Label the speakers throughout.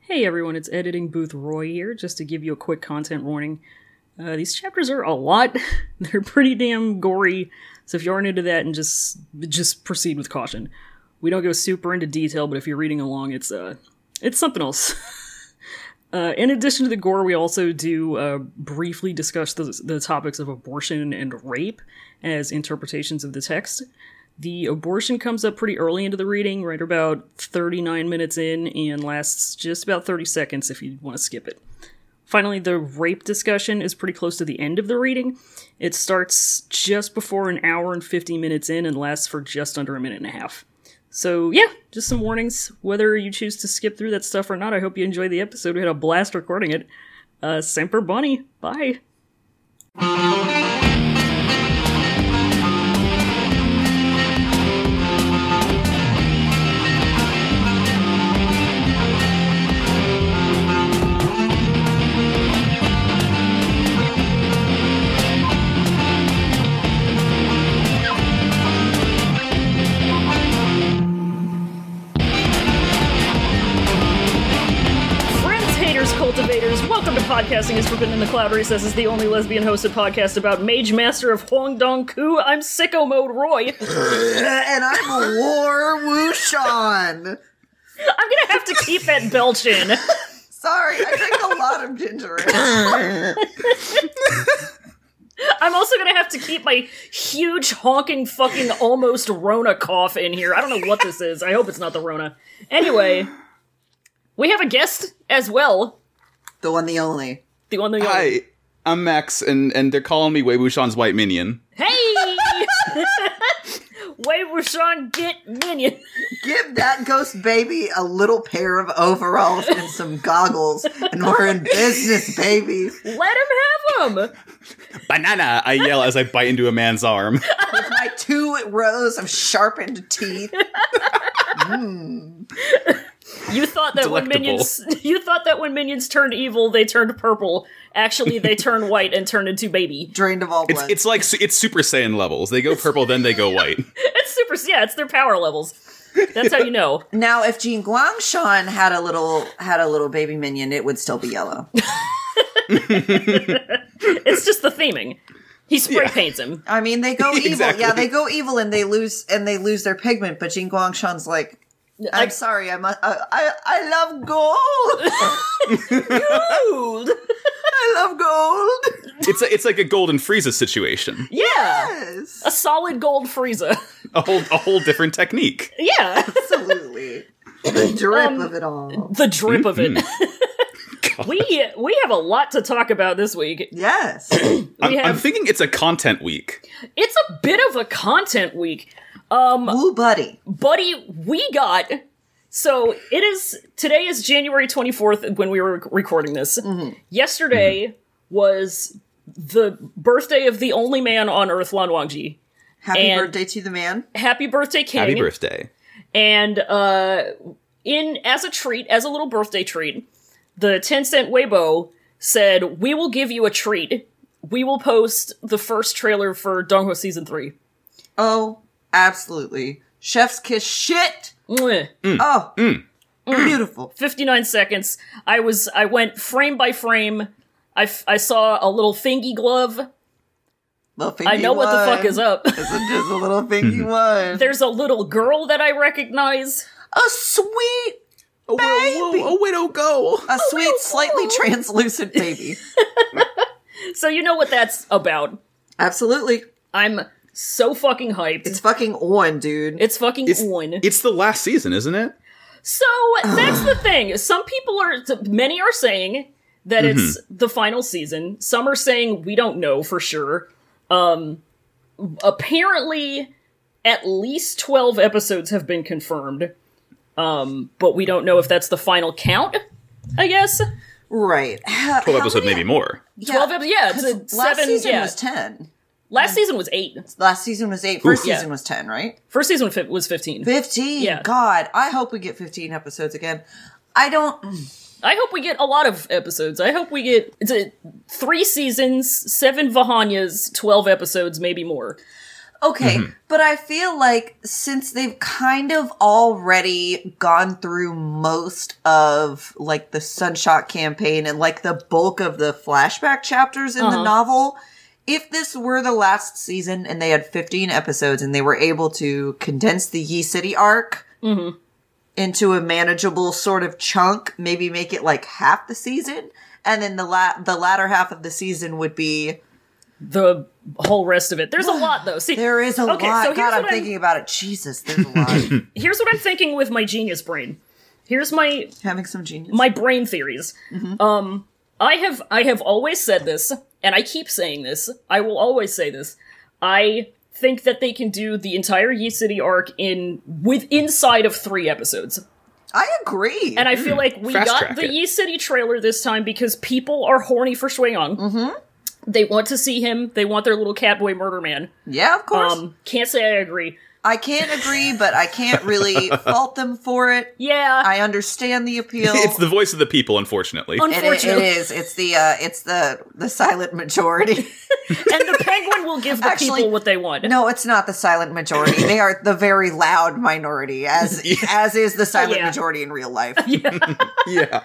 Speaker 1: Hey everyone, it's Editing Booth Roy here, just to give you a quick content warning. Uh, these chapters are a lot. They're pretty damn gory, so if you aren't into that, and just just proceed with caution. We don't go super into detail, but if you're reading along, it's uh, it's something else. uh, in addition to the gore, we also do uh, briefly discuss the, the topics of abortion and rape as interpretations of the text. The abortion comes up pretty early into the reading, right about 39 minutes in, and lasts just about 30 seconds if you want to skip it. Finally, the rape discussion is pretty close to the end of the reading. It starts just before an hour and 50 minutes in and lasts for just under a minute and a half. So, yeah, just some warnings. Whether you choose to skip through that stuff or not, I hope you enjoyed the episode. We had a blast recording it. Uh, Semper Bunny. Bye. Friends, haters, cultivators, welcome to Podcasting is Forbidden in the Cloud Recesses, the only lesbian hosted podcast about Mage Master of Huang Dong Ku. I'm Sicko Mode Roy.
Speaker 2: and I'm a War Wushan.
Speaker 1: I'm gonna have to keep that belch in.
Speaker 2: Sorry, I drink a lot of ginger ale.
Speaker 1: I'm also gonna have to keep my huge, honking, fucking almost Rona cough in here. I don't know what this is. I hope it's not the Rona. Anyway, we have a guest as well.
Speaker 2: The one, the only.
Speaker 1: The one that
Speaker 3: Hi, I'm Max, and, and they're calling me Wei Wuxian's White Minion.
Speaker 1: Hey! Wait, Rashawn, get minion.
Speaker 2: Give that ghost baby a little pair of overalls and some goggles, and we're in business, baby. With
Speaker 1: Let him have him.
Speaker 3: Banana! I yell as I bite into a man's arm.
Speaker 2: my two rows of sharpened teeth.
Speaker 1: You thought that when
Speaker 3: Delectable.
Speaker 1: minions you thought that when minions turned evil, they turned purple. Actually, they turn white and turn into baby.
Speaker 2: Drained of all
Speaker 3: It's,
Speaker 2: blood.
Speaker 3: it's like su- it's Super Saiyan levels. They go purple, then they go white.
Speaker 1: It's super. Yeah, it's their power levels. That's how you know.
Speaker 2: now, if Jean Guangshan had a little had a little baby minion, it would still be yellow.
Speaker 1: It's just the theming. He spray
Speaker 3: Yeah.
Speaker 1: paints him.
Speaker 2: I mean, they go evil.
Speaker 3: Exactly.
Speaker 2: Yeah, they go evil, and they lose and they lose their pigment. But Jean Guangshan's like, I'm
Speaker 1: Like,
Speaker 2: sorry, I'm a, I, I I love gold.
Speaker 1: dude.
Speaker 2: I love gold.
Speaker 3: It's a, it's like a Golden Frieza situation.
Speaker 1: Yeah,
Speaker 2: Yes,
Speaker 1: a solid gold Frieza.
Speaker 3: A whole a whole different technique.
Speaker 1: Yeah,
Speaker 2: absolutely.
Speaker 1: Um,
Speaker 2: The drip of it all.
Speaker 1: the drip of it.
Speaker 3: Mm-hmm.
Speaker 1: we we have a lot to talk about this week.
Speaker 2: Yes,
Speaker 3: I'm, I'm
Speaker 1: have-
Speaker 3: thinking it's a content week.
Speaker 1: It's a bit of a content week.
Speaker 2: woo, buddy.
Speaker 1: buddy, we got. So it is today is January 24th when we were recording this.
Speaker 3: Mm-hmm.
Speaker 1: Yesterday was the birthday of the only man on earth, Lan Wangji.
Speaker 2: Happy
Speaker 1: And-
Speaker 2: birthday to the man.
Speaker 1: Happy birthday, King!
Speaker 3: Happy birthday.
Speaker 1: And uh, in as a treat, as a little birthday treat, the 10 cent Weibo said, "We will give you a treat. We will post the first trailer for Dongho season three.
Speaker 2: Oh, absolutely. Chef's kiss. Shit.
Speaker 1: Mwah.
Speaker 2: Oh, beautiful.
Speaker 1: 59 seconds. I was I went frame by frame. I, f- I saw a little thingy glove.
Speaker 2: Little
Speaker 1: I know what the fuck is up.
Speaker 2: It's just a little thingy one.
Speaker 1: There's a little girl that I recognize.
Speaker 2: A sweet,
Speaker 3: A, wi-
Speaker 2: Baby.
Speaker 3: a widow go.
Speaker 2: a sweet, slightly translucent baby.
Speaker 1: So you know what that's about.
Speaker 2: Absolutely.
Speaker 1: I'm so fucking hyped.
Speaker 2: It's
Speaker 1: It's,
Speaker 2: fucking on, dude.
Speaker 1: fucking
Speaker 3: It's-
Speaker 1: on.
Speaker 3: It's the last season, isn't it?
Speaker 1: so that's the thing. Some people are many are saying that it's the final season. Some are saying we don't know for sure. Um apparently at least 12 episodes have been confirmed. Um but we don't know if that's the final count. I guess
Speaker 2: right.
Speaker 3: Twelve episode, maybe more.
Speaker 1: twelve. episodes. yeah, it's a
Speaker 2: Last
Speaker 1: seven.
Speaker 2: season
Speaker 1: yeah,
Speaker 2: was ten.
Speaker 1: last season was eight.
Speaker 2: Last season was eight. First
Speaker 1: Yeah.
Speaker 2: season was ten, right?
Speaker 1: First season fi- was fifteen.
Speaker 2: Fifteen.
Speaker 1: Yeah.
Speaker 2: God, I hope we get fifteen episodes again. I don't.
Speaker 1: I hope we get a lot of episodes. I hope we get it's a, three seasons, seven Vahanyas, twelve episodes, maybe more.
Speaker 2: Okay, but I feel like since they've kind of already gone through most of like the Sunshot campaign and like the bulk of the flashback chapters in the
Speaker 1: Uh-huh.
Speaker 2: novel, if this were the last season and they had 15 episodes and they were able to condense the Ye City arc into a manageable sort of chunk, maybe make it like half the season, and then the la- the latter half of the season would be
Speaker 1: The whole rest of it. There's a lot though. See,
Speaker 2: there is a
Speaker 1: Okay,
Speaker 2: lot.
Speaker 1: so here's
Speaker 2: God, I'm
Speaker 1: what I'm-
Speaker 2: thinking about it. Jesus, there's a lot.
Speaker 1: here's what I'm thinking with my genius brain. Here's my
Speaker 2: Having some genius.
Speaker 1: my brain theories. Um,
Speaker 2: Mm-hmm.
Speaker 1: I have I have always said this, and I keep saying this. I will always say this. I think that they can do the entire Ye City arc in with inside of three episodes.
Speaker 2: I agree.
Speaker 1: And I feel like we
Speaker 3: Fast
Speaker 1: got
Speaker 3: track
Speaker 1: the
Speaker 3: it.
Speaker 1: Ye City trailer this time because people are horny for Shuang. Mm-hmm. They want to see him. They want their little catboy murder man.
Speaker 2: yeah, of course.
Speaker 1: Um, can't say I agree.
Speaker 2: I can't agree, but I can't really fault them for it.
Speaker 1: Yeah,
Speaker 2: I understand the appeal.
Speaker 3: It's the voice of the people,
Speaker 1: Oh,
Speaker 3: unfortunately.
Speaker 2: It- it-
Speaker 1: unfortunately,
Speaker 2: it is. It's the uh, it's the the silent majority.
Speaker 1: and the penguin will give the
Speaker 2: Actually,
Speaker 1: people what they want.
Speaker 2: No, it's not the silent majority. They are the very loud minority, as as is the silent
Speaker 1: Yeah.
Speaker 2: majority in real life.
Speaker 3: yeah.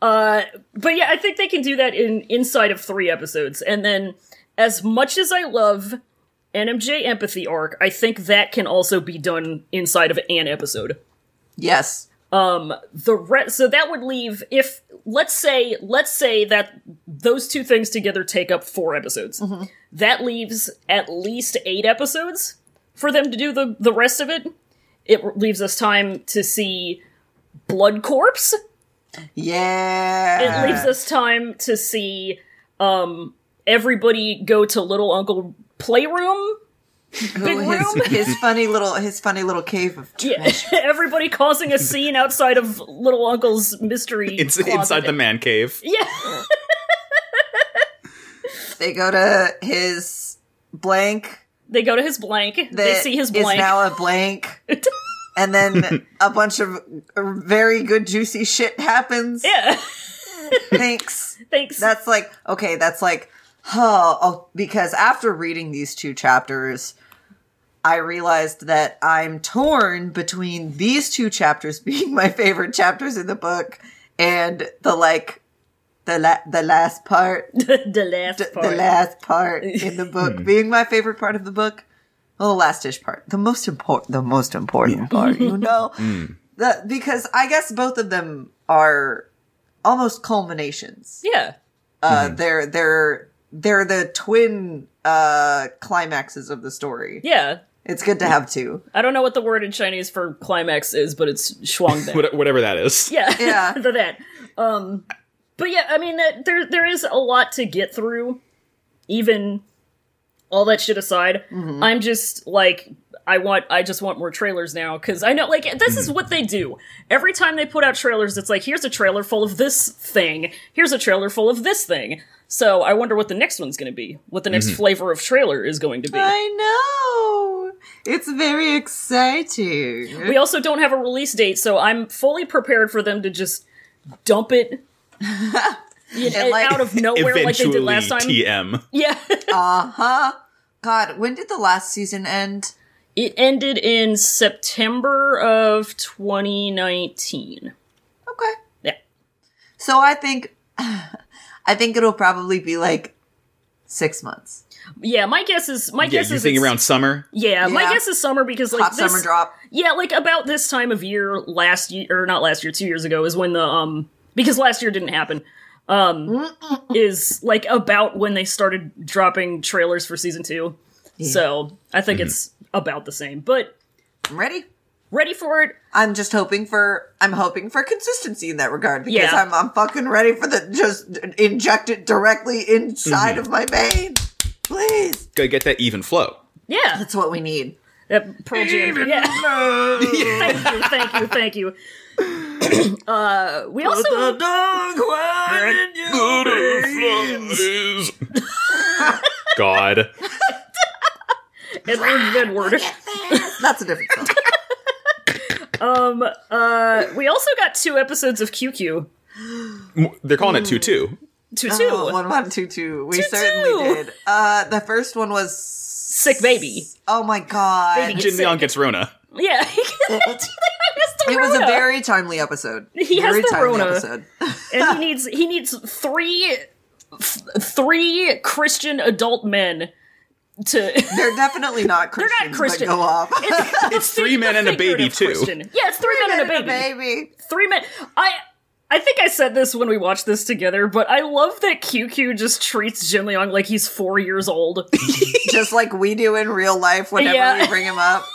Speaker 1: Uh, but yeah, I think they can do that in inside of three episodes. And then, as much as I love NMJ empathy arc, I think that can also be done inside of an episode.
Speaker 2: Yes.
Speaker 1: The re- so that would leave if let's say let's say that those two things together take up four episodes.
Speaker 2: Mm-hmm.
Speaker 1: That leaves at least eight episodes for them to do the the rest of it. It leaves us time to see Blood Corpse.
Speaker 2: Yeah.
Speaker 1: it leaves us time to see um everybody go to little uncle playroom
Speaker 2: Who-
Speaker 1: big room.
Speaker 2: his, his funny little his funny little cave of
Speaker 1: yeah everybody causing a scene outside of little uncle's mystery
Speaker 3: It's
Speaker 1: closet.
Speaker 3: inside the man cave.
Speaker 1: yeah
Speaker 2: They go to his blank
Speaker 1: they go to his blank they
Speaker 2: that
Speaker 1: see his
Speaker 2: is
Speaker 1: blank
Speaker 2: now a blank. and then a bunch of very good juicy shit happens.
Speaker 1: yeah
Speaker 2: Thanks.
Speaker 1: thanks
Speaker 2: That's like okay, that's like huh, oh because after reading these two chapters I realized that I'm torn between these two chapters being my favorite chapters in the book and the like the la- the last part
Speaker 1: the last
Speaker 2: the-
Speaker 1: part
Speaker 2: the last part in the book being my favorite part of the book. Well, the last-ish part, the most important, the most important part, you know, the, because I guess both of them are almost culminations.
Speaker 1: yeah
Speaker 2: Uh, They're they're they're the twin uh, climaxes of the story.
Speaker 1: yeah
Speaker 2: It's good to have two.
Speaker 1: i don't know what the word in chinese for climax is but it's shuangben
Speaker 3: What- Whatever that is.
Speaker 1: yeah,
Speaker 2: Yeah.
Speaker 1: the that. Um, but yeah, I mean that there there is a lot to get through, even all that shit aside. I'm just like I want I just want more trailers now because I know like this is what they do every time they put out trailers. It's like here's a trailer full of this thing, here's a trailer full of this thing. So I wonder what the next one's going to be, what the next flavor of trailer is going to be.
Speaker 2: I know. It's very exciting.
Speaker 1: We also don't have a release date, so I'm fully prepared for them to just dump it you know,
Speaker 2: And, like,
Speaker 1: out of nowhere like they
Speaker 3: Eventually,
Speaker 1: did last time.
Speaker 3: TM.
Speaker 1: Yeah.
Speaker 2: uh huh. God, when did the last season end?
Speaker 1: it ended in September of 2019.
Speaker 2: Okay.
Speaker 1: Yeah.
Speaker 2: So I think, I think it'll probably be like six months.
Speaker 1: Yeah, my guess is my
Speaker 3: Yeah,
Speaker 1: guess
Speaker 3: you
Speaker 1: is
Speaker 3: think
Speaker 1: it's-
Speaker 3: around summer?
Speaker 1: Yeah, my
Speaker 2: Yeah.
Speaker 1: guess is summer because like
Speaker 2: Hot
Speaker 1: this,
Speaker 2: summer drop.
Speaker 1: Yeah, like about this time of year last year or not last year, 2 years ago is when the um because last year didn't happen. Um is like about when they started dropping trailers for season 2. So, I think it's about the same. But
Speaker 2: I'm ready.
Speaker 1: ready for it?
Speaker 2: I'm just hoping for I'm hoping for consistency in that regard because
Speaker 1: Yeah.
Speaker 2: I'm I'm fucking ready for the just inject it directly inside of my vein. Please.
Speaker 3: Gotta get that even flow.
Speaker 1: Yeah.
Speaker 2: That's what we need.
Speaker 1: That Pearl Jam. Yeah. thank you, thank you, thank you. uh, we also
Speaker 3: God.
Speaker 1: Edward Edward.
Speaker 2: That's a different song.
Speaker 1: Um, uh, we also got two episodes of QQ.
Speaker 3: They're calling it 2 2.
Speaker 1: Two two.
Speaker 2: Oh, one one two two. We
Speaker 1: Two,
Speaker 2: certainly
Speaker 1: two.
Speaker 2: did. Uh, the first one was sick
Speaker 1: baby.
Speaker 2: Oh my god!
Speaker 1: Baby
Speaker 3: Jin Leon gets Rona.
Speaker 1: Yeah, he gets the
Speaker 2: It was a
Speaker 1: Rona.
Speaker 2: very timely episode.
Speaker 1: He has
Speaker 2: very
Speaker 1: the
Speaker 2: timely
Speaker 1: Rona.
Speaker 2: episode.
Speaker 1: and he needs he needs three th- three Christian adult men to.
Speaker 2: They're definitely not Christian.
Speaker 1: not Christian.
Speaker 2: But go off.
Speaker 1: it's
Speaker 3: three men and a baby, too.
Speaker 1: Yeah, it's three men and a baby.
Speaker 2: baby.
Speaker 1: three men. I I think I said this when we watched this together, but I love that QQ just treats Jin Leong like he's four years old.
Speaker 2: Just like we do in real life whenever
Speaker 1: Yeah.
Speaker 2: we bring him up.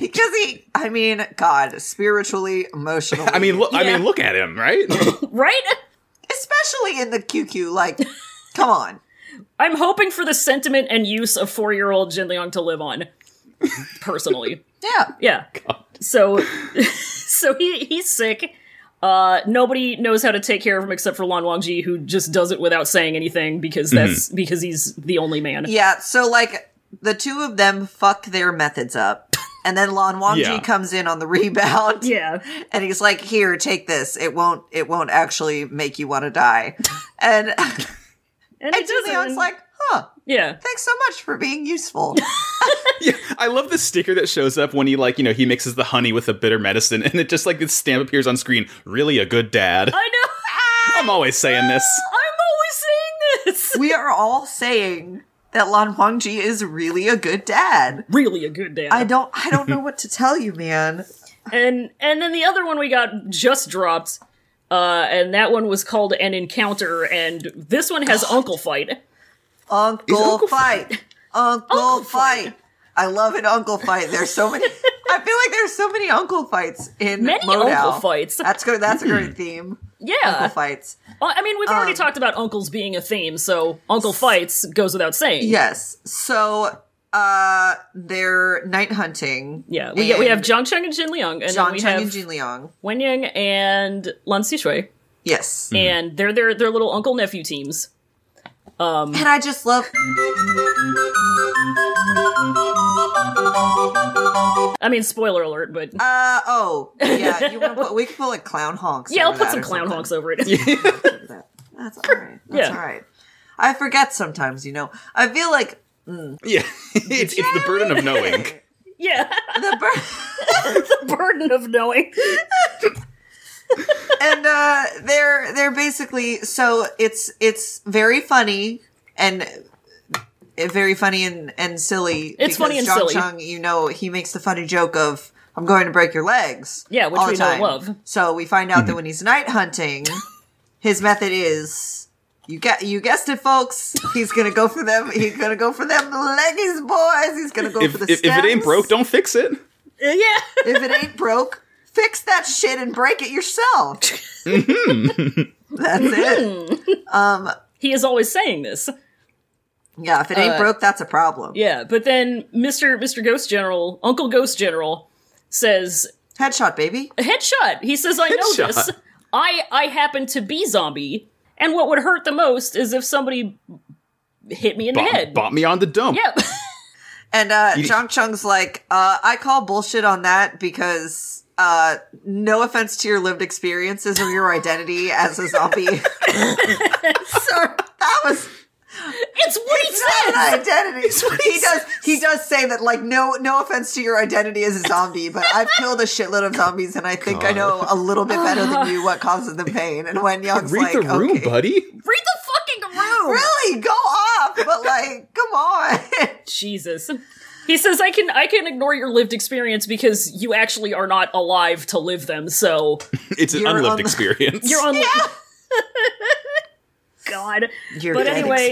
Speaker 2: Because he, I mean, God, spiritually, emotionally.
Speaker 3: I mean, look, I
Speaker 1: Yeah.
Speaker 3: mean, look at him, right?
Speaker 1: right?
Speaker 2: especially in the QQ, like, come on.
Speaker 1: I'm hoping for the sentiment and use of four year old Jin Leong to live on. Personally.
Speaker 2: Yeah.
Speaker 1: Yeah. So so he he's sick. Uh, nobody knows how to take care of him except for Lan Wangji, who just does it without saying anything because that's because he's the only man.
Speaker 2: Yeah. So, like, the two of them fuck their methods up. And then Lon Wangji
Speaker 3: Yeah.
Speaker 2: comes in on the rebound.
Speaker 1: Yeah.
Speaker 2: And he's like, here, take this. It won't, it won't actually make you want to die. And, and
Speaker 1: And it
Speaker 2: Jin
Speaker 1: doesn't.
Speaker 2: Leon's like, huh,
Speaker 1: yeah.
Speaker 2: thanks so much for being useful.
Speaker 3: yeah, I love the sticker that shows up when he like you know he mixes the honey with the bitter medicine, and it just like this stamp appears on screen. Really a good dad.
Speaker 1: I know.
Speaker 2: "Ah!"
Speaker 3: I'm always saying this.
Speaker 1: I'm always saying this.
Speaker 2: we are all saying that Lan Huangji is really a good dad.
Speaker 1: Really a good dad.
Speaker 2: I don't I don't know what to tell you, man.
Speaker 1: and and then the other one we got just dropped, uh, and that one was called an encounter, and this one has uncle fight.
Speaker 2: Uncle,
Speaker 3: Uncle
Speaker 2: fight. Uncle,
Speaker 1: Uncle
Speaker 2: fight.
Speaker 1: fight.
Speaker 2: I love an uncle fight. There's so many I feel like there's so many uncle fights in
Speaker 1: Many
Speaker 2: Modow.
Speaker 1: uncle fights.
Speaker 2: That's good that's a great theme.
Speaker 1: Yeah,
Speaker 2: Uncle fights.
Speaker 1: Well, I mean we've already
Speaker 2: Um,
Speaker 1: talked about uncles being a theme, so uncle fights goes without saying.
Speaker 2: Yes. So uh they're night hunting.
Speaker 1: yeah. We get, we have
Speaker 2: and
Speaker 1: Zhang Cheng and Jin Liang, and then
Speaker 2: Zhang
Speaker 1: we
Speaker 2: Cheng and
Speaker 1: have
Speaker 2: Jin Hmm. Liang.
Speaker 1: Wen Yang and Lan Xishui,
Speaker 2: Yes.
Speaker 1: and they're their their little uncle nephew teams.
Speaker 2: And I just love
Speaker 1: I mean, spoiler alert, but
Speaker 2: uh oh yeah you want to put, we can put like clown honks
Speaker 1: yeah, I'll
Speaker 2: over
Speaker 1: put
Speaker 2: that
Speaker 1: some
Speaker 2: or
Speaker 1: clown
Speaker 2: something.
Speaker 1: honks over it.
Speaker 2: that. That's all right. That's
Speaker 1: Yeah.
Speaker 2: all right. I forget sometimes, you know. I feel like
Speaker 3: Yeah, it's it's the burden of knowing.
Speaker 1: yeah,
Speaker 2: the bird
Speaker 1: the burden of knowing.
Speaker 2: and uh they're they're basically so it's it's very funny and uh, very funny and and silly.
Speaker 1: It's funny and
Speaker 2: John
Speaker 1: silly.
Speaker 2: Chung, you know, he makes the funny joke of I'm going to break your legs.
Speaker 1: Yeah, which
Speaker 2: all
Speaker 1: we
Speaker 2: the
Speaker 1: know and
Speaker 2: time.
Speaker 1: love.
Speaker 2: So we find out that
Speaker 3: Mm-hmm.
Speaker 2: when he's night hunting, his method is you get you guessed it, folks. He's gonna go for them. He's gonna go for them leggies, boys. He's gonna go
Speaker 3: If
Speaker 2: for the
Speaker 3: if, if it ain't
Speaker 2: stems.
Speaker 3: broke, don't fix it.
Speaker 1: Uh, yeah.
Speaker 2: if it ain't broke, fix that shit and break it yourself. that's
Speaker 1: Mm-hmm.
Speaker 2: it.
Speaker 1: he is always saying this.
Speaker 2: Yeah, if it ain't
Speaker 1: Uh,
Speaker 2: broke, that's a problem.
Speaker 1: Yeah, but then Mr. Mr. Ghost General, Uncle Ghost General, says
Speaker 2: Headshot, baby.
Speaker 1: headshot. He says, "I know
Speaker 3: Headshot.
Speaker 1: this. I I happen to be zombie, and what would hurt the most is if somebody hit me in the
Speaker 3: Bop,
Speaker 1: head."
Speaker 3: bop me on the dump.
Speaker 1: Yeah,
Speaker 2: And uh, Chong Chung's like, uh, I call bullshit on that because uh, no offense to your lived experiences or your identity as a zombie. Sorry, that was
Speaker 1: it's what he
Speaker 2: not
Speaker 1: says.
Speaker 2: an identity. He does. He does say that, like, no, no offense to your identity as a zombie, but I've killed a shitload of zombies, and I think I know a little bit better than you what causes the pain. And when Young's
Speaker 3: Read
Speaker 2: like,
Speaker 3: the room,
Speaker 2: okay,
Speaker 3: buddy.
Speaker 1: Read the fucking room.
Speaker 2: really go off, but like, come on.
Speaker 1: Jesus. He says, "I can I can ignore your lived experience because you actually are not alive to live them. So
Speaker 3: It's an
Speaker 2: You're
Speaker 3: unlived
Speaker 2: on-
Speaker 3: experience.
Speaker 1: you're on." God.
Speaker 2: Your
Speaker 1: But
Speaker 2: dead
Speaker 1: anyway,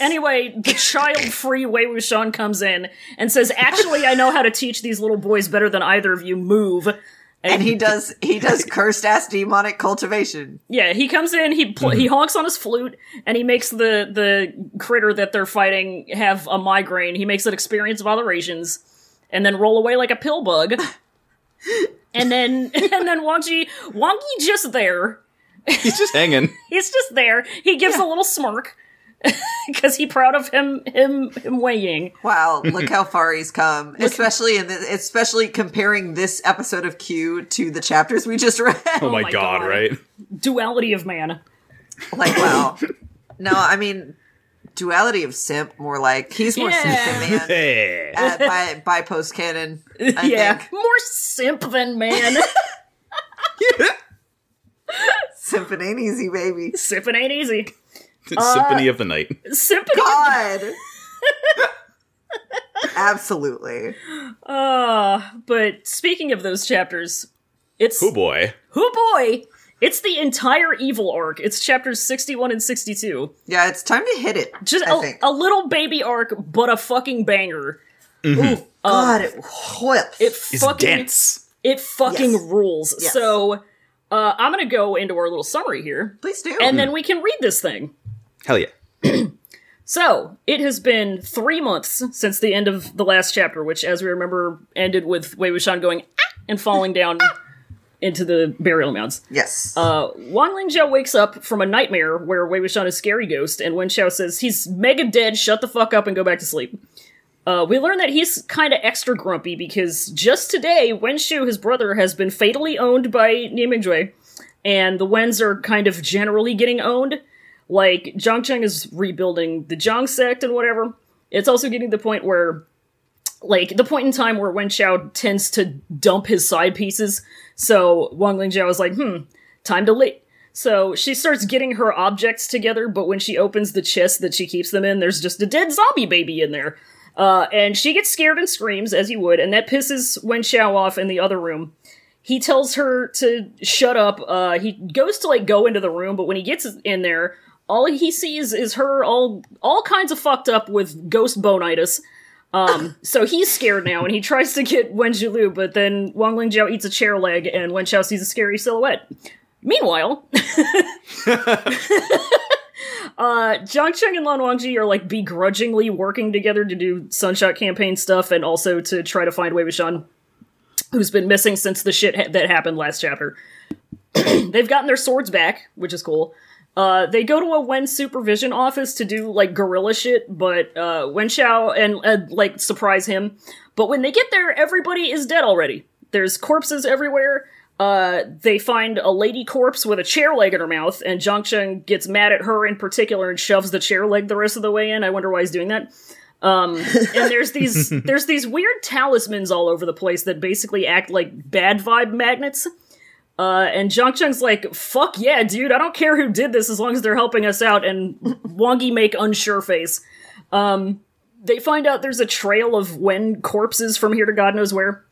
Speaker 1: anyway, the child-free Wei Wuxian comes in and says, "Actually, I know how to teach these little boys better than either of you. Move."
Speaker 2: and he does. He does cursed ass demonic cultivation.
Speaker 1: Yeah, he comes in, he pl- he honks on his flute, and he makes the the critter that they're fighting have a migraine. He makes it experience violations, and then roll away like a pill bug. and then and then Wongi Wongi just there.
Speaker 3: He's just hanging.
Speaker 1: He's just there. He gives a little smirk because he proud of him him him weighing.
Speaker 2: Wow, look how far he's come, especially in the, especially comparing this episode of Q to the chapters we just read.
Speaker 3: Oh, my
Speaker 1: my
Speaker 3: god,
Speaker 1: God.
Speaker 3: Right.
Speaker 1: duality of man.
Speaker 2: Like, wow. no, I mean, duality of simp, more like he's more simp than man
Speaker 3: Hey.
Speaker 2: at, by, by post canon. I
Speaker 1: yeah,
Speaker 2: think.
Speaker 1: more simp than man.
Speaker 2: Simping ain't easy, baby.
Speaker 1: Simping ain't easy.
Speaker 3: Symphony of the night.
Speaker 1: Simping.
Speaker 2: God. Absolutely.
Speaker 1: Uh, but speaking of those chapters, it's
Speaker 3: Oh boy.
Speaker 1: Hoo boy, it's the entire evil arc. It's chapters sixty-one and sixty-two.
Speaker 2: Yeah, it's time to hit it.
Speaker 1: Just oh,
Speaker 2: I
Speaker 1: a,
Speaker 2: think.
Speaker 1: a little baby arc, but a fucking banger.
Speaker 2: Mm-hmm. God, it whips.
Speaker 1: um, It
Speaker 3: It's
Speaker 1: fucking
Speaker 3: dense.
Speaker 1: it fucking
Speaker 2: Yes.
Speaker 1: rules.
Speaker 2: Yes.
Speaker 1: So uh, I'm gonna go into our little summary here,
Speaker 2: Please do.
Speaker 1: and then we can read this thing.
Speaker 3: Hell yeah.
Speaker 1: So, it has been three months since the end of the last chapter, which, as we remember, ended with Wei Wuxian going "Ah!" and falling down into the burial mounds.
Speaker 2: yes.
Speaker 1: Uh, Wang Lingzhou wakes up from a nightmare where Wei Wuxian is scary ghost, and Wen Xiao says he's mega dead, shut the fuck up and go back to sleep. Uh, we learn that he's kind of extra grumpy because just today, Wen Shu, his brother, has been fatally owned by Nie Mingjue, and the Wens are kind of generally getting owned. Like, Zhangcheng is rebuilding the Zhang sect and whatever. It's also getting to the point where like the point in time where Wen Xiao tends to dump his side pieces. So Wang Lingzhou is like, hmm, time to leave. So she starts getting her objects together, but when she opens the chest that she keeps them in, there's just a dead zombie baby in there. Uh, and she gets scared and screams, as you would, and that pisses Wen Xiao off in the other room. He tells her to shut up. Uh, he goes to like go into the room, but when he gets in there, all he sees is her all all kinds of fucked up with ghost bonitis. Um, so he's scared now, and he tries to get Wen Zhilu, but then Wang Lingzhou eats a chair leg, and Wen Xiao sees a scary silhouette. Meanwhile, uh, Zhang Cheng and Lan Wangji are like begrudgingly working together to do Sunshot campaign stuff, and also to try to find Wei Wuxian, who's been missing since the shit ha- that happened last chapter. They've gotten their swords back, which is cool. Uh, they go to a Wen supervision office to do like gorilla shit, but uh, Wen Xiao and uh, like surprise him. But when they get there, everybody is dead already. There's corpses everywhere. Uh, they find a lady corpse with a chair leg in her mouth, and Zhangcheng gets mad at her in particular and shoves the chair leg the rest of the way in. I wonder why he's doing that. Um, and there's these there's these weird talismans all over the place that basically act like bad vibe magnets. Uh, and Zhangcheng's like, fuck yeah, dude, I don't care who did this as long as they're helping us out. And Wongi make unsure face. Um, they find out there's a trail of Wen corpses from here to God knows where.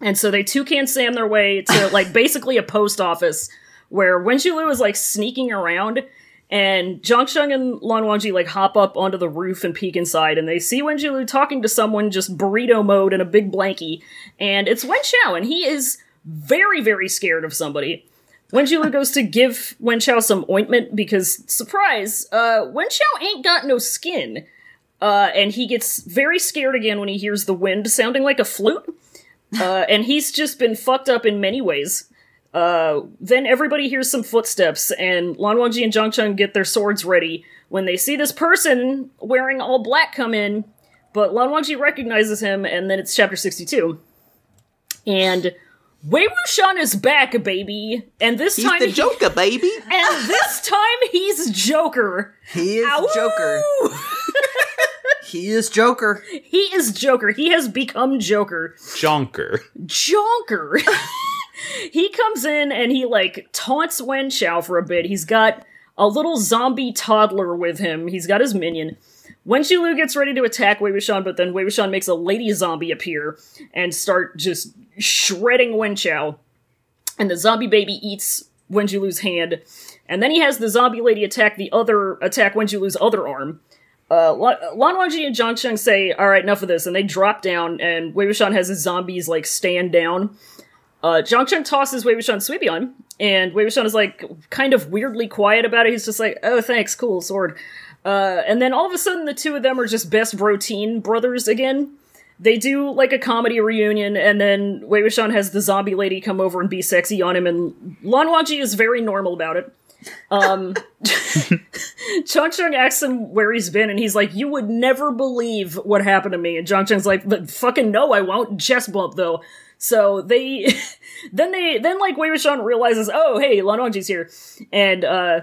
Speaker 1: And so they toucan Sam their way to, like, basically a post office where Wen Zhilu is, like, sneaking around. And Zhangcheng and Lan Wangji, like, hop up onto the roof and peek inside. And they see Wen Zhilu talking to someone just burrito mode in a big blankie. And it's Wen Xiao, and he is very, very scared of somebody. Wen Jilu goes to give Wen Chao some ointment because, surprise, uh, Wen Chao ain't got no skin. Uh, and he gets very scared again when he hears the wind sounding like a flute. Uh, and he's just been fucked up in many ways. Uh, then everybody hears some footsteps, and Lan Wangji and Zhang Cheng get their swords ready when they see this person wearing all black come in. But Lan Wangji recognizes him, and then it's chapter 62. And Wei Wuxian is back, baby, and this time he-
Speaker 2: Joker, baby.
Speaker 1: and this time he's Joker.
Speaker 2: He is Joker.
Speaker 1: Woo!
Speaker 2: He is Joker.
Speaker 1: He is Joker. He has become Joker.
Speaker 3: Jonker.
Speaker 1: Jonker. he comes in and he like taunts Wen Xiao for a bit. He's got a little zombie toddler with him. He's got his minion. Wen Xilu gets ready to attack Wei Wuxian, but then Wei Wuxian makes a lady zombie appear and start just shredding Wen Xiao. And the zombie baby eats Wen Jilu's hand. And then he has the zombie lady attack the other attack Wen Jilu's other arm. Uh, Lan Lan Wangji and Zhang Cheng say, "All right, enough of this," and they drop down. And Wei Wuxian has his zombies like stand down. Uh, Zhang Cheng tosses Wei Wuxian Suibian, and Wei Wuxian is like kind of weirdly quiet about it. He's just like, "Oh, thanks, cool sword." Uh, and then all of a sudden, the two of them are just best bro teen brothers again. They do like a comedy reunion, and then Wei Wuxian has the zombie lady come over and be sexy on him, and Lan Wangji is very normal about it. Um, Chong Cheng asks him where he's been, and he's like, "You would never believe what happened to me." And Chong Cheng's like, "But fucking no, I won't." Chest bump though. So they, then they, then like Wei Wuxian realizes, "Oh, hey, Lan Wangji's here," and uh,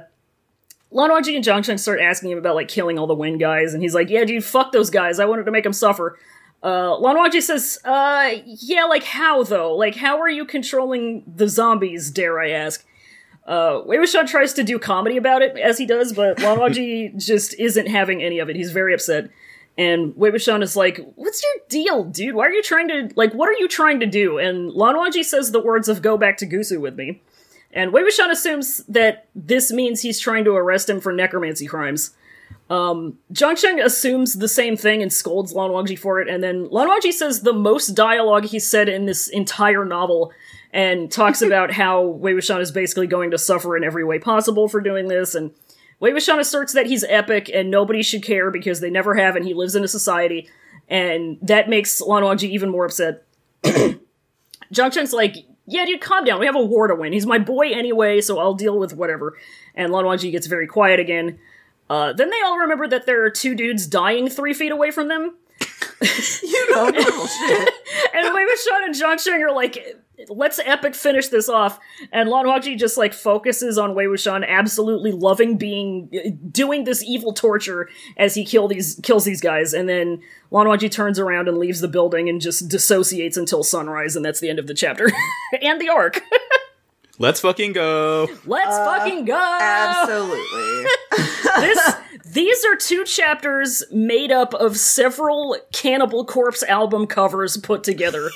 Speaker 1: Lanwaji and Jiangsheng start asking him about like killing all the wind guys, and he's like, "Yeah, dude, fuck those guys. I wanted to make them suffer." Uh, Lanwaji says, "Uh, yeah, like how though? Like how are you controlling the zombies? Dare I ask?" Uh, Wei Wuxian tries to do comedy about it as he does, but Lanwaji just isn't having any of it. He's very upset. And Wei Wuxian is like, "What's your deal, dude? Why are you trying to like? What are you trying to do?" And Lanwaji says the words of "Go back to Gusu with me." And Wei Wuxian assumes that this means he's trying to arrest him for necromancy crimes. Um, Zhang assumes the same thing and scolds Lan Wangji for it, and then Lan Wangji says the most dialogue he said in this entire novel and talks about how Wei Wuxian is basically going to suffer in every way possible for doing this, and Wei Wuxian asserts that he's epic and nobody should care because they never have and he lives in a society, and that makes Lan Wangji even more upset. Zhang like, yeah, dude, calm down. We have a war to win. He's my boy anyway, so I'll deal with whatever. And Lanwanji gets very quiet again. Uh, then they all remember that there are two dudes dying three feet away from them.
Speaker 2: You know, little shit.
Speaker 1: And Wei Wuxian and Zhang Sheng are like, let's epic finish this off. And Lanwanji just like focuses on Wei Wuxian absolutely loving being, doing this evil torture as he kill these, kills these guys. And then Lanwanji turns around and leaves the building and just dissociates until sunrise. And that's the end of the chapter and the arc.
Speaker 3: Let's fucking go.
Speaker 1: Let's fucking go!
Speaker 2: Absolutely.
Speaker 1: this these are two chapters made up of several Cannibal Corpse album covers put together.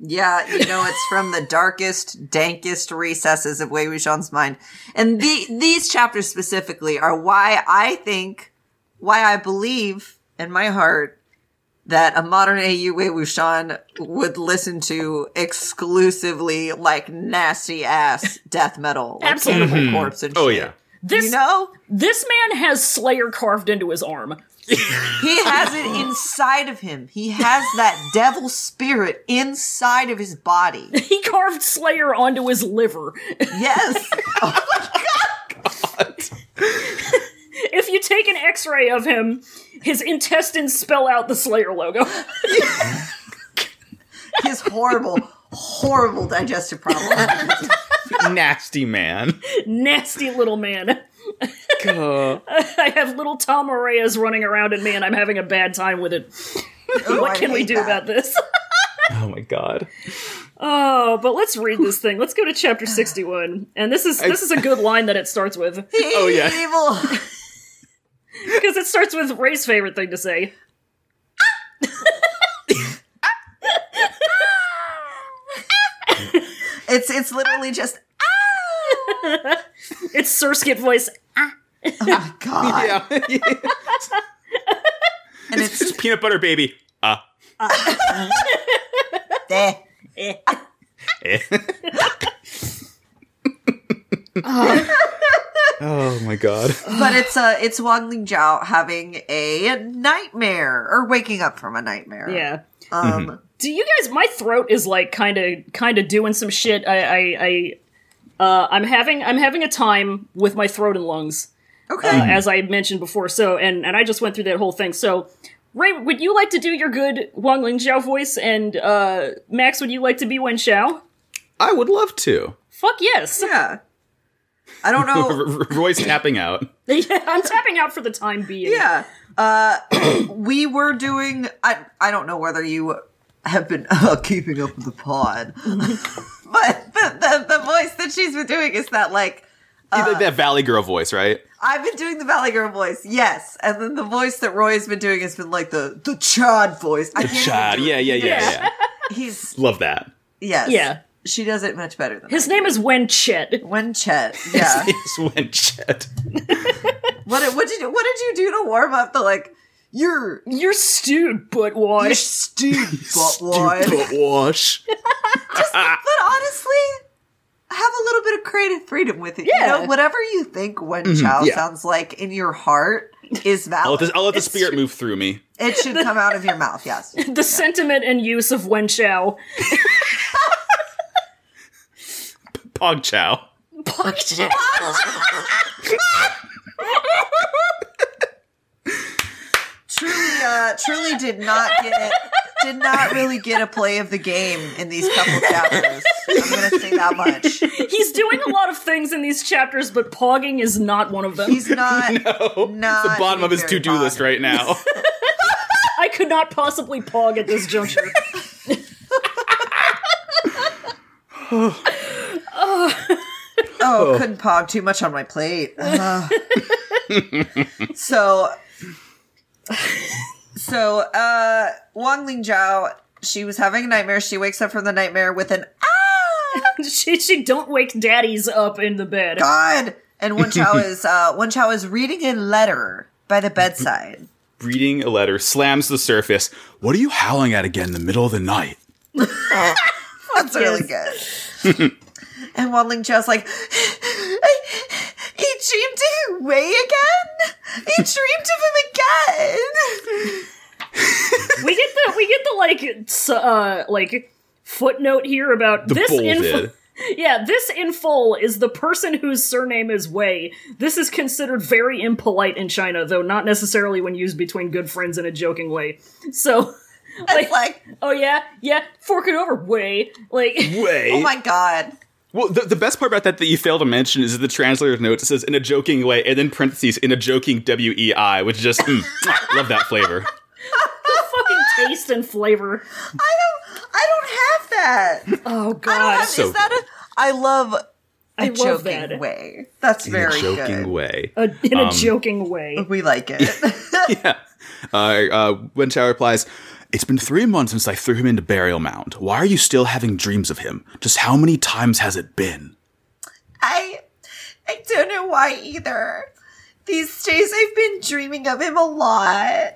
Speaker 2: Yeah, you know, it's from the darkest, dankest recesses of Wei Wuxian's mind. And the, these chapters specifically are why I think, why I believe in my heart that a modern AU Wei Wuxian would listen to exclusively like nasty ass death metal. Like
Speaker 1: Absolutely.
Speaker 2: Cannibal Corpse and
Speaker 3: Oh
Speaker 2: shit.
Speaker 3: yeah.
Speaker 1: This
Speaker 2: You know,
Speaker 1: this man has Slayer carved into his arm.
Speaker 2: He has it inside of him. He has that devil spirit inside of his body.
Speaker 1: He carved Slayer onto his liver.
Speaker 2: Yes.
Speaker 1: If you take an X-ray of him, his intestines spell out the Slayer logo.
Speaker 2: His horrible, horrible digestive problem.
Speaker 3: Nasty man.
Speaker 1: Nasty little man.
Speaker 3: Go.
Speaker 1: I have little Tom Moreas running around, and man, I'm having a bad time with it.
Speaker 2: what
Speaker 1: Can we do about this?
Speaker 3: Oh my god.
Speaker 1: Oh, but let's read this thing. Let's go to chapter sixty-one, and this is this is a good line that it starts with
Speaker 3: Oh, yeah.
Speaker 2: Evil.
Speaker 1: because it starts with Ray's favorite thing to say.
Speaker 2: It's it's literally just
Speaker 1: It's Surskit voice.
Speaker 2: oh god,
Speaker 3: Yeah. it's
Speaker 2: and it's
Speaker 3: just peanut butter baby. Ah.
Speaker 2: eh.
Speaker 3: Eh. oh my god.
Speaker 2: But it's uh it's Wang Ling Zhao having a nightmare or waking up from a nightmare.
Speaker 1: Yeah.
Speaker 2: Um.
Speaker 3: Mm-hmm.
Speaker 1: Do you guys? My throat is like kind of kind of doing some shit. I I, I uh, I'm having I'm having a time with my throat and lungs,
Speaker 2: Okay.
Speaker 3: Oh,
Speaker 1: uh, as I mentioned before. So and and I just went through that whole thing. So. Ray, would you like to do your good Wang Ling Zhao voice? And uh, Max, would you like to be Wen Xiao?
Speaker 3: I would love to.
Speaker 1: Fuck yes.
Speaker 2: yeah. I don't
Speaker 3: R-
Speaker 2: know.
Speaker 3: R- Roy's tapping out.
Speaker 1: Yeah, I'm tapping out for the time being.
Speaker 2: Yeah. Uh, we were doing. I I don't know whether you have been uh, keeping up with the pod, but the, the the voice that she's been doing is that like
Speaker 3: Like that Valley Girl voice, right?
Speaker 2: I've been doing the Valley Girl voice, yes, and then the voice that Roy has been doing has been like the the Chad voice. I can't even
Speaker 3: Chad.
Speaker 2: do it.
Speaker 3: Yeah, yeah, yeah,
Speaker 1: Yeah.
Speaker 3: yeah.
Speaker 2: He's
Speaker 3: Love that.
Speaker 2: yes.
Speaker 1: Yeah.
Speaker 2: She does it much better than
Speaker 1: His name is Wen Chet.
Speaker 2: When Chet, yeah.
Speaker 3: It's when Chet.
Speaker 2: what what did you what did you do to warm up the like you're
Speaker 1: You're stewed, butt wash.
Speaker 2: you're stupid, but why?
Speaker 3: Stupid wash.
Speaker 2: But honestly, have a little bit of creative freedom with it.
Speaker 1: Yeah.
Speaker 2: You know, whatever you think Wen Chow
Speaker 3: Mm-hmm. yeah.
Speaker 2: sounds like in your heart is
Speaker 3: I'll
Speaker 2: valid.
Speaker 3: let, this, I'll let the spirit move through me.
Speaker 2: it should come out of your mouth, yes.
Speaker 1: the sentiment and use of Wen Chao.
Speaker 3: Pog Chow.
Speaker 2: Truly, uh, truly did not get did not really get a play of the game in these couple chapters. I'm going to say that much.
Speaker 1: He's doing a lot of things in these chapters, but pogging is not one of them.
Speaker 2: He's not.
Speaker 3: No,
Speaker 2: Not
Speaker 3: Oh, it's the bottom of his
Speaker 2: very
Speaker 3: to-do
Speaker 2: bottom.
Speaker 3: list right now.
Speaker 1: I could not possibly pog at this juncture.
Speaker 2: Oh, couldn't pog too much on my plate. Ugh. so, so uh, Wang Ling Zhao, she was having a nightmare. She wakes up from the nightmare with an "Ah,
Speaker 1: she, she don't wake daddies up in the bed.
Speaker 2: God. And Wen Chao is uh, Wen Chao is reading a letter by the bedside.
Speaker 3: Reading a letter slams the surface. What are you howling at again in the middle of the night?
Speaker 2: That's really good. and Wan Ling Chao's like, he dreamed it way again. He dreamed of him again.
Speaker 1: we get the we get the like s- uh like footnote here about
Speaker 3: The
Speaker 1: this
Speaker 3: bull
Speaker 1: in
Speaker 3: did.
Speaker 1: yeah this in full is the person whose surname is wei this is considered very impolite in china though not necessarily when used between good friends in a joking way so like
Speaker 2: It's like,
Speaker 1: oh yeah yeah fork it over wei like
Speaker 3: Way.
Speaker 2: oh my god.
Speaker 3: well, the, the best part about that that you fail to mention is that the translator's note says in a joking way, and then parentheses in a joking W E I, which just mm, love that flavor.
Speaker 1: fucking taste and flavor
Speaker 2: I don't I don't have that.
Speaker 1: oh
Speaker 2: I don't
Speaker 1: god
Speaker 2: have
Speaker 3: So
Speaker 2: is that a I love a
Speaker 1: I love
Speaker 2: joking
Speaker 1: that
Speaker 2: way. That's
Speaker 3: In
Speaker 2: very
Speaker 3: a joking
Speaker 2: good.
Speaker 3: way.
Speaker 1: A, in a
Speaker 3: Um,
Speaker 1: joking way
Speaker 2: We like it.
Speaker 3: yeah. Uh, uh, Wen Chao replies, It's been three months since I threw him into Burial Mound. Why are you still having dreams of him? Just how many times has it been?
Speaker 2: I I don't know why either. These days I've been dreaming of him a lot.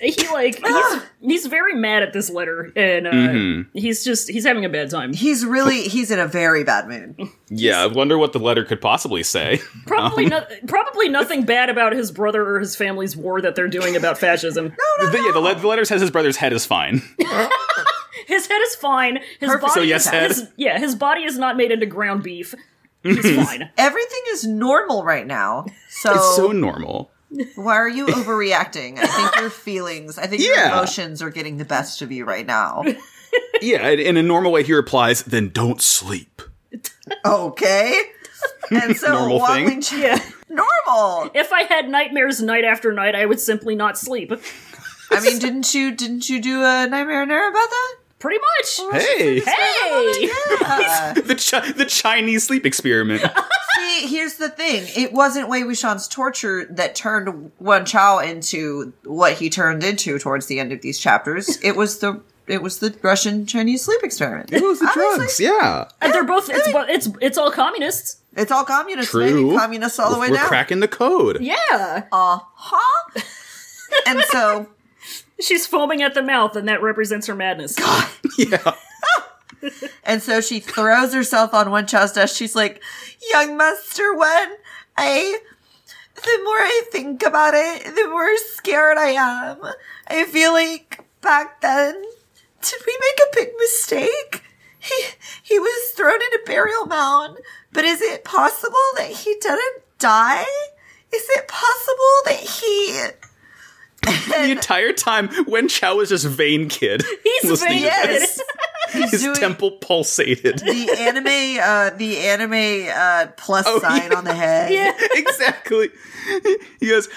Speaker 1: he like he's, he's very mad at this letter and uh,
Speaker 3: Mm-hmm.
Speaker 1: he's just he's having a bad time
Speaker 2: He's really he's in a very bad mood.
Speaker 3: Yeah, I wonder what the letter could possibly say.
Speaker 1: Probably
Speaker 3: Um,
Speaker 1: not. Probably nothing bad about his brother or his family's war that they're doing about fascism.
Speaker 3: The- yeah, the, le- the letter says his brother's head is fine.
Speaker 1: His head is fine. His
Speaker 2: Perfect.
Speaker 1: body.
Speaker 3: So yes,
Speaker 1: is,
Speaker 3: head.
Speaker 1: his- yeah, his body is not made into ground beef. He's
Speaker 3: Mm-hmm.
Speaker 1: fine.
Speaker 2: Everything is normal right now. So,
Speaker 3: It's
Speaker 1: Oh.
Speaker 3: so normal.
Speaker 2: why are you overreacting? I think your feelings, I think your
Speaker 3: Yeah.
Speaker 2: emotions are getting the best of you right now.
Speaker 3: Yeah, in, in a normal way, he replies, Then don't sleep.
Speaker 2: Okay. And so
Speaker 3: Normal
Speaker 2: Wang
Speaker 3: thing.
Speaker 2: Ling Chao-
Speaker 1: Yeah.
Speaker 2: normal.
Speaker 1: If I had nightmares night after night, I would simply not sleep.
Speaker 2: I mean, didn't you didn't you do a nightmare on air about that?
Speaker 1: Pretty much.
Speaker 3: Hey!
Speaker 1: Hey.
Speaker 2: Yeah.
Speaker 3: The, chi- the Chinese sleep experiment.
Speaker 2: Uh, See, here's the thing. It wasn't Wei Wuxian's torture that turned Wen Chao into what he turned into towards the end of these chapters. It was the it was the Russian Chinese sleep experiment.
Speaker 3: It was the drugs, yeah.
Speaker 1: And they're both. It's bo- it's it's all communists.
Speaker 2: It's all communist,
Speaker 3: True.
Speaker 2: baby. Communists
Speaker 1: Oh,
Speaker 2: all the way
Speaker 3: We're
Speaker 2: down.
Speaker 3: cracking the code.
Speaker 1: Yeah.
Speaker 2: uh huh. and so
Speaker 1: She's foaming at the mouth, and that represents her madness.
Speaker 3: yeah.
Speaker 2: and so she throws herself on Wen Chao's desk. She's like, "Young Master Wen, I." The more I think about it, the more scared I am. I feel like back then did we make a big mistake? He he was thrown in a burial mound, but is it possible that he didn't die? Is it possible that he
Speaker 3: The entire time, Wen Chao was just vain kid.
Speaker 1: He's
Speaker 3: Listening
Speaker 1: vain.
Speaker 3: to
Speaker 2: Yes.
Speaker 3: His
Speaker 2: doing-
Speaker 3: temple pulsated.
Speaker 2: the anime uh the anime uh plus
Speaker 3: Oh,
Speaker 2: sign on the head?
Speaker 3: exactly. He goes,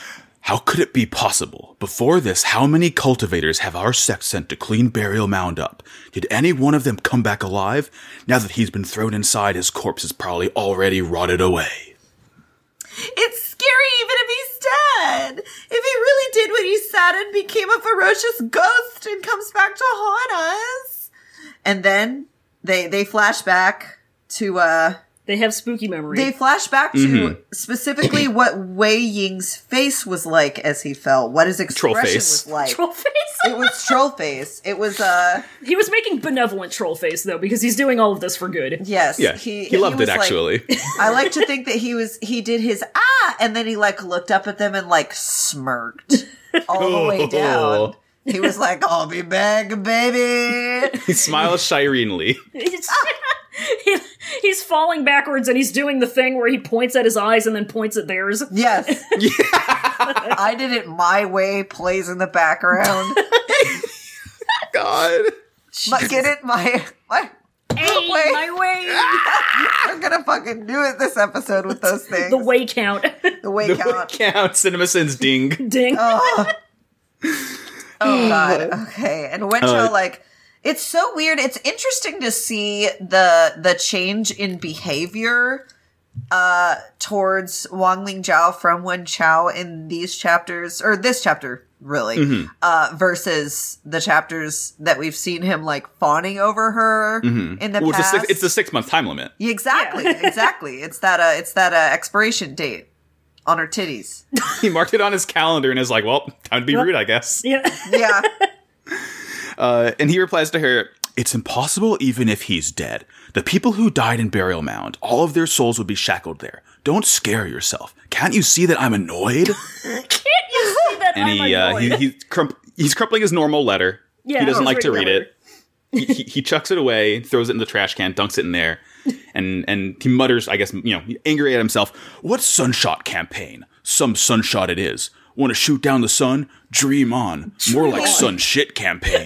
Speaker 3: How could it be possible? Before this, how many cultivators have our sect sent to clean Burial Mound up? Did any one of them come back alive? Now that he's been thrown inside, his corpse is probably already rotted away.
Speaker 2: It's scary even if he's dead. If he really did what he said and became a ferocious ghost and comes back to haunt us. And then they they flash back to uh
Speaker 1: They have spooky memories.
Speaker 2: they flash back to
Speaker 3: Mm-hmm.
Speaker 2: specifically what Wei Ying's face was like as he fell. What his expression
Speaker 3: Troll face.
Speaker 2: was like.
Speaker 1: troll face.
Speaker 2: it was troll face. It was uh
Speaker 1: He was making benevolent troll face though, because he's doing all of this for good.
Speaker 2: yes.
Speaker 3: Yeah. He, loved
Speaker 2: was
Speaker 3: it,
Speaker 2: like-
Speaker 3: actually.
Speaker 2: I like to think that he was he did his ah and then he like looked up at them and like smirked all the way down.
Speaker 3: Oh.
Speaker 2: He was like, I'll be back, baby.
Speaker 3: he smiles shirenely.
Speaker 1: He's, he, he's falling backwards and he's doing the thing where he points at his eyes and then points at theirs.
Speaker 2: Yes. I did it my way, plays in the background.
Speaker 3: God.
Speaker 2: my, get it? My my way. Ah.
Speaker 1: My way.
Speaker 2: We're gonna fucking do it this episode with those things.
Speaker 1: the way count.
Speaker 2: The way
Speaker 3: The
Speaker 2: count.
Speaker 3: count. Cinema sins ding.
Speaker 1: Ding.
Speaker 2: Oh. oh god. Okay. And when shall like it's so weird. It's interesting to see the the change in behavior uh towards Wang Ling Zhao from Wen Chao in these chapters or this chapter really
Speaker 3: Mm-hmm.
Speaker 2: uh versus the chapters that we've seen him like fawning over her in the
Speaker 3: Mm-hmm. Well, it's, a
Speaker 2: past.
Speaker 3: six, it's a six month time limit.
Speaker 2: Yeah, exactly, exactly. It's that uh it's that uh expiration date on her titties.
Speaker 3: He marked it on his calendar and is like, well, time to be rude, I guess.
Speaker 1: Yeah.
Speaker 2: Yeah.
Speaker 3: Uh, and he replies to her, It's impossible even if he's dead. The people who died in Burial Mound, all of their souls would be shackled there. Don't scare yourself. Can't you see that I'm annoyed?
Speaker 1: Can't you see that?
Speaker 3: and
Speaker 1: I'm
Speaker 3: he, uh,
Speaker 1: annoyed?
Speaker 3: he, he crump- he's crumpling his normal letter.
Speaker 1: Yeah,
Speaker 3: he doesn't
Speaker 1: his
Speaker 3: like to read
Speaker 1: regular
Speaker 3: it. He, he, he chucks it away, throws it in the trash can, dunks it in there, and and he mutters, I guess, you know, angry at himself. What sunshot campaign? Some sunshot it is. Want to shoot down the sun? Dream on. More like sun shit campaign.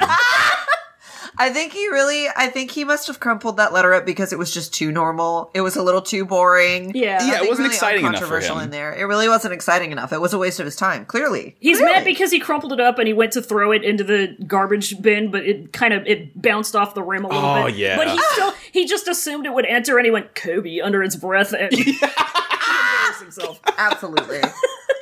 Speaker 2: I think he really, I think he must have crumpled that letter up because it was just too normal. It was a little too boring.
Speaker 1: Yeah. Yeah, it
Speaker 2: Nothing
Speaker 3: wasn't exciting enough for
Speaker 2: uncontroversial
Speaker 3: him.
Speaker 2: in there. It really wasn't exciting enough. It was a waste of his time. Clearly,
Speaker 1: He's
Speaker 2: Clearly.
Speaker 1: mad because he crumpled it up and he went to throw it into the garbage bin, but it kind of it bounced off the rim a little
Speaker 3: Oh,
Speaker 1: bit.
Speaker 3: yeah.
Speaker 1: But he still he just assumed it would enter and he went Kobe under his breath and he embarrassed himself.
Speaker 2: absolutely.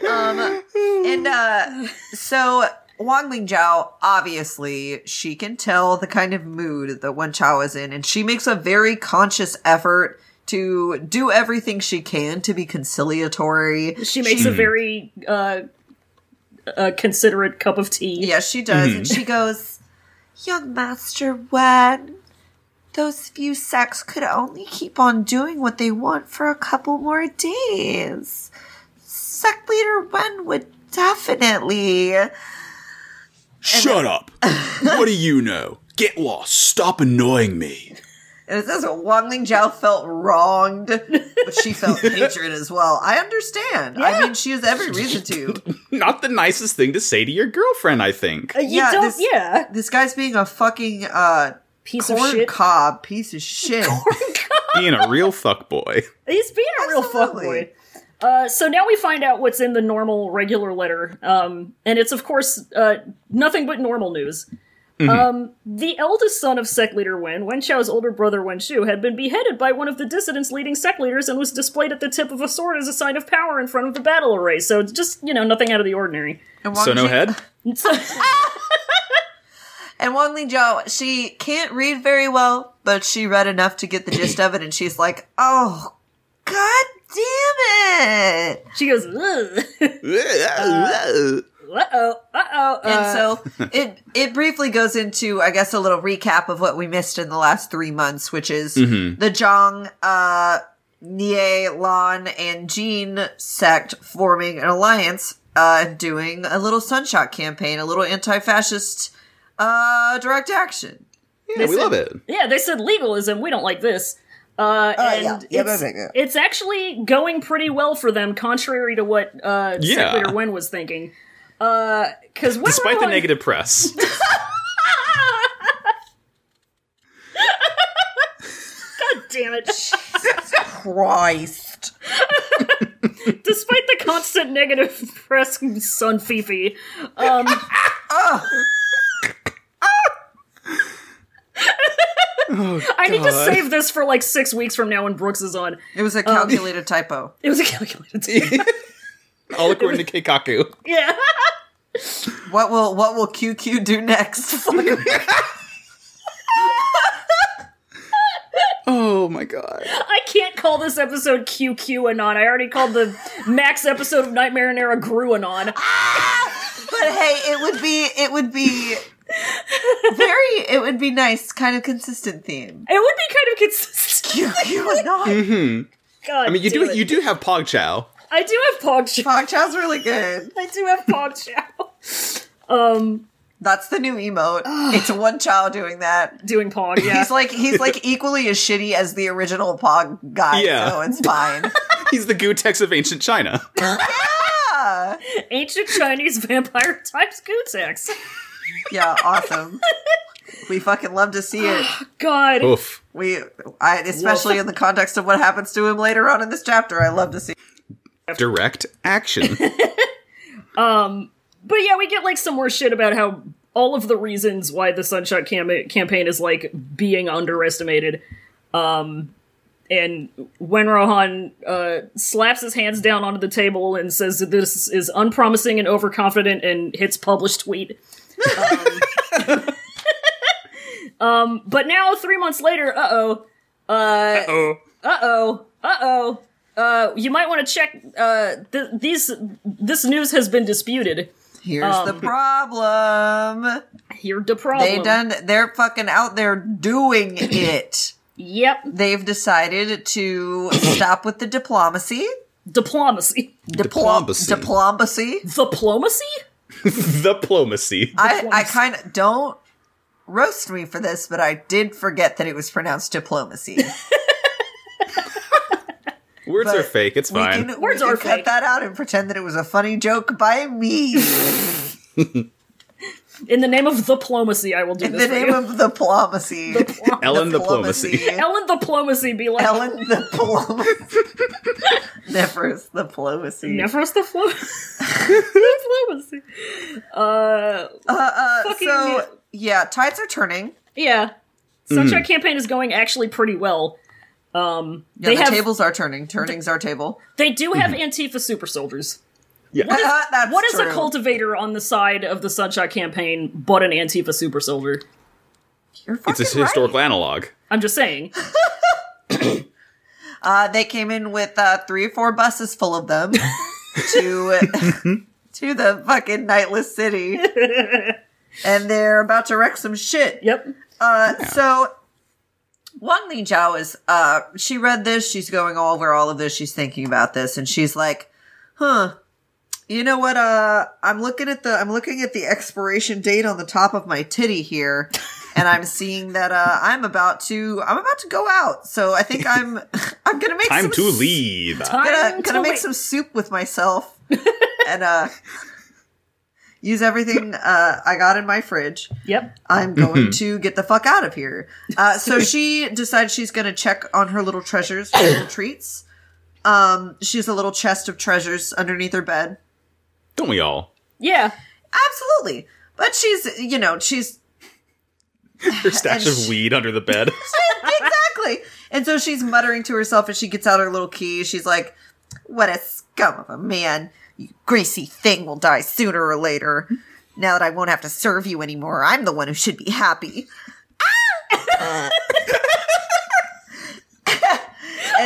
Speaker 2: um, and uh, so Wang Ling Zhao, obviously, she can tell the kind of mood that Wen Chao is in, and she makes a very conscious effort to do everything she can to be conciliatory.
Speaker 1: She makes
Speaker 2: Hmm.
Speaker 1: a very uh, uh, considerate cup of tea.
Speaker 2: Yes, she does. And
Speaker 3: Mm-hmm.
Speaker 2: she goes, Young Master Wen, those few sects could only keep on doing what they want for a couple more days. Sect leader Wen would definitely.
Speaker 3: Shut up. what do you know? Get lost. Stop annoying me.
Speaker 2: And it says Wang Ling Zhao felt wronged, but she felt hatred as well. I understand. I mean, she has every reason to.
Speaker 3: Not the nicest thing to say to your girlfriend, I think.
Speaker 1: Uh, you
Speaker 2: Yeah,
Speaker 1: don't,
Speaker 2: this-
Speaker 1: yeah.
Speaker 2: This guy's being a fucking uh,
Speaker 1: Piece of
Speaker 2: corn
Speaker 1: shit. Oh
Speaker 2: cob piece of shit.
Speaker 3: Being a real fuckboy.
Speaker 1: He's being a real fuckboy.
Speaker 2: Absolutely.
Speaker 1: Uh, so now we find out what's in the normal regular letter, um, and it's of course uh, nothing but normal news. Um, the eldest son of sect leader Wen, Wen Chao's older brother Wen Shu, had been beheaded by one of the dissidents' leading sect leaders and was displayed at the tip of a sword as a sign of power in front of the battle array. So it's just you know nothing out of the ordinary.
Speaker 2: And Wang
Speaker 3: So no
Speaker 2: Jing-
Speaker 3: head?
Speaker 2: And Wang Ling Zhao, she can't read very well, but she read enough to get the gist of it, and she's like, "Oh, god damn it!"
Speaker 1: She goes, "Ugh."
Speaker 3: Uh,
Speaker 1: uh-oh, uh-oh, uh
Speaker 2: And so it it briefly goes into, I guess, a little recap of what we missed in the last three months, which is the Zhang, uh, Nie, Lan, and Jean sect forming an alliance, uh, and doing a little sunshot campaign, a little anti-fascist, uh, direct action.
Speaker 3: yeah, we love it.
Speaker 1: Yeah, they said legalism. We don't like this. Uh, and
Speaker 2: yeah. Yeah,
Speaker 1: it's,
Speaker 2: that's like it.
Speaker 1: it's actually going pretty well for them, contrary to what uh,
Speaker 3: Yeah.
Speaker 1: Sect Leader Wen was thinking. Uh, Because
Speaker 3: Despite the negative press.
Speaker 1: God damn it!
Speaker 2: Christ.
Speaker 1: Despite the constant negative press, son Fifi. Um,
Speaker 2: Ah.
Speaker 1: I need to
Speaker 3: Oh, God.
Speaker 1: save this for like six weeks from now when Brooks is on.
Speaker 2: It was a calculated typo.
Speaker 1: It was a calculated.
Speaker 3: All according to Keikaku.
Speaker 1: yeah.
Speaker 2: What will what will QQ do next?
Speaker 3: Oh my god.
Speaker 1: I can't call this episode QQ anon. I already called the Max episode of Nightmare and Era Gru anon.
Speaker 2: but hey, it would be it would be very it would be nice, kind of consistent theme.
Speaker 1: It would be kind of consistent.
Speaker 2: QQ would not.
Speaker 1: God,
Speaker 3: I mean, you do
Speaker 1: it.
Speaker 3: you do have Pog Chow.
Speaker 1: I do have Pog Chow.
Speaker 2: Pog Chow's really good.
Speaker 1: I do have Pog Chow.
Speaker 2: That's the new emote. It's one Chow doing that.
Speaker 1: Doing Pog, yeah.
Speaker 2: He's like he's like equally as shitty as the original Pog guy,
Speaker 3: Yeah.
Speaker 2: so it's fine.
Speaker 3: He's the Gutex of ancient China.
Speaker 2: yeah.
Speaker 1: Ancient Chinese vampire types Gutex.
Speaker 2: yeah, awesome. We fucking love to see it.
Speaker 1: God.
Speaker 3: Oof.
Speaker 2: We, I, especially in the context of what happens to him later on in this chapter, I love to see.
Speaker 3: Direct action.
Speaker 1: But yeah, we get like some more shit about how all of the reasons why the Sunshot cam- campaign is like being underestimated. Um, and when Rohan uh, slaps his hands down onto the table and says that this is unpromising and overconfident and hits publish tweet. Um, um, but now, three months later, uh oh, uh
Speaker 3: oh.
Speaker 1: uh-oh, uh-oh. Uh, you might want to check. Uh, th- these this news has been disputed.
Speaker 2: Here's the
Speaker 1: Um,
Speaker 2: problem.
Speaker 1: Here, the problem.
Speaker 2: They done. They're fucking out there doing it.
Speaker 1: Yep,
Speaker 2: They've decided to stop with the diplomacy.
Speaker 1: diplomacy,
Speaker 2: Diplo-
Speaker 3: Diplomacy.
Speaker 2: Diplomacy.
Speaker 1: diplomacy.
Speaker 3: Diplomacy.
Speaker 2: I, I kind of don't roast me for this, but I did forget that it was pronounced diplomacy.
Speaker 3: Words
Speaker 2: but
Speaker 3: are fake. It's
Speaker 2: We can,
Speaker 3: fine.
Speaker 2: we
Speaker 1: Words
Speaker 2: can
Speaker 1: are
Speaker 2: cut
Speaker 1: fake.
Speaker 2: that out and pretend that it was a funny joke by me
Speaker 1: In the name of diplomacy, I will do
Speaker 2: in
Speaker 1: this.
Speaker 2: the
Speaker 1: for
Speaker 2: name
Speaker 1: you.
Speaker 2: of diplomacy.
Speaker 3: Ellen diplomacy.
Speaker 1: Ellen diplomacy be like
Speaker 2: Ellen diplomacy. Nephros diplomacy.
Speaker 1: never us the flo- diplomacy. Uh,
Speaker 2: uh, uh,
Speaker 1: Fucking-
Speaker 2: so yeah, tides are turning.
Speaker 1: yeah. Sunshine campaign is going actually pretty well. Um,
Speaker 2: Yeah,
Speaker 1: they
Speaker 2: the
Speaker 1: have
Speaker 2: tables are turning. Turning's our table.
Speaker 1: they do have Antifa super soldiers.
Speaker 3: Yeah.
Speaker 2: That's
Speaker 1: What is
Speaker 2: true.
Speaker 1: a cultivator on the side of the Sunshot campaign but an Antifa super soldier?
Speaker 2: You're
Speaker 3: It's a
Speaker 2: fucking right.
Speaker 3: historical analog.
Speaker 1: I'm just saying.
Speaker 2: Uh, they came in with uh, three or four buses full of them to to the fucking nightless city, and they're about to wreck some shit.
Speaker 1: Yep.
Speaker 2: Uh, So, Wang Li Zhao is uh, she read this. She's going over all of this. She's thinking about this, and she's like, "Huh." You know what? Uh, I'm looking at the I'm looking at the expiration date on the top of my titty here, and I'm seeing that uh, I'm about to I'm about to go out. So I think I'm I'm gonna make
Speaker 3: Time
Speaker 2: some
Speaker 3: to leave.
Speaker 2: gonna,
Speaker 1: Time
Speaker 2: gonna
Speaker 1: to
Speaker 2: make
Speaker 1: wait.
Speaker 2: some soup with myself and uh use everything uh I got in my fridge.
Speaker 1: Yep.
Speaker 2: I'm going to get the fuck out of here. Uh, so she decides she's going to check on her little treasures, her little treats. Um, she has a little chest of treasures underneath her bed.
Speaker 3: Don't we all?
Speaker 1: Yeah.
Speaker 2: Absolutely. But she's, you know, she's
Speaker 3: Your stash
Speaker 2: And
Speaker 3: of
Speaker 2: sh-
Speaker 3: weed under the bed.
Speaker 2: exactly. And so she's muttering to herself as she gets out her little key. She's like, What a scum of a man. You greasy thing will die sooner or later. Now that I won't have to serve you anymore, I'm the one who should be happy. Ah! and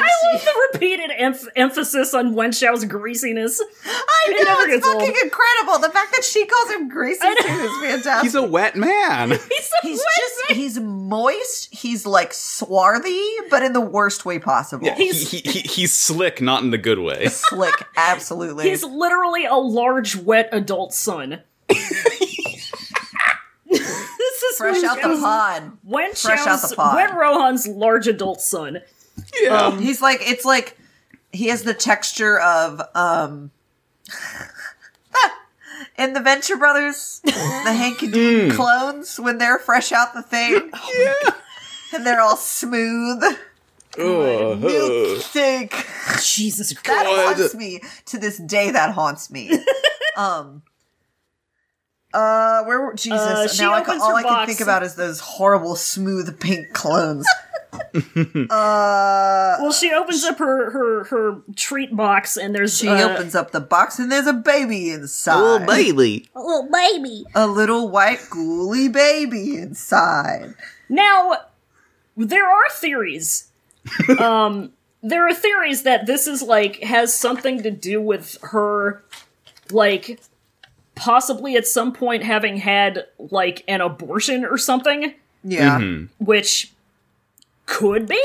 Speaker 1: I
Speaker 2: she,
Speaker 1: love the repeated emph- emphasis on Wenxiao's greasiness.
Speaker 2: I
Speaker 1: it never
Speaker 2: know it's
Speaker 1: gets old.
Speaker 2: fucking incredible. The fact that she calls him greasy too is fantastic.
Speaker 3: He's a wet man.
Speaker 1: He's, so
Speaker 2: He's
Speaker 1: wet.
Speaker 2: just, he's moist, he's like swarthy, but in the worst way possible.
Speaker 3: He, he, he, he's slick, not in the good way.
Speaker 2: Slick, absolutely.
Speaker 1: He's literally a large, wet adult son. this is
Speaker 2: fresh out the
Speaker 1: Wenxiao's-
Speaker 2: pod.
Speaker 1: Wenxiao's,
Speaker 2: Fresh out the pod.
Speaker 1: Wen Rohan's large adult son.
Speaker 3: Yeah.
Speaker 2: He's like it's like he has the texture of um in the Venture Brothers, the Hank and Dean clones when they're fresh out the thing. And they're all smooth.
Speaker 3: Ugh.
Speaker 2: Milk thick.
Speaker 1: Jesus Christ.
Speaker 2: That
Speaker 3: God.
Speaker 2: haunts me. To this day that haunts me. um uh, where were, Jesus?
Speaker 1: Uh, she
Speaker 2: now I can,
Speaker 1: opens
Speaker 2: all
Speaker 1: her
Speaker 2: I can
Speaker 1: box.
Speaker 2: think about is those horrible smooth pink clones. uh,
Speaker 1: Well, she opens up her, her, her treat box and there's
Speaker 2: She
Speaker 1: uh,
Speaker 2: opens up the box and there's a baby inside.
Speaker 3: baby.
Speaker 1: little baby.
Speaker 2: A little white ghouly baby inside.
Speaker 1: Now, there are theories. um, there are theories that this is like has something to do with her, like possibly at some point having had like an abortion or something,
Speaker 2: Yeah.
Speaker 1: which could be.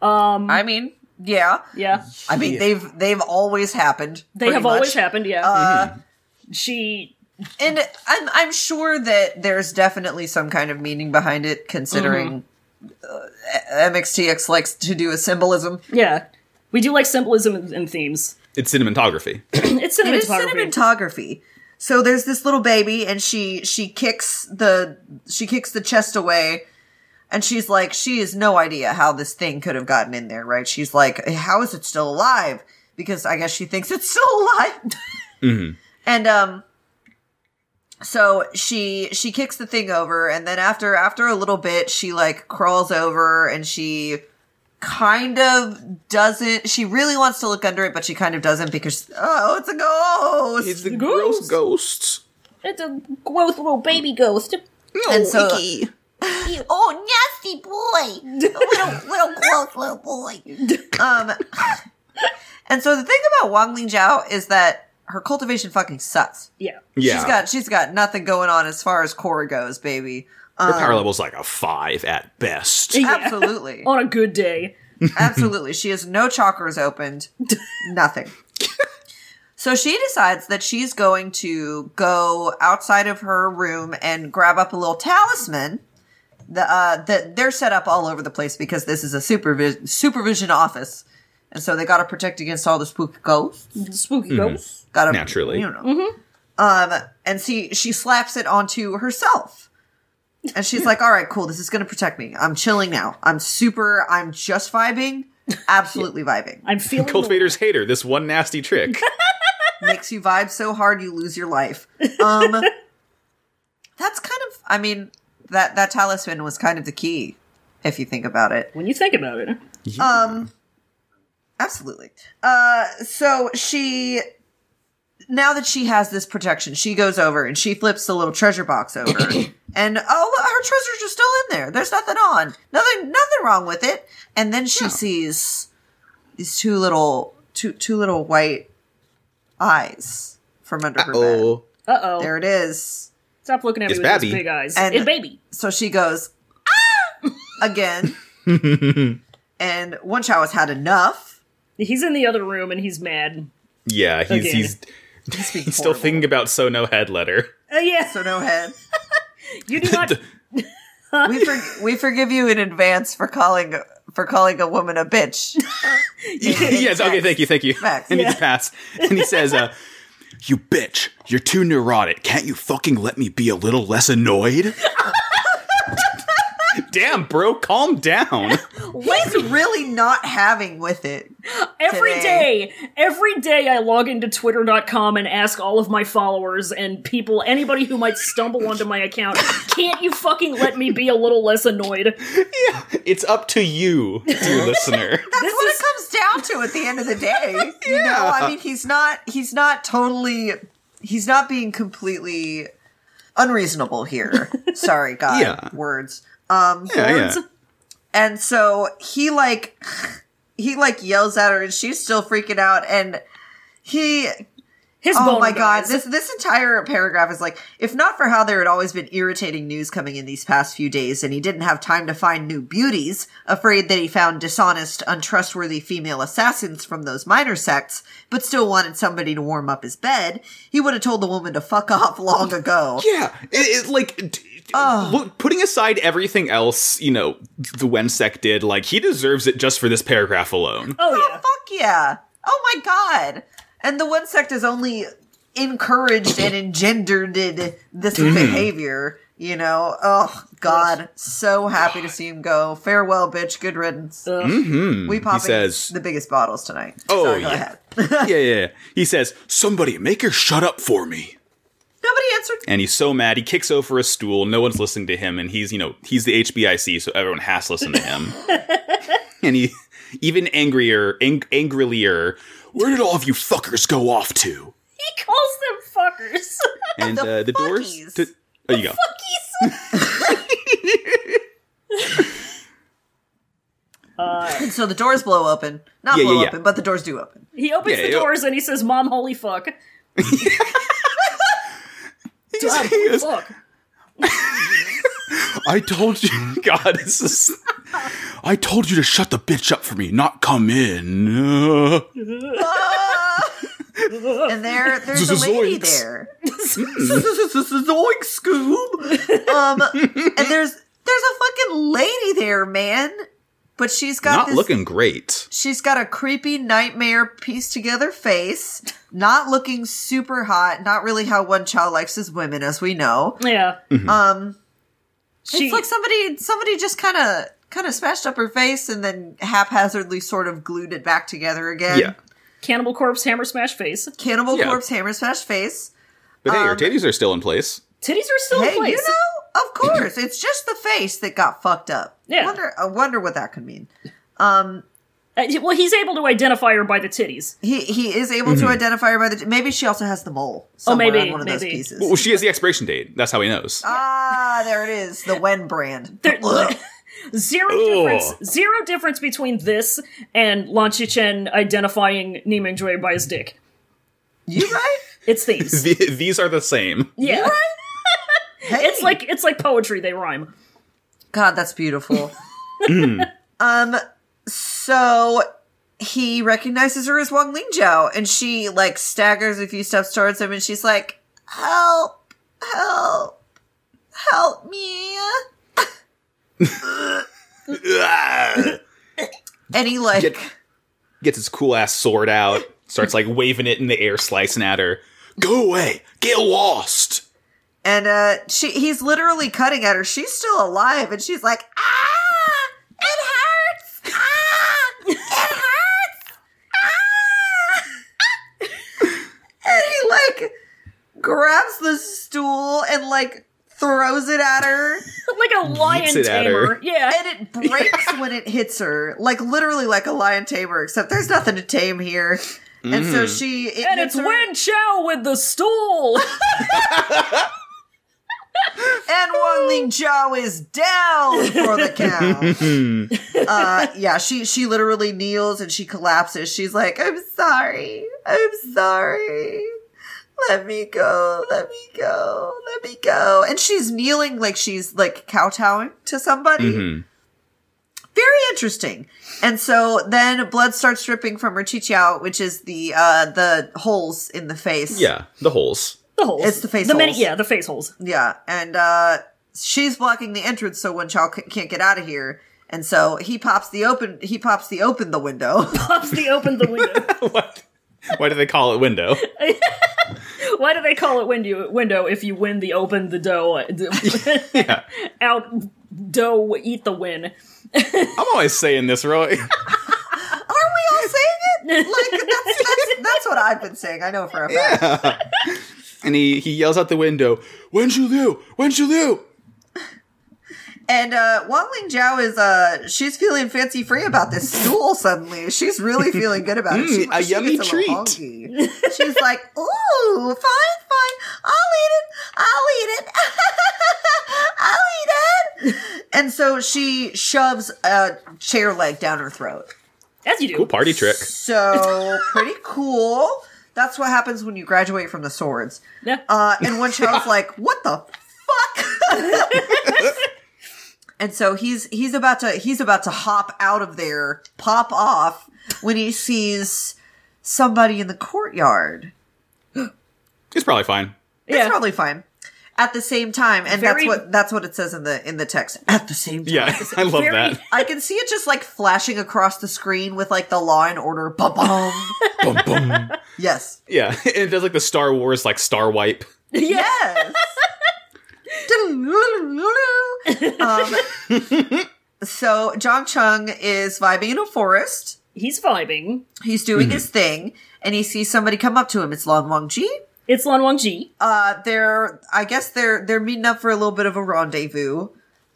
Speaker 2: I mean, yeah.
Speaker 1: Yeah,
Speaker 2: I mean they've they've always happened.
Speaker 1: they
Speaker 2: pretty
Speaker 1: have
Speaker 2: much. Uh,
Speaker 1: always happened. Yeah,
Speaker 4: Mm-hmm.
Speaker 1: she.
Speaker 2: And I'm I'm sure that there's definitely some kind of meaning behind it considering
Speaker 1: Mm-hmm.
Speaker 2: uh, MXTX likes to do a symbolism.
Speaker 1: Yeah, we do like symbolism and, and themes.
Speaker 3: It's cinematography.
Speaker 1: It's cinematography.
Speaker 2: It is cinematography. So there's this little baby, and she she kicks the she kicks the chest away, And she's like, she has no idea how this thing could have gotten in there, right? She's like, how is it still alive? Because I guess she thinks it's still alive. And um so she she kicks the thing over and then after after a little bit she like crawls over and she kind of doesn't she really wants to look under it but she kind of doesn't because oh it's a ghost
Speaker 3: It's the
Speaker 1: Ghost.
Speaker 3: gross ghosts.
Speaker 4: It's a gross little baby ghost.
Speaker 2: and so
Speaker 4: Oh, nasty boy! little, little gross little boy.
Speaker 2: um and so the thing about Wang Ling Zhao is that her cultivation fucking sucks
Speaker 1: Yeah.
Speaker 3: Yeah.
Speaker 2: she's got she's got nothing going on as far as core goes baby Um,
Speaker 3: Her power level's like a five at best.
Speaker 1: Yeah.
Speaker 2: absolutely
Speaker 1: On a good day.
Speaker 2: Absolutely. She has no chakras opened, nothing. So she decides that she's going to go outside of her room and grab up a little talisman. The, uh, that they're set up all over the place because this is a supervision supervision office, and so they got to protect against all the spooky ghosts.
Speaker 1: Spooky
Speaker 3: Mm-hmm.
Speaker 1: ghost.
Speaker 2: Got to
Speaker 3: Naturally.
Speaker 2: you know. Um, and see, she slaps it onto herself. And she's like, all right, cool. This is going to protect me. I'm chilling now. I'm super, I'm just vibing. Absolutely vibing.
Speaker 1: I'm feeling the-
Speaker 3: Cultivators hate her, this one nasty trick.
Speaker 2: Makes you vibe so hard you lose your life. Um, that's kind of, I mean, that, that talisman was kind of the key, if you think about it.
Speaker 1: when you think about it.
Speaker 2: Um, absolutely. Uh, so she, now that she has this protection, she goes over and she flips the little treasure box over, and oh, look, her treasures are still in there. There's nothing on, nothing, nothing wrong with it. And then she sees these two little, two two little white eyes from under her bed.
Speaker 3: oh.
Speaker 1: Uh oh.
Speaker 2: There it is.
Speaker 1: Stop looking at
Speaker 3: It's
Speaker 1: me with those
Speaker 3: Babby.
Speaker 1: big eyes.
Speaker 2: And-
Speaker 1: it's baby.
Speaker 2: So she goes ah! again, and One Chow has had enough.
Speaker 1: He's in the other room and he's mad.
Speaker 3: Yeah, he's
Speaker 1: Again.
Speaker 3: he's,
Speaker 2: being
Speaker 3: he's still
Speaker 2: horrible.
Speaker 3: thinking about so no head letter.
Speaker 1: Uh, yeah.
Speaker 2: So no head.
Speaker 1: you do not.
Speaker 2: we for, we forgive you in advance for calling for calling a woman a bitch.
Speaker 3: yes, okay, thank you, thank you.
Speaker 2: Facts.
Speaker 3: I need to pass. And he says, uh, You bitch, you're too neurotic. Can't you fucking let me be a little less annoyed? Damn, bro, calm down.
Speaker 2: He's really not having with it.
Speaker 1: Every
Speaker 2: Today.
Speaker 1: day, every day I log into twitter.com and ask all of my followers and people, anybody who might stumble onto my account, can't you fucking let me be a little less annoyed?
Speaker 3: It's up to you, dear listener.
Speaker 2: That's what it comes down to at the end of the day. You know, I mean, he's not he's not totally he's not being completely unreasonable here. Sorry, God,
Speaker 3: Yeah.
Speaker 2: words. Um,
Speaker 3: Yeah, yeah.
Speaker 2: and so he like he like yells at her, and she's still freaking out, and he
Speaker 1: His
Speaker 2: Oh
Speaker 1: boner
Speaker 2: my god,
Speaker 1: dies.
Speaker 2: this this entire paragraph is like, if not for how there had always been irritating news coming in these past few days, and he didn't have time to find new beauties, afraid that he found dishonest, untrustworthy female assassins from those minor sects, but still wanted somebody to warm up his bed, he would have told the woman to fuck off long ago.
Speaker 3: Yeah, it, it's like d- d- look, putting aside everything else, you know, the Wensek did. Like he deserves it just for this paragraph alone.
Speaker 1: Oh,
Speaker 2: Oh,
Speaker 1: yeah.
Speaker 2: fuck yeah! Oh my god! And the one sect is only encouraged and engendered this
Speaker 3: Mm-hmm.
Speaker 2: behavior. You know, oh god, so happy to see him go. Farewell, bitch. Good riddance.
Speaker 1: Ugh.
Speaker 3: Mm-hmm.
Speaker 2: we popping
Speaker 3: Mm, says-
Speaker 2: the biggest bottles tonight.
Speaker 3: Oh,
Speaker 2: Sorry, go
Speaker 3: yeah.
Speaker 2: ahead.
Speaker 3: yeah, yeah, yeah. He says, "Somebody make her shut up for me."
Speaker 2: Nobody answered.
Speaker 3: And he's so mad, he kicks over a stool. No one's listening to him, and he's you know he's the HBIC, so everyone has to listen to him. and he even angrier, ang- angrilier. Where did all of you fuckers go off to?
Speaker 1: He calls them fuckers.
Speaker 3: And
Speaker 2: The
Speaker 3: uh, the doors.
Speaker 2: fuckies.
Speaker 3: To- oh, you go.
Speaker 2: And so the doors blow open. Not
Speaker 3: Yeah, yeah,
Speaker 2: blow
Speaker 3: yeah.
Speaker 2: open, but the doors do open.
Speaker 1: He opens
Speaker 3: Yeah,
Speaker 1: the
Speaker 3: yeah.
Speaker 1: doors and he says, Mom, holy fuck. Dad,
Speaker 3: He
Speaker 1: holy
Speaker 3: goes,
Speaker 1: fuck.
Speaker 3: I told you, God, this is. I told you to shut the bitch up for me, not come in. Uh,
Speaker 2: And there, there's a lady
Speaker 3: Zoinks.
Speaker 2: there. Zoink, Scoob. Um, and there's there's a fucking lady there, man. But she's got
Speaker 3: not
Speaker 2: this,
Speaker 3: looking great.
Speaker 2: She's got a creepy nightmare pieced together face, not looking super hot. Not really how one child likes his women, as we know.
Speaker 1: Yeah.
Speaker 2: Um,
Speaker 1: She
Speaker 2: it's like somebody somebody just kind of kind of smashed up her face and then haphazardly sort of glued it back together again.
Speaker 3: Yeah.
Speaker 1: Cannibal Corpse Hammer Smash Face.
Speaker 2: Cannibal
Speaker 3: Yeah.
Speaker 2: corpse hammer smash face.
Speaker 3: But hey,
Speaker 2: Um,
Speaker 3: her titties are still in place.
Speaker 1: Titties are still in
Speaker 2: Hey,
Speaker 1: place.
Speaker 2: you know, of course, it's just the face that got fucked up.
Speaker 1: Yeah.
Speaker 2: Wonder I wonder what that could mean.
Speaker 1: Uh, he- well, he's able to identify her by the titties.
Speaker 2: He he is able to identify her by the maybe she also has the mole somewhere
Speaker 1: Oh, maybe,
Speaker 2: on one of those
Speaker 1: maybe.
Speaker 2: pieces.
Speaker 3: Well, she has the expiration date. That's how he knows.
Speaker 2: Ah, there it is. The Wen brand.
Speaker 1: There-
Speaker 2: Ugh.
Speaker 1: Zero
Speaker 3: Ugh.
Speaker 1: difference. Zero difference between this and Lan Chen identifying Niming Joy by his dick.
Speaker 2: you right?
Speaker 1: It's thieves.
Speaker 3: The- these are the same.
Speaker 1: yeah,
Speaker 2: Hey.
Speaker 1: it's like it's like poetry. They rhyme.
Speaker 2: God, that's beautiful. um, so he recognizes her as Wang Lingzhao, and she like staggers a few steps towards him, and she's like, "Help! Help! Help me!"
Speaker 3: Ah!
Speaker 2: And he like,
Speaker 3: Get- Gets his cool ass sword out, starts like waving it in the air, slicing at her. Go away! Get lost!
Speaker 2: and uh, she he's literally cutting at her. She's still alive, and she's like, "Ah, it hurts! Ah, it hurts! Ah!" and he like grabs the stool and like throws it at her,
Speaker 1: like a lion
Speaker 3: Yeets it at her.
Speaker 1: tamer. Yeah,
Speaker 2: and it breaks when it hits her, like literally like a lion tamer. Except there's nothing to tame here, and so she it
Speaker 1: and
Speaker 2: hits
Speaker 1: it's
Speaker 2: her,
Speaker 1: Wen Chao with the stool.
Speaker 2: and Wang Ling Zhao is down for the count.
Speaker 3: Hmm.
Speaker 2: uh, yeah, she she literally kneels and she collapses. She's like, "I'm sorry, I'm sorry. Let me go, let me go, let me go." And she's kneeling like she's like kowtowing to somebody.
Speaker 3: Mm-hmm.
Speaker 2: Very interesting. And so then blood starts dripping from her chichao, which is the uh the holes in the face.
Speaker 3: Yeah, the holes.
Speaker 1: The holes.
Speaker 2: It's the face
Speaker 1: The many,
Speaker 2: holes.
Speaker 1: yeah, the face holes.
Speaker 2: Yeah, and uh, she's blocking the entrance, so when Chow c- can't get out of here, and so he pops the open. He pops the open the window.
Speaker 1: Pops the open the window.
Speaker 3: what? Why do they call it window?
Speaker 1: Why do they call it window? Window if you win the open the dough. Out dough eat the win.
Speaker 3: I'm always saying this,
Speaker 2: Are
Speaker 3: Roy.
Speaker 2: we all saying it? Like that's, that's that's what I've been saying. I know for a fact.
Speaker 3: and he, he yells out the window, Wen Shu Liu! Wen Shu Liu!
Speaker 2: And uh, Wang Ling Zhao is uh, she's feeling fancy free about this stool suddenly. She's really feeling good about it. She,
Speaker 3: Mm, a
Speaker 2: she
Speaker 3: yummy
Speaker 2: gets a little
Speaker 3: treat.
Speaker 2: honky. She's like, ooh, fine, fine. I'll eat it. I'll eat it. I'll eat it. And so she shoves a chair leg down her throat.
Speaker 1: As you do.
Speaker 3: Cool party trick.
Speaker 2: So pretty cool. That's what happens when you graduate from the swords.
Speaker 1: Yeah.
Speaker 2: Uh, and one child's like, "What the fuck?" and so he's he's about to he's about to hop out of there, pop off when he sees somebody in the courtyard.
Speaker 3: It's probably fine.
Speaker 2: It's
Speaker 1: Yeah.
Speaker 2: probably fine. At the same time, and
Speaker 1: Very-
Speaker 2: that's what that's what it says in the in the text. At the same time,
Speaker 3: Yeah, I love
Speaker 1: Very-
Speaker 3: that.
Speaker 2: I can see it just like flashing across the screen with like the Law and Order. Bum bum.
Speaker 3: Bum, bum.
Speaker 2: yes.
Speaker 3: Yeah, and it does like the Star Wars like star wipe.
Speaker 1: yeah.
Speaker 2: Yes. Doo-doo-doo-doo-doo. um, so Jong Chung is vibing in a forest.
Speaker 1: He's vibing.
Speaker 2: He's doing his thing, and he sees somebody come up to him. It's Lan Wang Ji.
Speaker 1: It's Lan Wang Ji.
Speaker 2: Uh, they're I guess they're they're meeting up for a little bit of a rendezvous.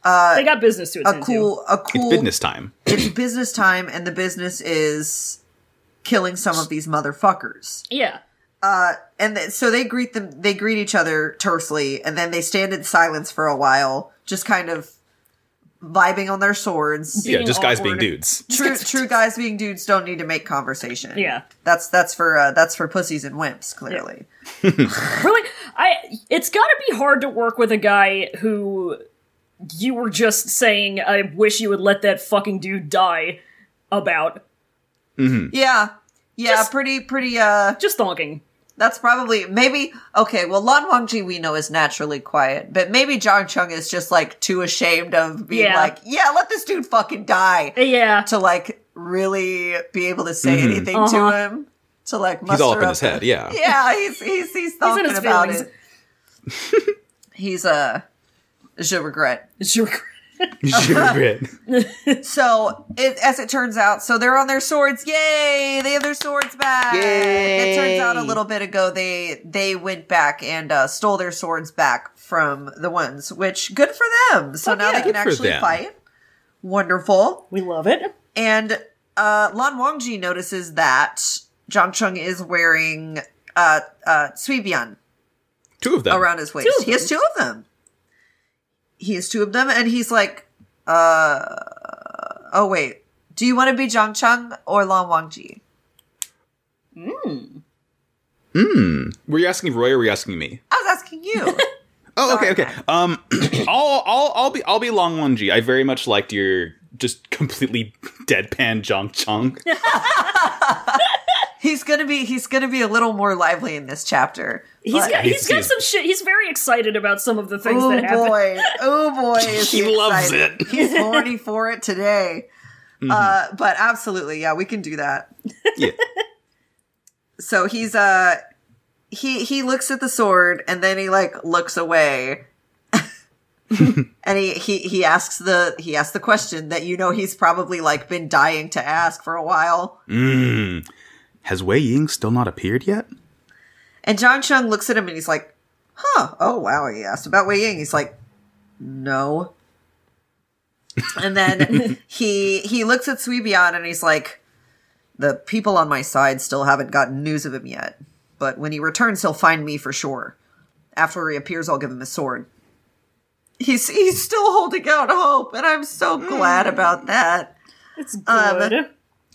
Speaker 1: they got business to
Speaker 2: A
Speaker 1: attend
Speaker 2: cool, a
Speaker 3: It's
Speaker 2: cool.
Speaker 3: business time.
Speaker 2: it's business time, and the business is killing some of these motherfuckers.
Speaker 1: to. Yeah.
Speaker 2: Uh, and th- so they greet them. They greet each other tersely, and then they stand in silence for a while, just kind of vibing on their swords.
Speaker 3: Yeah,
Speaker 1: Being
Speaker 3: just guys being
Speaker 1: awkward.
Speaker 3: dudes.
Speaker 2: True, true guys being dudes don't need to make conversation.
Speaker 1: Yeah.
Speaker 2: that's that's for uh, that's for pussies and wimps. Clearly,
Speaker 1: Really, I. It's got to be hard to work with a guy who you were just saying, "I wish you would let that fucking dude die." About
Speaker 2: yeah, yeah,
Speaker 1: Just-
Speaker 2: pretty pretty. Uh,
Speaker 1: just thonking.
Speaker 2: that's probably maybe okay. Well, Lan Wangji we know is naturally quiet, but maybe Zhang Chung is just like too ashamed of being
Speaker 1: Yeah.
Speaker 2: like, yeah, let this dude fucking die.
Speaker 1: Yeah.
Speaker 2: to like really be able to say anything
Speaker 1: Uh-huh.
Speaker 2: to him to like muster
Speaker 3: Mm-hmm. He's all up in
Speaker 2: up
Speaker 3: his head, yeah.
Speaker 2: Yeah, he's he's he's
Speaker 1: in
Speaker 2: talking
Speaker 1: his
Speaker 2: about
Speaker 1: feelings.
Speaker 2: it. he's uh Je regret.
Speaker 1: It's your
Speaker 2: So, it, as it turns out, so they're on their swords. Yay! They have their swords back.
Speaker 5: Yay.
Speaker 2: It turns out a little bit ago they they went back and uh, stole their swords back from the ones, which good for them. So now
Speaker 3: yeah,
Speaker 2: they can
Speaker 3: good for
Speaker 2: actually
Speaker 3: them.
Speaker 2: fight. Wonderful.
Speaker 1: we love it.
Speaker 2: And uh, Lan Wangji notices that Zhang Chung is wearing uh, uh, Sui Bian
Speaker 3: Two of them.
Speaker 2: around his waist.
Speaker 1: Two of
Speaker 2: He has two of them. He has two of them, and he's like, uh, oh wait, do you want to be Zhang Cheng or Lan Wangji?
Speaker 3: Were you asking Roy or were you asking me?
Speaker 2: I was asking you.
Speaker 3: Oh,
Speaker 2: Sorry,
Speaker 3: okay, okay. Um, I'll, I'll, I'll be, I'll be Long Won Ji. I very much liked your just completely deadpan Jong Chung.
Speaker 2: he's gonna be he's gonna be a little more lively in this chapter.
Speaker 1: He's
Speaker 2: But-
Speaker 1: got he's
Speaker 3: He's-
Speaker 1: got some shit. He's very excited about some of the things
Speaker 2: Oh
Speaker 1: that happen.
Speaker 2: boy! Oh boy! is
Speaker 3: He loves
Speaker 2: excited.
Speaker 3: it. Mm-hmm.
Speaker 2: He's horny for it today. Uh, but absolutely, yeah, we can do that.
Speaker 3: yeah.
Speaker 2: So he's uh he he looks at the sword and then he like looks away. and he, he he asks the he asks the question that you know he's probably like been dying to ask for a while.
Speaker 3: Mm. Has Wei Ying still not appeared yet?
Speaker 2: And John Chung looks at him and he's like, "Huh? Oh wow!" He asked about Wei Ying. He's like, "No." and then he he looks at Sui Bian and he's like, "The people on my side still haven't gotten news of him yet, but when he returns, he'll find me for sure. After he appears, I'll give him a sword." He's he's still holding out hope, and I'm so glad about that.
Speaker 1: It's good.
Speaker 2: Um,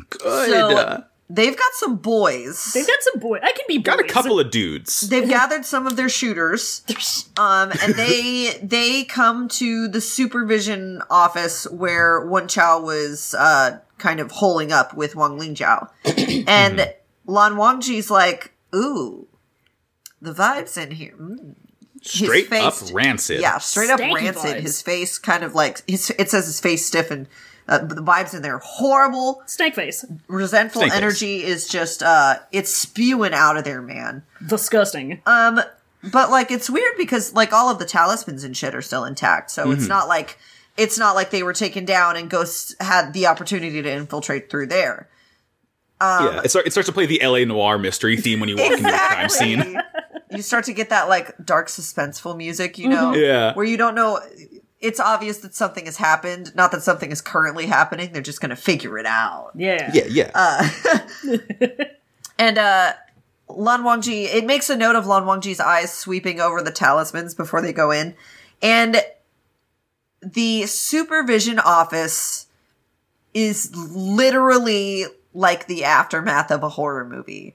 Speaker 3: Good. uh,
Speaker 2: So- They've got some boys.
Speaker 1: They've got some boy. I can be
Speaker 3: Got a
Speaker 1: boys.
Speaker 3: couple of dudes.
Speaker 2: They've gathered some of their shooters, um, and they they come to the supervision office where Wen Chao was uh, kind of holing up with Wang Lingjiao,
Speaker 3: Mm-hmm.
Speaker 2: and Lan Wangji's like, "Ooh, the vibes in here." Mm.
Speaker 3: Straight up
Speaker 2: faced-
Speaker 3: rancid.
Speaker 2: Yeah, straight up
Speaker 1: Stanky
Speaker 2: rancid.
Speaker 1: vibes.
Speaker 2: His face kind of like his, it says his face stiffened. Uh, but the vibes in there are horrible.
Speaker 1: Snake face.
Speaker 2: Resentful
Speaker 3: Stink face.
Speaker 2: energy is just uh, it's spewing out of there, man.
Speaker 1: Disgusting.
Speaker 2: Um, but like it's weird because like all of the talismans and shit are still intact, so
Speaker 3: Mm-hmm.
Speaker 2: it's not like it's not like they were taken down and ghosts had the opportunity to infiltrate through there.
Speaker 1: um,
Speaker 3: yeah. It, start, it starts to play the LA noir mystery theme when you walk into a crime scene.
Speaker 2: you start to get that like dark suspenseful music, you know,
Speaker 3: Mm-hmm. Yeah.
Speaker 2: where you don't know. It's obvious that something has happened, not that something is currently happening. They're just going to figure it out.
Speaker 1: Yeah.
Speaker 3: Yeah, yeah.
Speaker 1: Uh,
Speaker 2: And uh Lan Wangji, it makes a note of Lan Wangji's eyes sweeping over the talismans before they go in. And the supervision office is literally like the aftermath of a horror movie.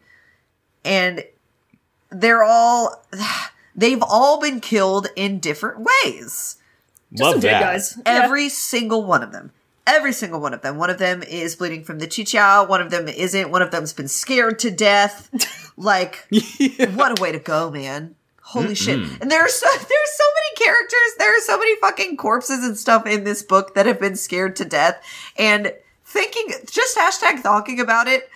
Speaker 2: And they're all they've all been killed in different ways.
Speaker 1: Just some
Speaker 3: Love
Speaker 1: dead
Speaker 3: that.
Speaker 1: guys.
Speaker 2: Every single one of them. Every single one of them. One of them is bleeding from the chichao. One of them isn't. One of them's been scared to death. like, what a way to go, man. Holy shit. And there are so, there's so many characters. There are so many fucking corpses and stuff in this book that have been scared to death. And thinking, just hashtag talking about it.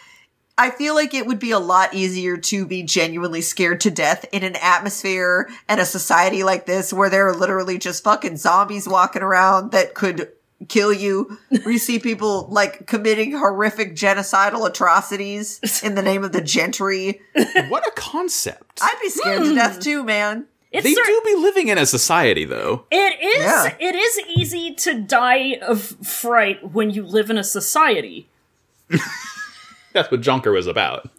Speaker 2: I feel like it would be a lot easier to be genuinely scared to death in an atmosphere and a society like this where there are literally just fucking zombies walking around that could kill you. We see people like committing horrific genocidal atrocities in the name of the gentry.
Speaker 3: What a concept.
Speaker 2: I'd be scared to death too, man.
Speaker 1: It's
Speaker 3: they
Speaker 1: cer-
Speaker 3: do be living in a society, though.
Speaker 1: It is.
Speaker 2: Yeah.
Speaker 1: It is easy to die of fright when you live in a society.
Speaker 3: That's what Jonker was about.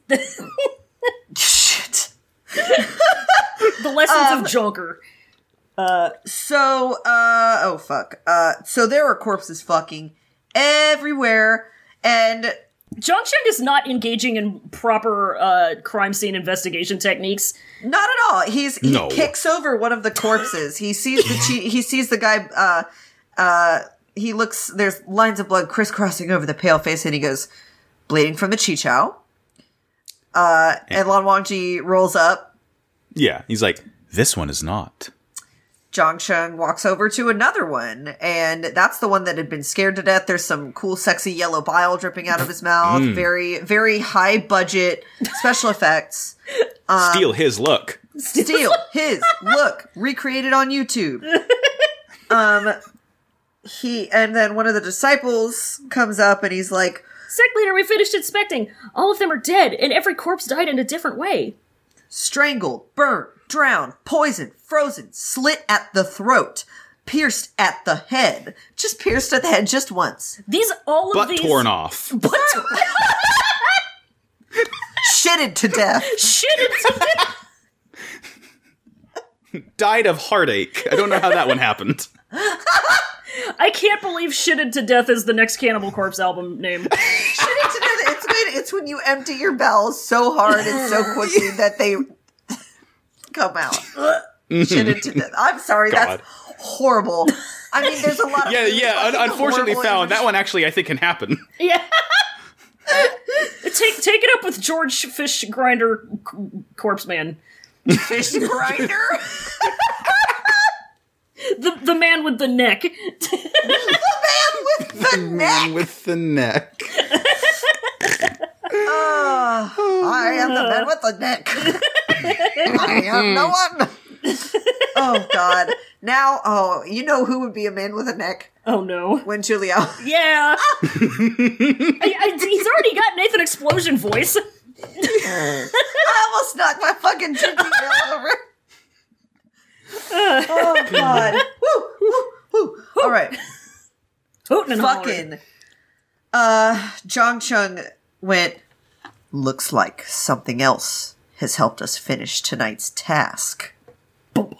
Speaker 2: Shit.
Speaker 1: The lessons
Speaker 2: Um,
Speaker 1: of Junker.
Speaker 2: So, uh, oh fuck. Uh, so there are corpses fucking everywhere and
Speaker 1: Jung Chung is not engaging in proper uh, crime scene investigation techniques.
Speaker 2: Not at all. He's he
Speaker 3: No.
Speaker 2: kicks over one of the corpses. He sees the chi- he sees the guy. Uh, uh, he looks. There's lines of blood crisscrossing over the pale face, and he goes bleeding from the chi chow. Uh, and Lan Wangji rolls up.
Speaker 3: Yeah. He's like, this one is not.
Speaker 2: Zhang Sheng walks over to another one, and that's the one that had been scared to death. There's some cool, sexy yellow bile dripping out of his mouth. Very, very high budget special effects.
Speaker 1: Um,
Speaker 3: Steal his look.
Speaker 2: Steal his look recreated on YouTube. Um, he and then one of the disciples comes up and he's like,
Speaker 1: Sect leader, we finished inspecting. All of them are dead, and every corpse died in a different way.
Speaker 2: strangled, burnt, drowned, poisoned, frozen, slit at the throat, pierced at the head, just pierced at the head just once,
Speaker 1: These all of
Speaker 3: Butt
Speaker 1: these
Speaker 3: torn off.
Speaker 2: shitted to death.
Speaker 1: shit. it's-
Speaker 3: Died of heartache. I don't know how that one happened.
Speaker 1: I can't believe shitted to death is the next Cannibal Corpse album name.
Speaker 2: shitted to death. It's when it's when you empty your bowels so hard and so quickly that they come out. shitted to death. I'm sorry,
Speaker 3: God.
Speaker 2: that's horrible. I mean, there's a lot. Of
Speaker 3: Yeah,
Speaker 2: really
Speaker 3: yeah.
Speaker 2: fucking
Speaker 3: Un- unfortunately,
Speaker 2: horrible
Speaker 3: found
Speaker 2: images.
Speaker 3: that one actually. I think can happen.
Speaker 1: Yeah. take take it up with George Fish Grinder C- Corpse Man,
Speaker 2: fish grinder.
Speaker 1: the the man with the neck.
Speaker 2: the man with the neck.
Speaker 3: With the neck.
Speaker 2: I am the man with the neck. I am no one. Oh God! Now, oh, you know who would be a man with a neck?
Speaker 1: Oh no.
Speaker 2: When Julio.
Speaker 1: Yeah. I- I- he's already got Nathan Explosion voice.
Speaker 2: I almost knocked my fucking ginger ale over. oh god. woo, woo, woo. All right.
Speaker 1: Hootin' and hollering.
Speaker 2: Fucking uh Jong Chung went looks like something else has helped us finish tonight's task. Boom.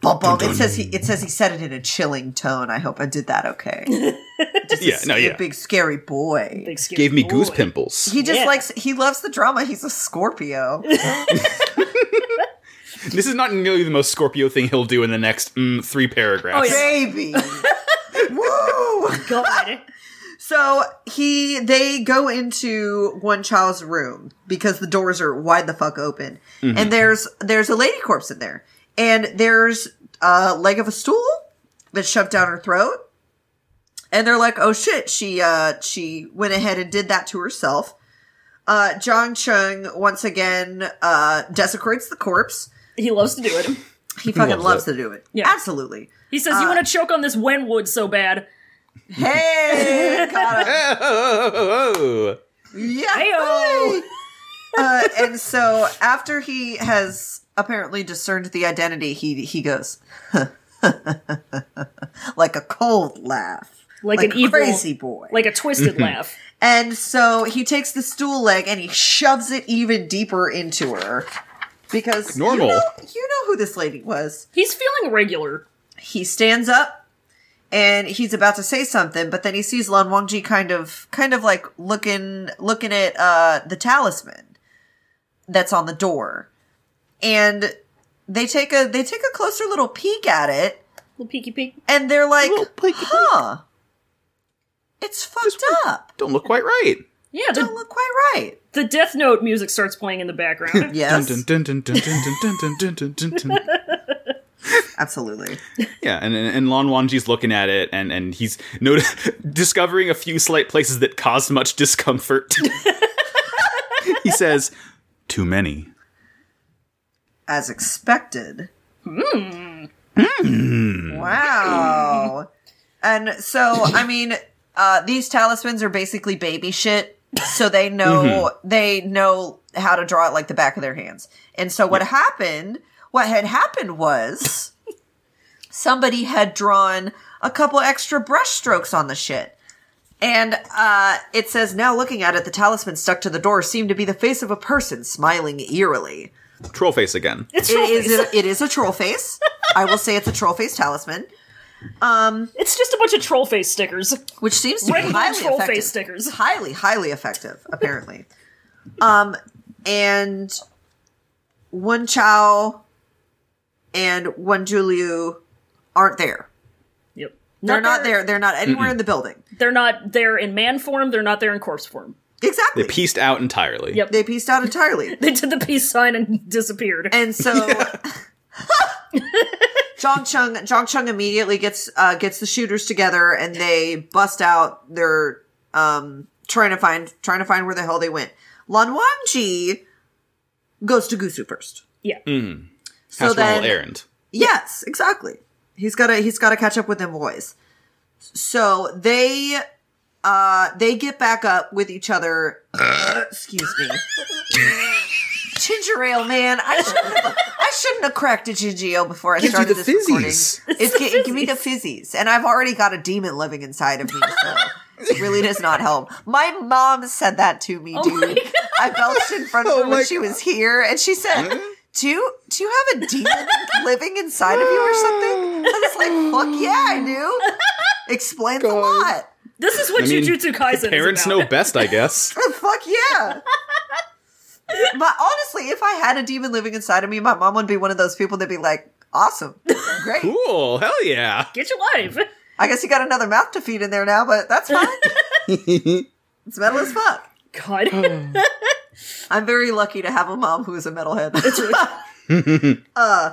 Speaker 2: Boom, boom. It says he it says he said it in a chilling tone. I hope I did that okay.
Speaker 3: Yeah, no,
Speaker 2: You
Speaker 3: yeah.
Speaker 2: Big scary boy.
Speaker 1: Big scary
Speaker 3: Gave me goose
Speaker 1: boy.
Speaker 3: pimples.
Speaker 2: He just
Speaker 1: Yeah.
Speaker 2: likes he loves the drama. He's a Scorpio.
Speaker 3: This is not nearly the most Scorpio thing he'll do in the next mm, three paragraphs.
Speaker 1: Oh, yeah.
Speaker 2: Baby. Woo!
Speaker 1: God.
Speaker 2: So he they go into one child's room because the doors are wide the fuck open. And there's there's a lady corpse in there. And there's a leg of a stool that's shoved down her throat. And they're like, "Oh shit, she uh she went ahead and did that to herself." Uh Zhang Chung once again uh desecrates the corpse.
Speaker 1: He loves to do it.
Speaker 2: He fucking
Speaker 3: Loves
Speaker 2: loves
Speaker 3: it.
Speaker 2: to do it.
Speaker 1: Yeah.
Speaker 2: Absolutely.
Speaker 1: He says,
Speaker 2: Uh,
Speaker 1: "You want to choke on this Wenwood so bad."
Speaker 2: Hey, got him.
Speaker 3: Oh, oh, oh, oh, oh.
Speaker 1: Heyo.
Speaker 2: Yeah. uh, and so after he has apparently discerned the identity, he he goes like a cold laugh,
Speaker 1: Like,
Speaker 2: like
Speaker 1: an
Speaker 2: a
Speaker 1: evil,
Speaker 2: crazy boy.
Speaker 1: like a twisted
Speaker 3: Mm-hmm.
Speaker 1: laugh.
Speaker 2: and so he takes the stool leg and he shoves it even deeper into her because you
Speaker 3: Normal.
Speaker 2: know- you know who this lady was.
Speaker 1: He's feeling regular.
Speaker 2: He stands up and he's about to say something, but then he sees Lan Wangji kind of kind of like looking looking at uh the talisman that's on the door. And they take a they take a closer little peek at it
Speaker 1: Little peeky peek.
Speaker 2: and they're like,
Speaker 3: Little peeky peek.
Speaker 2: "Huh. It's fucked up.
Speaker 3: Don't look quite right.
Speaker 1: Yeah,
Speaker 2: Don't
Speaker 1: the,
Speaker 2: look quite right."
Speaker 1: the Death Note music starts playing in the background.
Speaker 2: Yes.
Speaker 3: Dun, dun, dun, dun, dun, dun, dun, dun, dun, dun, dun.
Speaker 2: Absolutely.
Speaker 3: Yeah, and and, and Lan Wanji's looking at it, and and he's notice discovering a few slight places that caused much discomfort. he says, "Too many."
Speaker 2: As expected. Wow. And so, I mean, uh, these talismans are basically baby shit. So they know they know how to draw it like the back of their hands. And so what happened, what had happened was somebody had drawn a couple extra brush strokes on the shit. And uh, it says now looking at it, the talisman stuck to the door seemed to be the face of a person smiling eerily.
Speaker 3: Troll face again.
Speaker 1: It's
Speaker 2: It
Speaker 1: troll
Speaker 2: is
Speaker 1: face.
Speaker 2: it is a troll face. I will say it's a troll face talisman,
Speaker 1: It's just a bunch of troll face stickers.
Speaker 2: which seems to be
Speaker 1: Regular
Speaker 2: highly
Speaker 1: troll face
Speaker 2: effective.
Speaker 1: stickers.
Speaker 2: Highly, highly effective, apparently. um, and one Chow and one Juliu aren't there.
Speaker 1: Yep.
Speaker 2: They're not, there. They're not anywhere in the building.
Speaker 1: They're not there in man form. They're not there in corpse form.
Speaker 2: Exactly.
Speaker 3: They pieced out entirely.
Speaker 1: Yep.
Speaker 2: They pieced out entirely.
Speaker 1: They did the peace sign and disappeared.
Speaker 2: And so Zhang Chung Zhang Chung immediately gets uh, gets the shooters together and they bust out their um trying to find trying to find where the hell they went. Lan Wangji goes to Gusu first.
Speaker 1: yeah.
Speaker 3: Hmm.
Speaker 2: So
Speaker 3: Has so
Speaker 2: then
Speaker 3: errand.
Speaker 2: Yes, exactly. He's gotta he's gotta catch up with them boys. So they uh they get back up with each other. excuse me. ginger ale, man. I shouldn't have I shouldn't have cracked a ginger ale before I
Speaker 3: Gives you
Speaker 2: started
Speaker 3: the
Speaker 2: this recording.
Speaker 3: fizzies.
Speaker 2: It's gi- give me the fizzies, and I've already got a demon living inside of me, so it really does not help. My mom said that to me, dude. I belched in front of her
Speaker 3: Oh my
Speaker 2: when she was here, and she said, "Do you do you have a demon living inside of you or something?" I was like, "Fuck yeah, I do." Explains a lot.
Speaker 5: This is what
Speaker 3: I mean,
Speaker 5: Jujutsu Kaisen
Speaker 3: Parents
Speaker 5: is
Speaker 3: know
Speaker 5: about.
Speaker 3: best, I guess.
Speaker 2: Fuck yeah. but honestly, if I had a demon living inside of me, my mom would be one of those people that'd be like, "Awesome, great."
Speaker 3: cool. Hell yeah.
Speaker 5: Get your life.
Speaker 2: I guess you got another mouth to feed in there now, but that's fine. it's metal as fuck.
Speaker 5: God.
Speaker 2: I'm very lucky to have a mom who is a metalhead.
Speaker 5: Uh,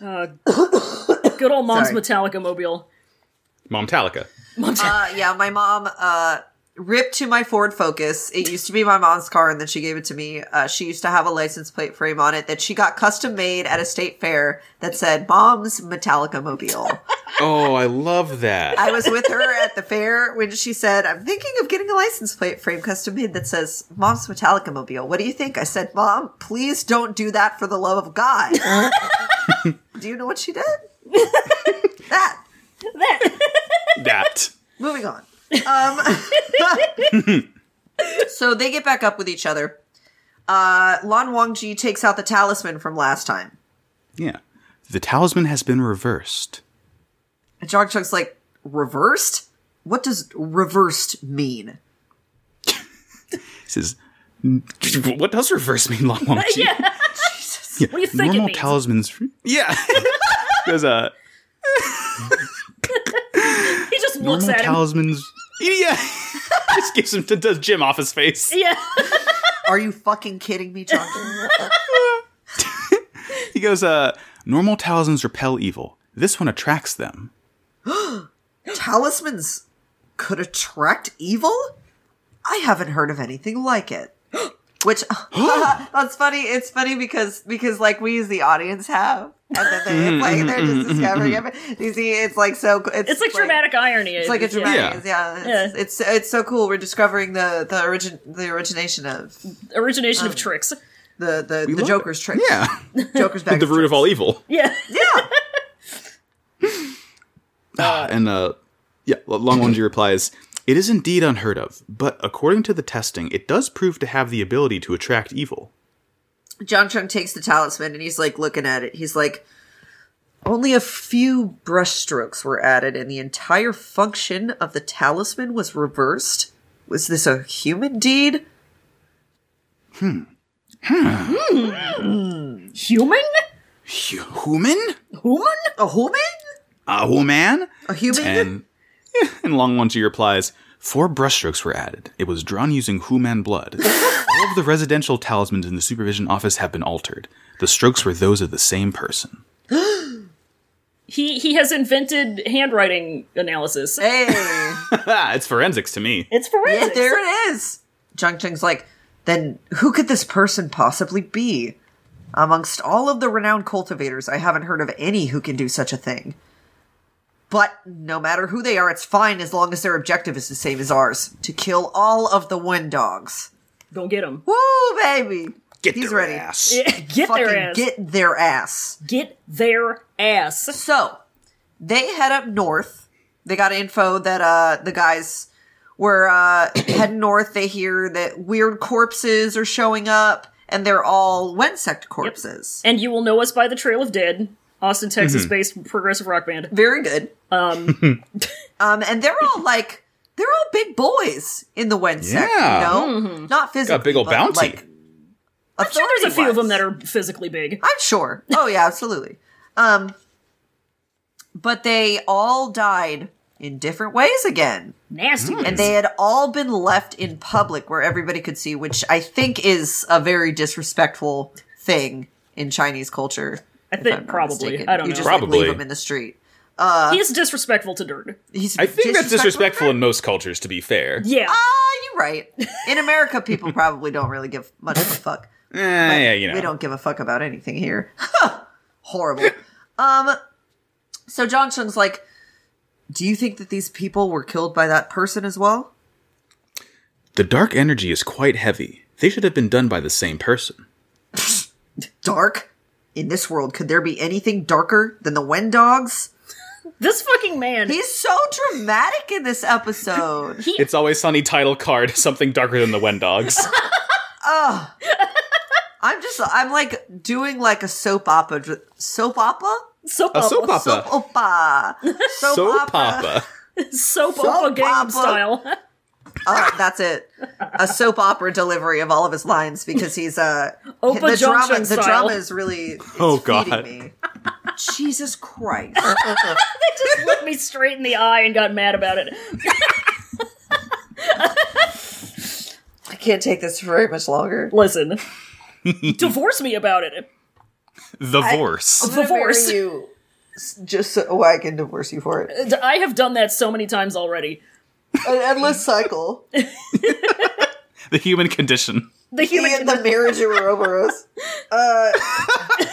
Speaker 5: good old mom's
Speaker 2: Sorry.
Speaker 5: Metallica mobile.
Speaker 3: Mom Talica.
Speaker 2: uh, yeah, my mom uh, ripped to my Ford Focus. It used to be my mom's car, and then she gave it to me. Uh, she used to have a license plate frame on it that she got custom made at a state fair that said "Mom's Metallica Mobile."
Speaker 3: Oh, I love that.
Speaker 2: I was with her at the fair when she said, "I'm thinking of getting a license plate frame custom made that says Mom's Metallica Mobile. What do you think?" I said, "Mom, please don't do that for the love of God." do you know what she did? that.
Speaker 3: that.
Speaker 2: Moving on. Um, so they get back up with each other. Uh, Lan Wangji takes out the talisman from last time.
Speaker 3: Yeah. The talisman has been reversed.
Speaker 2: And Jog Chug's like, reversed? What does reversed mean?
Speaker 3: He says, "What does reverse mean, Long Wong Chi?"
Speaker 5: Yeah.
Speaker 3: Yeah,
Speaker 5: What do you think it
Speaker 3: Normal
Speaker 5: means?
Speaker 3: talismans. Yeah. There's a
Speaker 5: He just looks
Speaker 3: normal
Speaker 5: at him.
Speaker 3: talismans. Yeah. Just gives him to, to Jim off his face.
Speaker 5: Yeah.
Speaker 2: Are you fucking kidding me, Jog Chug?
Speaker 3: He goes, uh, normal talismans repel evil. This one attracts them.
Speaker 2: Talismans could attract evil? I haven't heard of anything like it. Which that's funny. It's funny because because like we as the audience have, and then they like they're just discovering it. You see, it's like so. It's,
Speaker 5: It's like dramatic irony.
Speaker 2: It's like a dramatic. Yeah, It's,
Speaker 5: Yeah.
Speaker 2: it's it's so cool. We're discovering the the origin the origination of
Speaker 5: Origination
Speaker 2: Um,
Speaker 5: of tricks.
Speaker 2: the the, the
Speaker 3: love
Speaker 2: Joker's trick.
Speaker 3: Yeah.
Speaker 2: Joker's back.
Speaker 3: the root of all evil.
Speaker 5: Yeah.
Speaker 2: Yeah.
Speaker 3: Ah, and uh, yeah, L- Long Wonji replies, "It is indeed unheard of, but according to the testing, it does prove to have the ability to attract evil."
Speaker 2: John Chung takes the talisman and he's like looking at it. He's like, only a few brushstrokes were added, and the entire function of the talisman was reversed. Was this a human deed?
Speaker 5: Human?
Speaker 3: Human?
Speaker 2: Human? A human?
Speaker 3: A woman?
Speaker 2: A human?
Speaker 3: And and Long Wonji replies, Four brushstrokes were added. It was drawn using Human blood. All of the residential talismans in the supervision office have been altered. The strokes were those of the same person.
Speaker 5: He he has invented handwriting analysis.
Speaker 2: hey,
Speaker 3: it's forensics to me.
Speaker 5: It's forensics.
Speaker 2: there it is. John Chung's like, then who could this person possibly be? Amongst all of the renowned cultivators, I haven't heard of any who can do such a thing. But no matter who they are, it's fine as long as their objective is the same as ours to kill all of the wind dogs.
Speaker 5: Don't get him.
Speaker 2: Woo, baby!
Speaker 3: Get
Speaker 2: He's
Speaker 3: their
Speaker 2: ready.
Speaker 3: ass.
Speaker 5: Get
Speaker 2: Fucking
Speaker 5: their ass. Get,
Speaker 2: get their ass.
Speaker 5: their ass.
Speaker 2: So they head up north. They got info that uh the guys were uh heading north. They hear that weird corpses are showing up, and they're all Wensect corpses.
Speaker 5: And you will know us by the Trail of Dead, Austin,
Speaker 3: Mm-hmm.
Speaker 5: Texas based progressive rock band.
Speaker 2: Very good. Um,
Speaker 3: Hmm.
Speaker 2: um, and they're all like they're all big boys in the Wensect.
Speaker 3: Yeah.
Speaker 2: You know, not physically.
Speaker 3: Got big ol'
Speaker 2: but,
Speaker 3: bounty.
Speaker 2: Like, I'm
Speaker 5: Mm-hmm. Sure, there's a few of them that are physically big.
Speaker 2: I'm sure. Oh yeah, absolutely. Um, but they all died in different ways again.
Speaker 5: Nasty.
Speaker 2: And they had all been left in public where everybody could see, which I think is a very disrespectful thing in Chinese culture.
Speaker 5: I
Speaker 2: if I'm
Speaker 5: think
Speaker 2: not
Speaker 5: probably.
Speaker 2: mistaken.
Speaker 5: I don't
Speaker 2: you
Speaker 5: know.
Speaker 2: Just, like,
Speaker 3: Probably.
Speaker 2: leave them in the street.
Speaker 5: he is disrespectful to Dirk.
Speaker 2: He's
Speaker 3: I think that's disrespectful
Speaker 2: to-
Speaker 3: in most cultures, to be fair.
Speaker 5: Yeah.
Speaker 2: Ah, you're right. In America, people probably don't really give much of a fuck.
Speaker 3: Eh, yeah, you know.
Speaker 2: We don't give a fuck about anything here. Horrible. Um, So John Chung's like, do you think that these people were killed by that person as well?
Speaker 3: The dark energy is quite heavy. They should have been done by the same person.
Speaker 2: Dark? In this world, could there be anything darker than the Wen Dogs?
Speaker 5: This fucking man.
Speaker 2: He's so dramatic in this episode.
Speaker 3: It's always sunny title card, something darker than the Wendogs.
Speaker 2: I'm just, I'm like doing like a soap opera, dr- soap opera,
Speaker 5: soap
Speaker 3: A soap
Speaker 5: opera.
Speaker 2: soap
Speaker 3: opera.
Speaker 2: opera, soap,
Speaker 3: Soap opera.
Speaker 5: Soap opera gang
Speaker 2: opera.
Speaker 5: style.
Speaker 2: Uh, that's it. A soap opera delivery of all of his lines because he's uh,
Speaker 5: Opa
Speaker 2: the drama.
Speaker 5: Johnson
Speaker 2: The
Speaker 5: style.
Speaker 2: drama is really it's
Speaker 3: Oh,
Speaker 2: oh
Speaker 3: God.
Speaker 2: god. Me. Jesus Christ!
Speaker 5: Just looked me straight in the eye and got mad about it.
Speaker 2: I can't take this very much longer.
Speaker 5: Listen, divorce me about it.
Speaker 3: The Vorse.
Speaker 2: I'm gonna marry
Speaker 5: Divorce.
Speaker 2: you s- just so oh, I can divorce you for it.
Speaker 5: D- I have done that so many times already.
Speaker 2: An endless cycle.
Speaker 3: The human condition.
Speaker 5: The human.
Speaker 2: the, the marriage Ouroboros. Uh,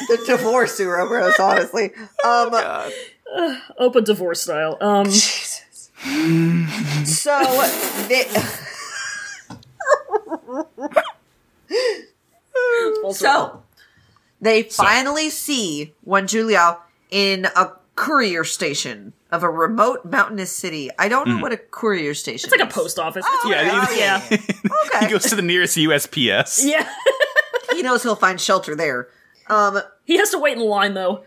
Speaker 2: the divorce Ouroboros, honestly. Um,
Speaker 5: Open divorce style. Um,
Speaker 2: so they, so they finally see one Julia in a courier station of a remote mountainous city. I don't know what a courier station.
Speaker 5: it's like a post office. It's-
Speaker 2: Oh,
Speaker 3: Yeah,
Speaker 5: yeah.
Speaker 3: he goes to the nearest USPS.
Speaker 5: Yeah.
Speaker 2: he knows he'll find shelter there. Um,
Speaker 5: He has to wait in line though.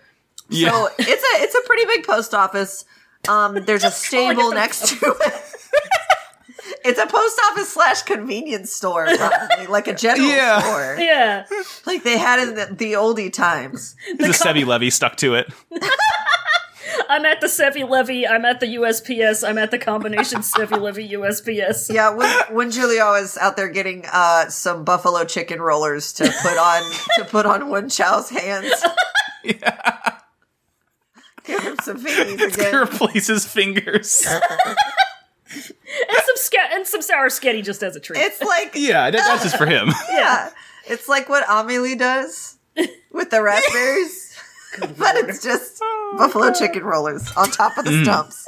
Speaker 3: Yeah.
Speaker 2: So Oh, it's a it's a pretty big post office. Um, there's a
Speaker 5: calling
Speaker 2: stable
Speaker 5: it the
Speaker 2: next to it. it's a post office slash convenience store, probably, like a general
Speaker 3: Yeah.
Speaker 2: store,
Speaker 5: Yeah.
Speaker 2: like they had in the, the oldie times.
Speaker 3: There's a Sebi Levy stuck to it.
Speaker 5: I'm at the Sevi Levy. I'm at the USPS. I'm at the combination Sevi Levy USPS.
Speaker 2: Yeah, when when Julio is out there getting uh, some buffalo chicken rollers to put on to put on one chow's hands. Give him some fingers again.
Speaker 3: Replaces fingers.
Speaker 5: And some sca- and some sour sketty just as a treat.
Speaker 2: It's like
Speaker 3: Yeah, that, that's just for him.
Speaker 2: Yeah. It's like what Amelie does with the raspberries. but it's just buffalo chicken rollers on top of the stumps.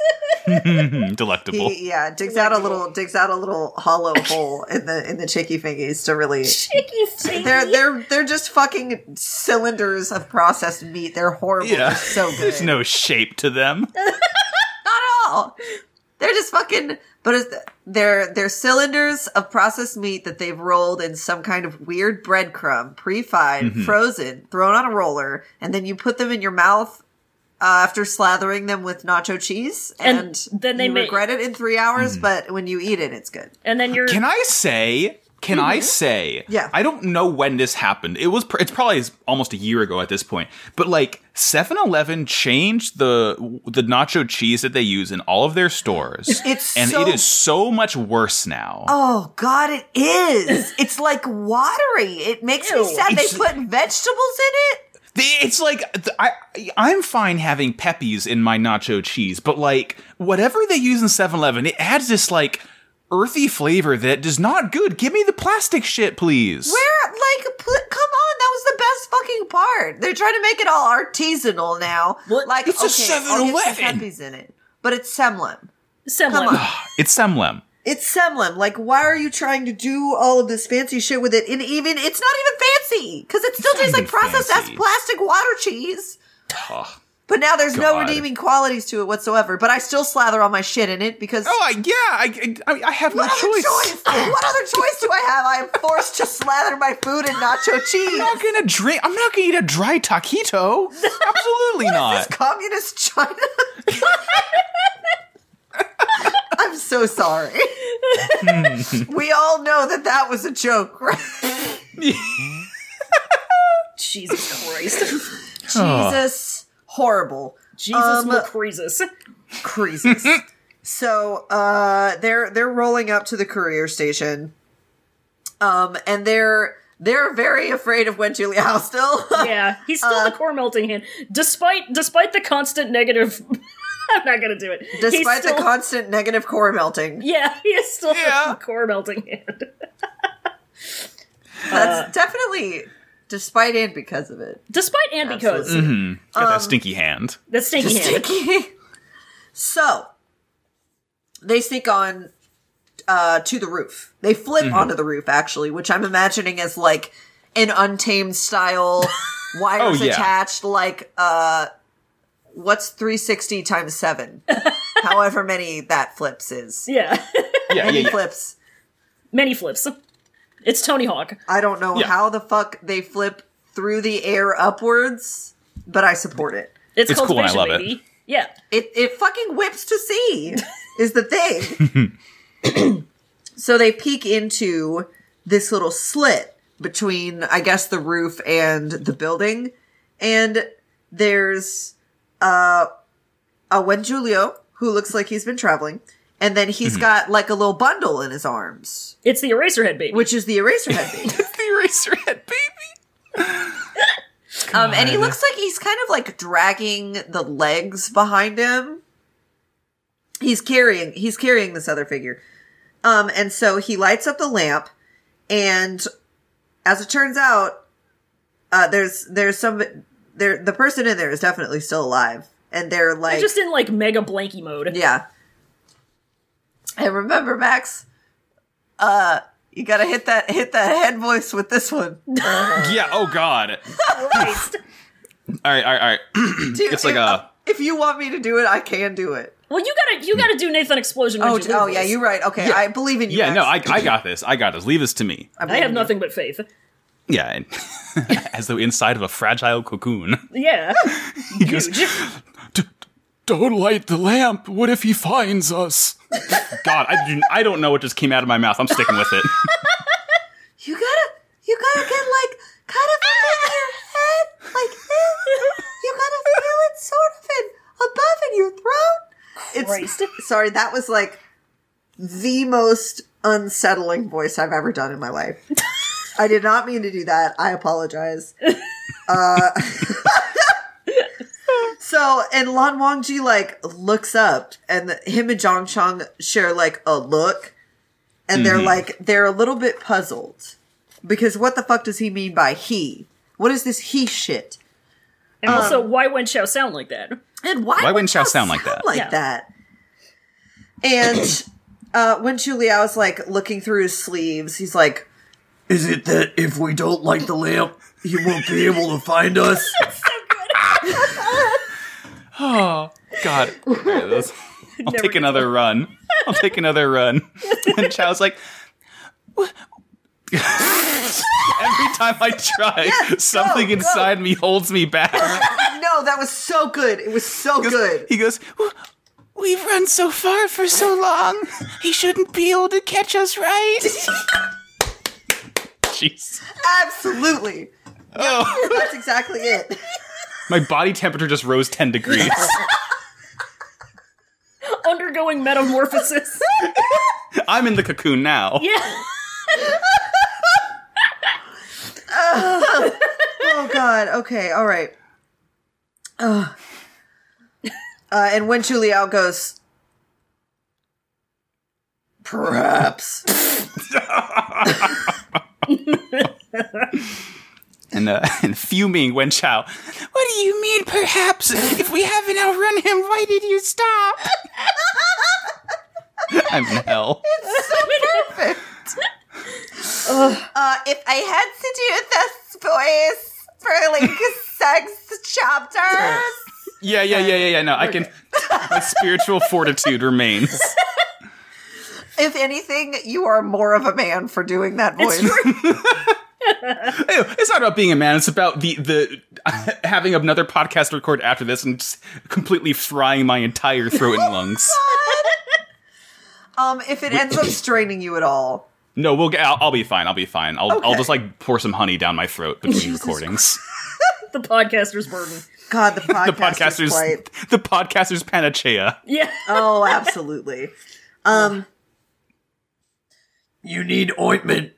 Speaker 3: Hmm, Delectable.
Speaker 2: He, yeah, digs out a little digs out a little hollow hole in the in the chicky fingies to really
Speaker 5: Chicky feet.
Speaker 2: they're they're they're just fucking cylinders of processed meat. They're horrible.
Speaker 3: Yeah.
Speaker 2: They're so good.
Speaker 3: There's no shape to them.
Speaker 2: Uh, Not at all. They're just fucking but it's, they're they're cylinders of processed meat that they've rolled in some kind of weird breadcrumb, pre-fried, frozen, thrown on a roller, and then you put them in your mouth uh, after slathering them with nacho cheese, and,
Speaker 5: And then they
Speaker 2: you
Speaker 5: ma-
Speaker 2: regret it in three hours. But when you eat it, it's good.
Speaker 5: and then you're
Speaker 3: Can I say? Can I say?
Speaker 2: Mm-hmm. Yeah.
Speaker 3: I don't know when this happened. It was. pr- It's probably s- almost a year ago at this point. But like 7-Eleven changed the the nacho cheese that they use in all of their stores.
Speaker 2: It's
Speaker 3: and
Speaker 2: so-
Speaker 3: it is so much worse now.
Speaker 2: Oh God, it is. it's like watery. It makes me
Speaker 5: Ew.
Speaker 2: sad.
Speaker 3: It's-
Speaker 2: they put vegetables in it.
Speaker 3: The- It's like th- I I'm fine having peppies in my nacho cheese, but like whatever they use in 7-Eleven, it adds this like earthy flavor that is not good. Give me the plastic shit, please.
Speaker 2: Where, like, pl- come on, that was the best fucking part. They're trying to make it all artisanal now.
Speaker 5: What?
Speaker 2: Like,
Speaker 3: It's a
Speaker 2: okay, I'll get
Speaker 3: 7-Eleven.
Speaker 2: some peppies in it, but it's semlem.
Speaker 5: Semlin.
Speaker 2: Come on.
Speaker 3: It's semlem.
Speaker 2: It's semlem. Like, why are you trying to do all of this fancy shit with it? And even it's not even fancy because it still
Speaker 3: It's
Speaker 2: tastes
Speaker 3: not
Speaker 2: like
Speaker 3: even
Speaker 2: processed ass
Speaker 3: fancy.
Speaker 2: plastic water cheese. But now there's no
Speaker 3: God.
Speaker 2: redeeming qualities to it whatsoever. But I still slather all my shit in it because
Speaker 3: Oh I, yeah, I, I I have
Speaker 2: what
Speaker 3: no
Speaker 2: other
Speaker 3: choice.
Speaker 2: choice? what other choice do I have? I am forced to slather my food in nacho cheese.
Speaker 3: I'm not gonna drink. I'm not gonna eat a dry taquito. Absolutely not.
Speaker 2: communist China. I'm so sorry. we all know that that was a joke, right?
Speaker 5: Jesus Christ.
Speaker 2: Jesus, horrible,
Speaker 5: Jesus
Speaker 2: Um,
Speaker 5: Lucresus.
Speaker 2: creases. so uh, they're they're rolling up to the courier station, um, and they're they're very afraid of Wen Juliao still.
Speaker 5: Yeah, he's still
Speaker 2: uh,
Speaker 5: the core melting hand. Despite despite the constant negative I'm not gonna do it. He's
Speaker 2: Despite
Speaker 5: still-
Speaker 2: the constant negative core melting,
Speaker 5: Yeah, he is still
Speaker 3: Yeah.
Speaker 5: the core melting hand.
Speaker 2: that's definitely despite and because of it.
Speaker 5: Despite and because
Speaker 3: Got
Speaker 2: um,
Speaker 3: that stinky hand.
Speaker 5: that's stinky hand.
Speaker 2: so they sneak on uh, to the roof. They flip
Speaker 3: Mm-hmm.
Speaker 2: onto the roof, actually, which I'm imagining as like an untamed style wires
Speaker 3: Oh, yeah.
Speaker 2: attached, like uh, what's 360 times seven, however many that flips is.
Speaker 5: Yeah,
Speaker 3: Yeah,
Speaker 2: Many
Speaker 3: yeah, yeah.
Speaker 2: flips.
Speaker 5: many flips. It's Tony Hawk.
Speaker 2: I don't know
Speaker 3: Yeah.
Speaker 2: how the fuck they flip through the air upwards, but I support it.
Speaker 5: It's,
Speaker 3: It's
Speaker 5: called
Speaker 3: cool and I
Speaker 5: Vision,
Speaker 3: love it.
Speaker 5: baby. Yeah,
Speaker 2: It it fucking whips to sea is the thing. so they peek into this little slit between I guess the roof and the building and there's uh a Juan Julio who looks like he's been traveling and then he's got like a little bundle in his arms,
Speaker 5: it's the Eraserhead baby.
Speaker 2: which is the eraser head thing.
Speaker 3: The eraser head, baby.
Speaker 2: Um, and he looks like he's kind of like dragging the legs behind him. He's carrying he's carrying this other figure. Um, and so he lights up the lamp, and as it turns out, uh, there's there's some there the person in there is definitely still alive, and they're like
Speaker 5: It's just in like mega blanky mode.
Speaker 2: yeah. And remember, Max, uh, you gotta hit that hit that head voice with this one.
Speaker 3: Yeah. Oh God. All right. All right. All right.
Speaker 2: Dude,
Speaker 3: It's like
Speaker 2: if-
Speaker 3: a-
Speaker 2: if you want me to do it, I can do it.
Speaker 5: Well, you gotta you gotta do Nathan Explosion.
Speaker 2: Oh,
Speaker 5: Would
Speaker 2: d-
Speaker 5: you
Speaker 2: oh
Speaker 5: lose?
Speaker 2: yeah, you're right. Okay, I believe in you.
Speaker 3: Yeah. No. I,
Speaker 2: Max.
Speaker 3: I got this. I got this. Leave this to me.
Speaker 5: I
Speaker 2: believe
Speaker 5: have
Speaker 2: in
Speaker 5: nothing but faith.
Speaker 3: Yeah. and- as though inside of a fragile cocoon.
Speaker 5: Yeah, huge.
Speaker 3: Don't light the lamp. What if he finds us? God, I, do- I don't know what just came out of my mouth. I'm sticking with it.
Speaker 2: You. you gotta, you gotta get like kind of in your head, like this. You gotta feel it sort of in above in your throat. It's sorry, that was like the most unsettling voice I've ever done in my life. I did not mean to do that. I apologize. Uh, so, and Lan Wangji like looks up, and the, him and Zhang Chong share like a look, and they're like they're a little bit puzzled because what the fuck does he mean by he? What is this he shit?
Speaker 5: And also,
Speaker 2: um,
Speaker 5: why wouldn't Chow sound like that?
Speaker 2: And why,
Speaker 3: Why wouldn't Xiao
Speaker 2: y'all
Speaker 3: sound like that?
Speaker 2: Like
Speaker 5: Yeah.
Speaker 2: that. And uh, when Chu Liao's like looking through his sleeves, he's like,
Speaker 6: Is it that if we don't light the lamp, he won't be able to find us?
Speaker 3: Oh God! All right, let's- I'll take another run. I'll take another run. And Chow's like, "Wha- every time I try, something
Speaker 2: go, go.
Speaker 3: inside me holds me back.
Speaker 2: "No, that was so good. It was so good."
Speaker 3: He goes, "Wha- we've run so far for so long. He shouldn't be able to catch us, right? Jeez.
Speaker 2: Absolutely,
Speaker 3: Oh,
Speaker 2: that's exactly it.
Speaker 3: my body temperature just rose ten degrees.
Speaker 5: Undergoing metamorphosis.
Speaker 3: I'm in the cocoon now.
Speaker 5: yeah,
Speaker 2: Oh God. Okay. All right. Ugh. Uh, and when Chu Liao goes, perhaps.
Speaker 3: and, uh, and fuming Wen Chao. What do you mean, perhaps? If we haven't outrun him, why did you stop? I'm in hell.
Speaker 2: Uh, if I had to do this voice for like sex chapters,
Speaker 3: Yeah, yeah, yeah, yeah, yeah. No, I can. My spiritual fortitude remains.
Speaker 2: if anything, you are more of a man for doing that voice.
Speaker 3: Ew, It's not about being a man. It's about the the having another podcast record after this and just completely frying my entire throat and lungs.
Speaker 2: um, if it ends up straining you at all,
Speaker 3: No, we'll get. I'll, I'll be fine. I'll be fine. I'll I'll
Speaker 2: Okay.
Speaker 3: just like pour some honey down my throat between recordings.
Speaker 5: the podcaster's burden.
Speaker 2: God, the podcast,
Speaker 3: The podcasters,
Speaker 2: is quite.
Speaker 3: the podcasters panacea.
Speaker 5: Yeah,
Speaker 2: Oh, absolutely. Um,
Speaker 6: You need ointment,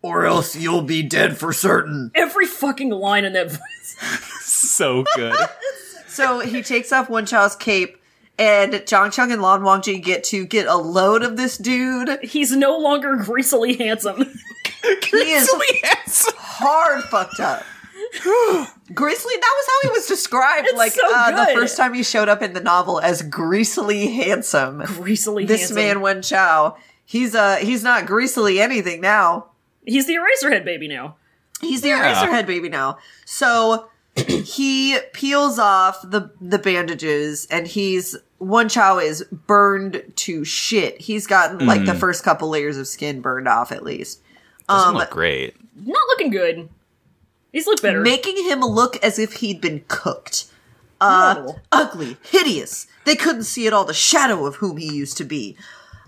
Speaker 6: or else you'll be dead for certain.
Speaker 5: every fucking line in that voice.
Speaker 3: So good.
Speaker 2: so he takes off Wen Chao's cape. And Zhang Cheng and Lan Wangji get to get a load of this dude.
Speaker 5: He's no longer greasily handsome.
Speaker 2: He is
Speaker 3: handsome.
Speaker 2: hard fucked up. Grizzly, that was how he was described. like
Speaker 1: so
Speaker 2: uh, the
Speaker 1: good.
Speaker 2: first time he showed up in the novel as greasily handsome.
Speaker 1: Greasily
Speaker 2: this
Speaker 1: handsome.
Speaker 2: man Wen Chow, he's uh he's not greasily anything now.
Speaker 1: He's the Eraserhead baby now.
Speaker 2: He's the eraser head baby now. So he peels off the the bandages and he's one chow is burned to shit. He's gotten like
Speaker 1: Mm.
Speaker 2: the first couple layers of skin burned off at least.
Speaker 3: Doesn't look great.
Speaker 1: Not looking good. He's looked better.
Speaker 2: Making him look as if he'd been cooked. Uh,
Speaker 1: Horrible.
Speaker 2: Ugly, hideous. They couldn't see at all the shadow of whom he used to be.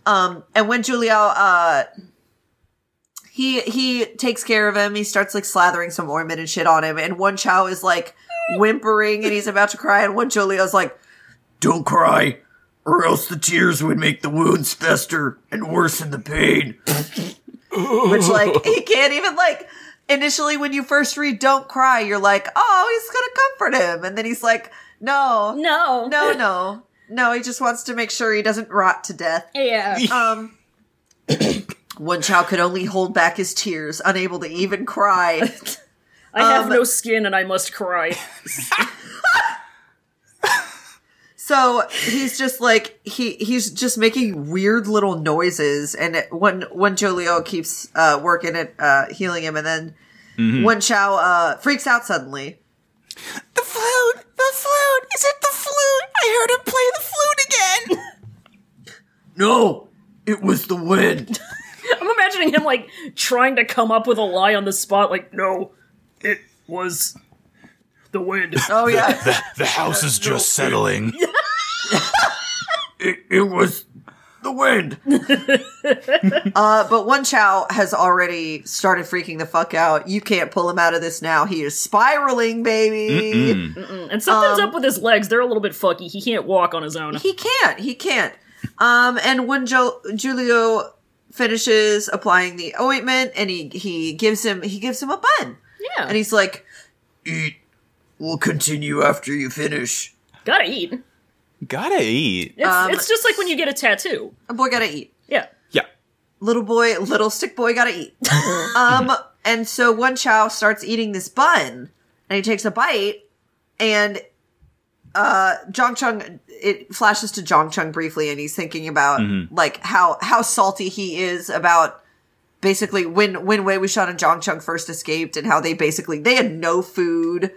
Speaker 2: Um, and when Juliao uh he he takes care of him. He starts like slathering some ointment and shit on him. And one Chow is like whimpering and he's about to cry. And one Julio's like,
Speaker 6: Don't cry, or else the tears would make the wounds fester and worsen the pain.
Speaker 2: which like he can't even like. Initially, when you first read "Don't Cry," you're like, "Oh, he's gonna comfort him," and then he's like, "No,
Speaker 1: no.
Speaker 2: no, no, no. He just wants to make sure he doesn't rot to death.
Speaker 1: Yeah.
Speaker 2: Um, one Chow could only hold back his tears, unable to even cry.
Speaker 1: I have no skin and I must cry.
Speaker 2: So he's just like he he's just making weird little noises, and it, when when Jolio keeps uh, working at uh, healing him, and then one Chow uh, freaks out suddenly.
Speaker 3: The flute! The flute! Is it the flute? I heard him play the flute again!
Speaker 6: No, it was the wind.
Speaker 1: I'm imagining him like trying to come up with a lie on the spot, like, no, it was the wind.
Speaker 2: Oh yeah,
Speaker 7: The house is just settling.
Speaker 6: It, it was the wind.
Speaker 2: uh, but one Chow has already started freaking the fuck out. You can't pull him out of this now. He is spiraling, baby.
Speaker 1: and something's up with his legs. They're a little bit fucky. He can't walk on his own.
Speaker 2: Um, He can't. He can't. Um, and when jo- Julio finishes applying the ointment, and he he gives him he gives him a bun,
Speaker 1: yeah.
Speaker 2: and he's like,
Speaker 6: Eat. We'll continue after you finish.
Speaker 1: Gotta eat.
Speaker 3: Gotta eat.
Speaker 1: It's,
Speaker 2: Um,
Speaker 1: it's just like when you get a tattoo.
Speaker 2: "A boy gotta eat.
Speaker 1: Yeah.
Speaker 3: Yeah.
Speaker 2: Little boy, little stick boy gotta eat." um, and so one Chow starts eating this bun, and he takes a bite, and uh, Jong Chung it flashes to Jong Chung briefly, and he's thinking about like how how salty he is about basically when when Wei Wuxian and Zhang Chung first escaped and how they basically they had no food.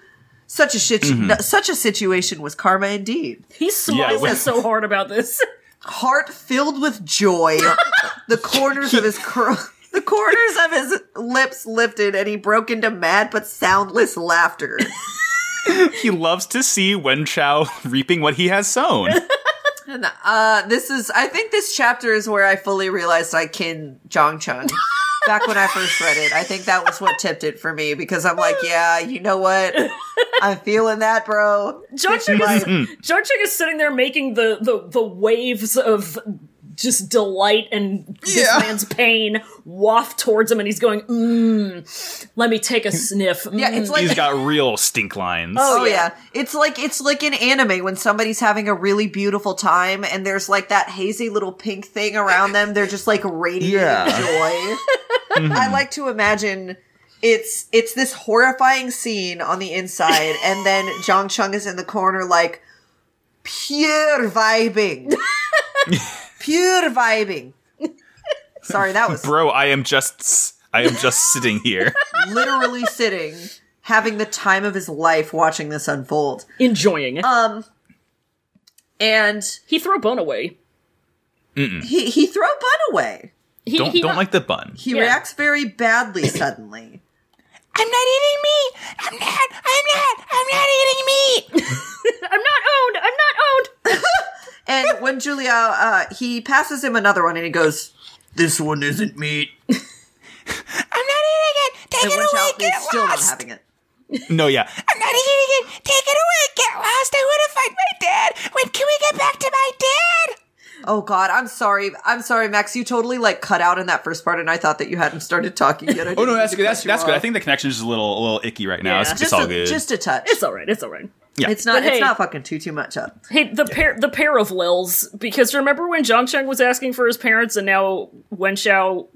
Speaker 2: Such a shit, no- such a situation was karma indeed.
Speaker 1: He's smiling
Speaker 3: when-
Speaker 1: so hard about this.
Speaker 2: Heart filled with joy, the corners of his curl, the corners of his lips lifted, and he broke into mad but soundless laughter.
Speaker 3: He loves to see Wen Chao reaping what he has sown.
Speaker 2: And uh, this is, I think, this chapter is where I fully realized I kin Zhang Chung. Back when I first read it, I think that was what tipped it for me because I'm like, yeah, you know what, I'm feeling that, bro.
Speaker 1: John Chick is
Speaker 3: hmm.
Speaker 1: John Chick is sitting there making the the the waves of just delight and this
Speaker 3: Yeah.
Speaker 1: man's pain waft towards him, and he's going, "Mmm, let me take a
Speaker 3: Hmm.
Speaker 1: sniff." Mm,
Speaker 2: Yeah, it's like
Speaker 3: He's got real stink lines.
Speaker 1: Oh,
Speaker 2: Oh yeah. It's like it's like in anime when somebody's having a really beautiful time and there's like that hazy little pink thing around them. They're just like radiating
Speaker 7: Yeah.
Speaker 2: joy. I like to imagine it's it's this horrifying scene on the inside and then Jong Chung is in the corner like pure vibing. pure vibing. Sorry, that was
Speaker 3: Bro, I am just s- I am just sitting here.
Speaker 2: literally sitting having the time of his life watching this unfold.
Speaker 1: enjoying.
Speaker 3: uh,
Speaker 2: Um and
Speaker 1: he threw a bone away.
Speaker 2: he he throw bun away.
Speaker 1: He,
Speaker 3: Don't
Speaker 1: he
Speaker 3: don't like the bun.
Speaker 2: He
Speaker 1: Yeah.
Speaker 2: reacts very badly suddenly.
Speaker 3: I'm not eating meat. I'm not. I'm not. I'm not eating meat.
Speaker 1: I'm not owned. I'm not owned.
Speaker 2: And when Julia uh he passes him another one and he goes
Speaker 6: This one isn't meat.
Speaker 3: I'm not eating it. Take
Speaker 2: and one child is still not having it.
Speaker 3: No, yeah. I'm not eating it. Take it away. Get lost. I want to find my dad. When can we get back to my dad?
Speaker 2: Oh god, I'm sorry. I'm sorry, Max. You totally like cut out in that first part and I thought that you hadn't started talking yet. I
Speaker 3: Oh no,
Speaker 2: didn't
Speaker 3: that's
Speaker 2: mean to
Speaker 3: good. That's
Speaker 2: cut you
Speaker 3: that's good. I
Speaker 2: off.
Speaker 3: think the connection is a little a little icky right now.
Speaker 1: Yeah.
Speaker 3: It's, it's
Speaker 2: just
Speaker 3: all
Speaker 2: a,
Speaker 3: good.
Speaker 2: just a touch.
Speaker 1: It's all right. It's all right.
Speaker 3: yeah.
Speaker 2: It's not
Speaker 1: But
Speaker 2: it's
Speaker 1: hey-
Speaker 2: not fucking too too much up.
Speaker 1: Hey, the pair the pair of Lils, because remember when Zhang Cheng was asking for his parents, and now Wen Xiao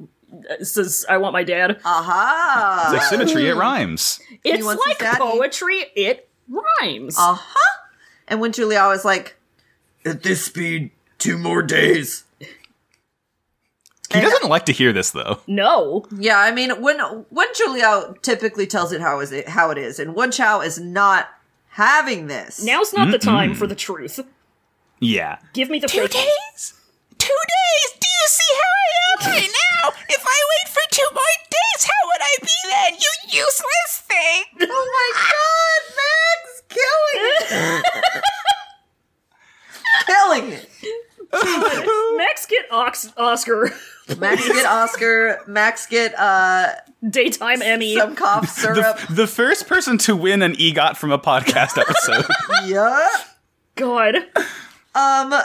Speaker 1: It says, I want my
Speaker 3: Uh,
Speaker 1: dad.
Speaker 2: Aha.
Speaker 3: It's like symmetry, it rhymes.
Speaker 1: it's
Speaker 2: wants his
Speaker 1: like
Speaker 2: daddy.
Speaker 1: poetry, it rhymes.
Speaker 3: Uh,
Speaker 2: And when Julia was like,
Speaker 6: At this speed, two more days.
Speaker 3: He doesn't like to hear this though.
Speaker 1: no.
Speaker 2: yeah, I mean, when when Julia typically tells it how is it how it is, and Wen Chow is not having this.
Speaker 1: Now's not the time for the truth.
Speaker 3: Yeah.
Speaker 1: Give me the
Speaker 8: Two
Speaker 1: fake.
Speaker 8: days? Two days? Do you see how I am right now? If I wait for two more days, how would I be then? You useless thing!
Speaker 2: Oh my god, Max! Killing it! killing it!
Speaker 1: Max get Ox- Oscar
Speaker 2: Max get Oscar. Max get uh
Speaker 1: daytime Emmy.
Speaker 2: some cough syrup.
Speaker 3: The first person to win an E EGOT from a podcast episode.
Speaker 2: yeah.
Speaker 1: God.
Speaker 2: Um.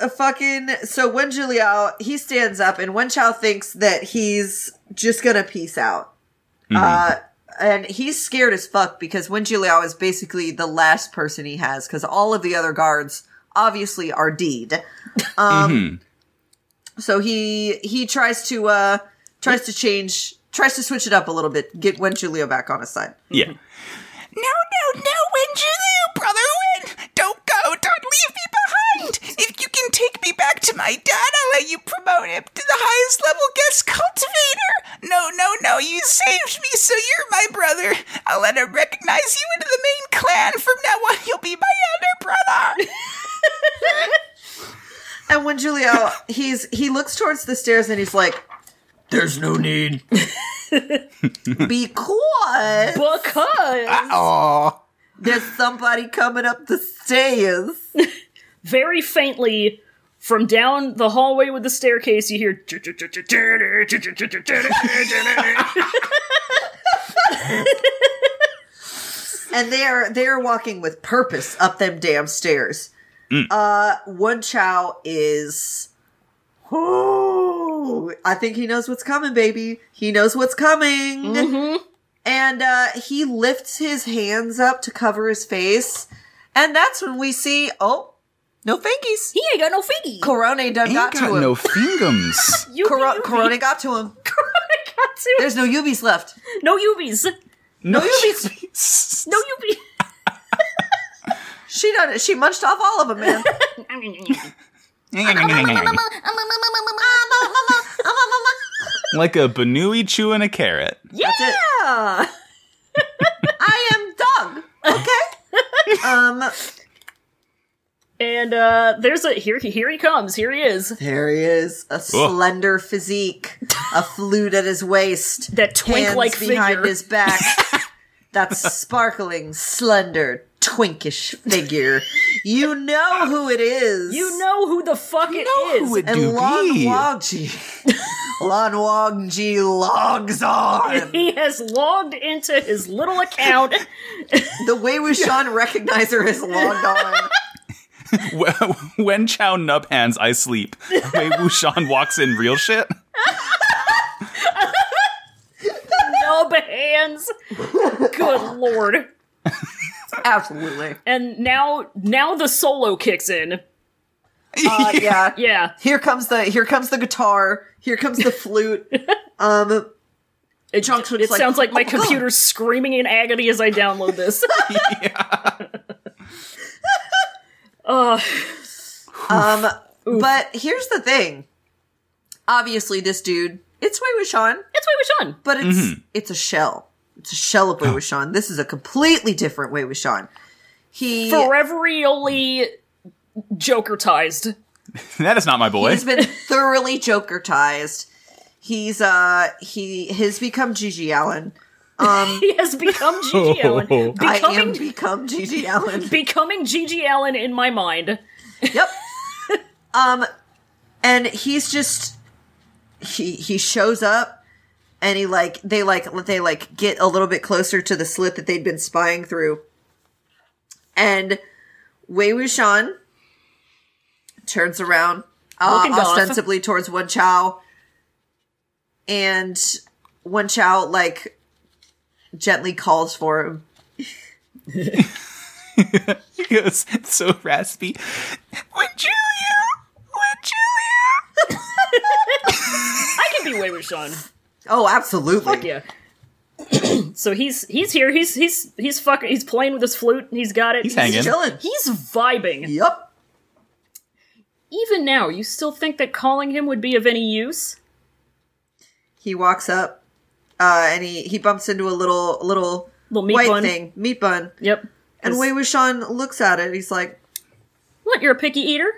Speaker 2: A fucking. So when Juliao he stands up and Wen Chao thinks that he's just gonna peace out. Uh. And he's scared as fuck because Wen Juliao is basically the last person he has because all of the other guards obviously are deed. Um. So he he tries to uh tries to change tries to switch it up a little bit get Wen Juliao back on his side.
Speaker 3: yeah.
Speaker 8: No, no, no, when Julia, brother, win! Don't go! Don't leave me behind! If you can take me back to my dad, I'll let you promote him to the highest level guest cultivator! No, no, no, you saved me, so you're my brother! I'll let him recognize you into the main clan! From now on, you'll be my elder brother!
Speaker 2: And when Julio, he's he looks towards the stairs and he's like,
Speaker 6: There's no need.
Speaker 2: "Because
Speaker 1: Because.
Speaker 8: Oh.
Speaker 2: there's somebody coming up the stairs."
Speaker 1: Very faintly, from down the hallway with the staircase, you hear.
Speaker 2: and they are they are walking with purpose up them damn stairs.
Speaker 3: Mm.
Speaker 2: Uh, one Chow is, oh, I think he knows what's coming, baby. He knows what's coming, and uh, he lifts his hands up to cover his face, and that's when we see oh, no fingies.
Speaker 1: he ain't got no figgy.
Speaker 2: Corona done got, to him.
Speaker 3: no fingums.
Speaker 1: You
Speaker 2: Coro- Corona got to him.
Speaker 1: got to.
Speaker 2: There's no Yubies left.
Speaker 1: no Yubies.
Speaker 3: no
Speaker 2: Yubies.
Speaker 1: No Yubies.
Speaker 2: She done it. She munched off all of them, man.
Speaker 3: like a Banui chewing a carrot.
Speaker 2: Yeah. I am dog. Okay. Um.
Speaker 1: And uh there's a here he here he comes, here he is.
Speaker 2: There he is, a slender physique, a flute at his waist,
Speaker 1: That twink like
Speaker 2: hands
Speaker 1: figure.
Speaker 2: behind his back. that sparkling, slender, twinkish figure. You know who it is.
Speaker 1: you know who the fuck it is.
Speaker 2: And Lon Wangji. Lon Wangji logs on.
Speaker 1: he has logged into his little account.
Speaker 2: The way Wuxian recognize her is logged on.
Speaker 3: when Chow nub hands, I sleep. Wei Wuxian walks in real shit.
Speaker 1: nub hands. Good lord.
Speaker 2: Absolutely.
Speaker 1: And now now the solo kicks in.
Speaker 2: Uh, yeah.
Speaker 1: Yeah.
Speaker 2: Here comes the here comes the guitar. Here comes the flute. Um,
Speaker 1: It,
Speaker 2: Junk Food's
Speaker 1: it
Speaker 2: like,
Speaker 1: sounds like my
Speaker 2: "Oh, God."
Speaker 1: computer's screaming in agony as I download this. Ugh.
Speaker 2: um, but here's the thing. Obviously, this dude, it's Wei Wuxian,
Speaker 1: it's Wei Wuxian.
Speaker 2: but it's it's a shell. It's a shell of Wei Wuxian. This is a completely different Wei Wuxian. He
Speaker 1: Foreverially jokertized.
Speaker 3: That is not my boy.
Speaker 2: he's been thoroughly jokertized. He's uh he has become Gigi Allen.
Speaker 1: He has become Gigi Allen.
Speaker 2: I am
Speaker 1: Becoming
Speaker 2: become Gigi Allen.
Speaker 1: becoming Gigi Allen in my mind.
Speaker 2: Yep. um, and he's just he he shows up and he like they like they like get a little bit closer to the slit that they'd been spying through, and Wei Wuxian turns around uh,
Speaker 1: Looking off.
Speaker 2: ostensibly towards Wen Chao, and Wen Chao like gently calls for him.
Speaker 3: He goes, it's so raspy.
Speaker 8: When Julia! When Julia!
Speaker 1: I can be Wei Wuxian.
Speaker 2: Oh, absolutely.
Speaker 1: Yeah. so he's he's here. He's he's he's fucking. He's playing with his flute. He's got it.
Speaker 3: He's hanging.
Speaker 2: Chilling.
Speaker 1: He's vibing.
Speaker 2: Yup.
Speaker 1: Even now, you still think that calling him would be of any use?
Speaker 2: He walks up, uh, and he he bumps into a little little,
Speaker 1: Little meat
Speaker 2: white
Speaker 1: bun.
Speaker 2: thing, meat bun.
Speaker 1: Yep.
Speaker 2: And Wei Wuxian looks at it. He's like,
Speaker 1: What? You're a picky eater?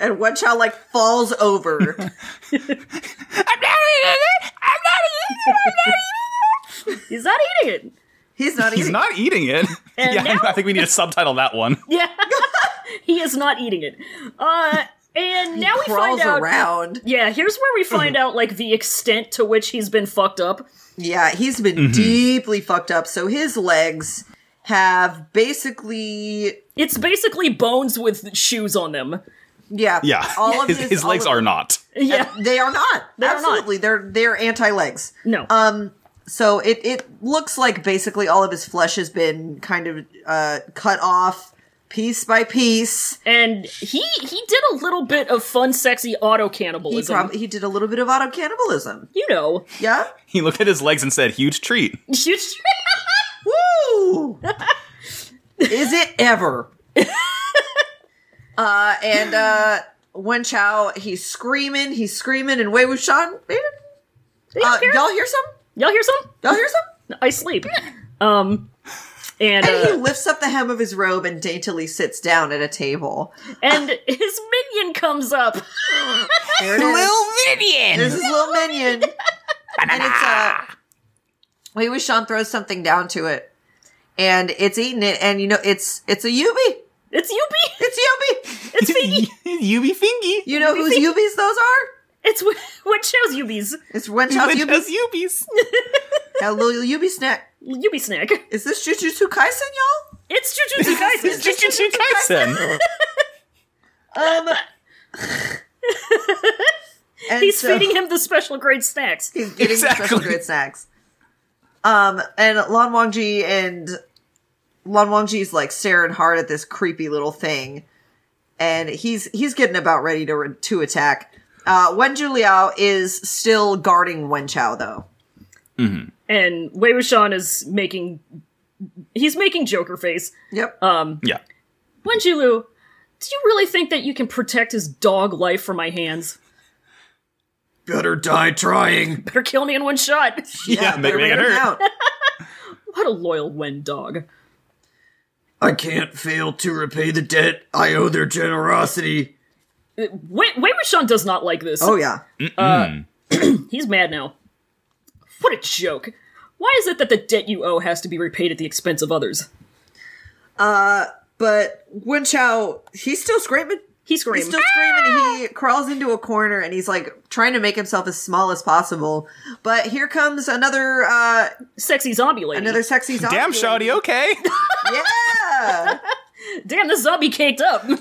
Speaker 2: and Wen Chao like falls over.
Speaker 8: I'm not eating it. I'm not eating it. I'm not
Speaker 1: He's not eating it.
Speaker 2: He's not
Speaker 3: He's
Speaker 2: eating.
Speaker 3: not eating it.
Speaker 1: And
Speaker 3: yeah,
Speaker 1: now-
Speaker 3: I think we need to subtitle that one.
Speaker 1: Yeah. he is not eating it. Uh, and now we find
Speaker 2: crawls
Speaker 1: out.
Speaker 2: around.
Speaker 1: Yeah, here's where we find out like the extent to which he's been fucked up.
Speaker 2: Yeah, he's been
Speaker 3: Mm-hmm.
Speaker 2: deeply fucked up. So his legs have basically
Speaker 1: It's basically bones with shoes on them.
Speaker 2: yeah
Speaker 3: Yeah.
Speaker 2: all of
Speaker 3: his, his legs
Speaker 2: all
Speaker 3: are
Speaker 2: of-
Speaker 3: not.
Speaker 1: Yeah.
Speaker 2: they are not
Speaker 1: are not.
Speaker 2: absolutely they're they're anti legs.
Speaker 1: No.
Speaker 2: Um, so it it looks like basically all of his flesh has been kind of uh, cut off piece by piece.
Speaker 1: and he he did a little bit of fun, sexy auto
Speaker 2: He
Speaker 1: cannibalism.
Speaker 2: probably he did a little bit of auto cannibalism.
Speaker 1: you know.
Speaker 2: Yeah.
Speaker 3: He looked at his legs and said, huge treat.
Speaker 2: Woo! Is it ever? uh, and uh, Wen Chao, he's screaming, he's screaming, and Wei Wuxian, eh, uh,
Speaker 1: care.
Speaker 2: y'all hear some?
Speaker 1: Y'all hear some?
Speaker 2: Y'all hear some?
Speaker 1: I sleep. Um, and
Speaker 2: He
Speaker 1: uh,
Speaker 2: lifts up the hem of his robe and daintily sits down at a table.
Speaker 1: and his minion comes up.
Speaker 2: There it is.
Speaker 8: eating it. Lil Minion.
Speaker 2: There's his little minion. and it's uh Wei Wuxian throws something down to it. And it's eating it, and you know it's it's a Yubi.
Speaker 1: It's Yubi.
Speaker 2: It's Yubi.
Speaker 1: It's Figgy.
Speaker 3: you be fingy.
Speaker 2: You know whose Yubis those are?
Speaker 1: It's what, what shows Yubi's
Speaker 2: It's Wen Chao's
Speaker 3: With
Speaker 2: Yubis.
Speaker 3: those Yubies.
Speaker 2: That little Yubi snack.
Speaker 1: Yubi snack.
Speaker 2: Is this Jujutsu Kaisen, y'all?
Speaker 1: It's Jujutsu Kaisen.
Speaker 3: Jujutsu Kaisen.
Speaker 2: Um. and
Speaker 1: He's
Speaker 2: so-
Speaker 1: feeding him the special grade snacks.
Speaker 2: He's getting special
Speaker 3: Exactly.
Speaker 2: grade snacks. Um, and Lan Wangji and Lan Wangji's like staring hard at this creepy little thing, and he's he's getting about ready to re- to attack. Uh, Wen Juliao is still guarding Wen Chao though.
Speaker 1: And Wei Wuxian is making he's making Joker face.
Speaker 2: Yep.
Speaker 3: Yeah.
Speaker 1: Wenjulu, do you really think that you can protect his dog life from my hands?
Speaker 6: Better die trying.
Speaker 1: Better kill me in one shot.
Speaker 3: Yeah, make,
Speaker 2: better
Speaker 3: make it
Speaker 2: bring him out.
Speaker 3: hurt.
Speaker 1: what a loyal Wen dog.
Speaker 6: I can't fail to repay the debt I owe their generosity.
Speaker 1: Wei Wei Wuxian does not like this.
Speaker 2: Oh yeah.
Speaker 1: He's mad now. What a joke. Why is it that the debt you owe has to be repaid at the expense of others?
Speaker 2: Uh, But Wen Chao, he's still screaming.
Speaker 1: He screams.
Speaker 2: He's still screaming. He crawls into a corner and he's like trying to make himself as small as possible. But here comes another uh
Speaker 1: Sexy zombie lady.
Speaker 2: another sexy zombie.
Speaker 3: Damn, Shoddy, okay.
Speaker 2: Yeah.
Speaker 1: Damn, this zombie caked up.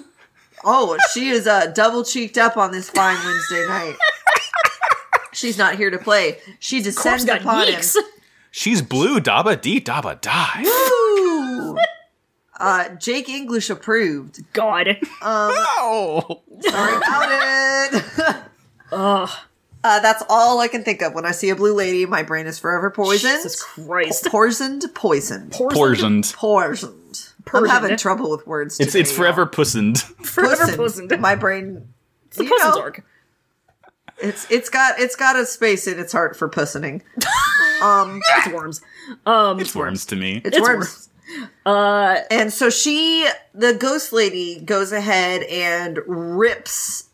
Speaker 2: Oh, she is uh, double cheeked up on this fine Wednesday night. She's not here to play. She
Speaker 1: Corpse
Speaker 2: descends
Speaker 1: got
Speaker 2: upon
Speaker 1: yeeks.
Speaker 2: him.
Speaker 3: She's blue, daba dee, daba die.
Speaker 2: Ooh. Uh, Jake English approved.
Speaker 1: God.
Speaker 3: Oh.
Speaker 2: Sorry about it. Uh, that's all I can think of. When I see a blue lady, my brain is forever poisoned.
Speaker 1: Jesus Christ.
Speaker 2: Poisoned, poisoned.
Speaker 3: Poisoned.
Speaker 2: Poisoned.
Speaker 1: Poisoned.
Speaker 2: I'm having trouble with words.
Speaker 3: It's,
Speaker 2: today,
Speaker 3: it's forever pussened.
Speaker 2: y'all.
Speaker 1: Forever poisoned.
Speaker 2: My brain.
Speaker 1: The
Speaker 2: you
Speaker 1: poison's
Speaker 2: know,
Speaker 1: arc.
Speaker 2: It's it's got it's got a space in its heart for pussening.
Speaker 1: It's worms.
Speaker 3: It's worms to me.
Speaker 2: It's, worms. Uh, and so she, the ghost lady, goes ahead and rips,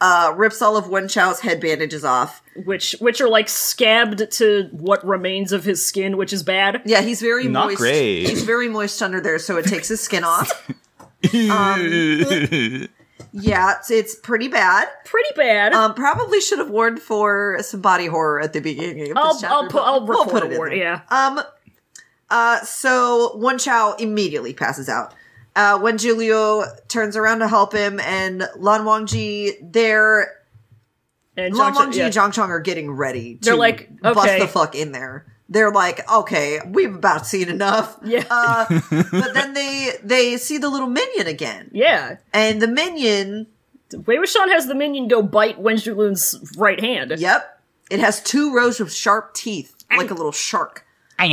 Speaker 2: uh, rips all of Wen Chow's head bandages off.
Speaker 1: Which which are like scabbed to what remains of his skin, which is bad.
Speaker 2: Yeah, he's very
Speaker 3: Not
Speaker 2: moist.
Speaker 3: great.
Speaker 2: He's very moist under there, so it takes his skin off.
Speaker 1: um,
Speaker 2: Yeah, it's, it's pretty bad.
Speaker 1: Pretty bad.
Speaker 2: Um, probably should have warned for some body horror at the beginning of this
Speaker 1: I'll-
Speaker 2: chapter.
Speaker 1: I'll pu-
Speaker 2: but
Speaker 1: I'll
Speaker 2: we'll
Speaker 1: record
Speaker 2: put
Speaker 1: a
Speaker 2: it in
Speaker 1: word,
Speaker 2: there.
Speaker 1: yeah.
Speaker 2: Um. Uh. So Wen Chao immediately passes out. Uh, when Julio turns around to help him, and Lan Wangji, they're
Speaker 1: and
Speaker 2: Lan
Speaker 1: Zhang-
Speaker 2: Wangji
Speaker 1: yeah.
Speaker 2: and Zhang Chong are getting ready. To
Speaker 1: They're like,
Speaker 2: bust
Speaker 1: okay.
Speaker 2: the fuck in there. They're like, okay, we've about seen enough.
Speaker 1: Yeah.
Speaker 2: Uh, but then they they see the little minion again,
Speaker 1: yeah.
Speaker 2: and the minion,
Speaker 1: Wei Wuxian has the minion go bite Wenju Loon's right hand.
Speaker 2: yep, It has two rows of sharp teeth, like a little shark.
Speaker 1: um,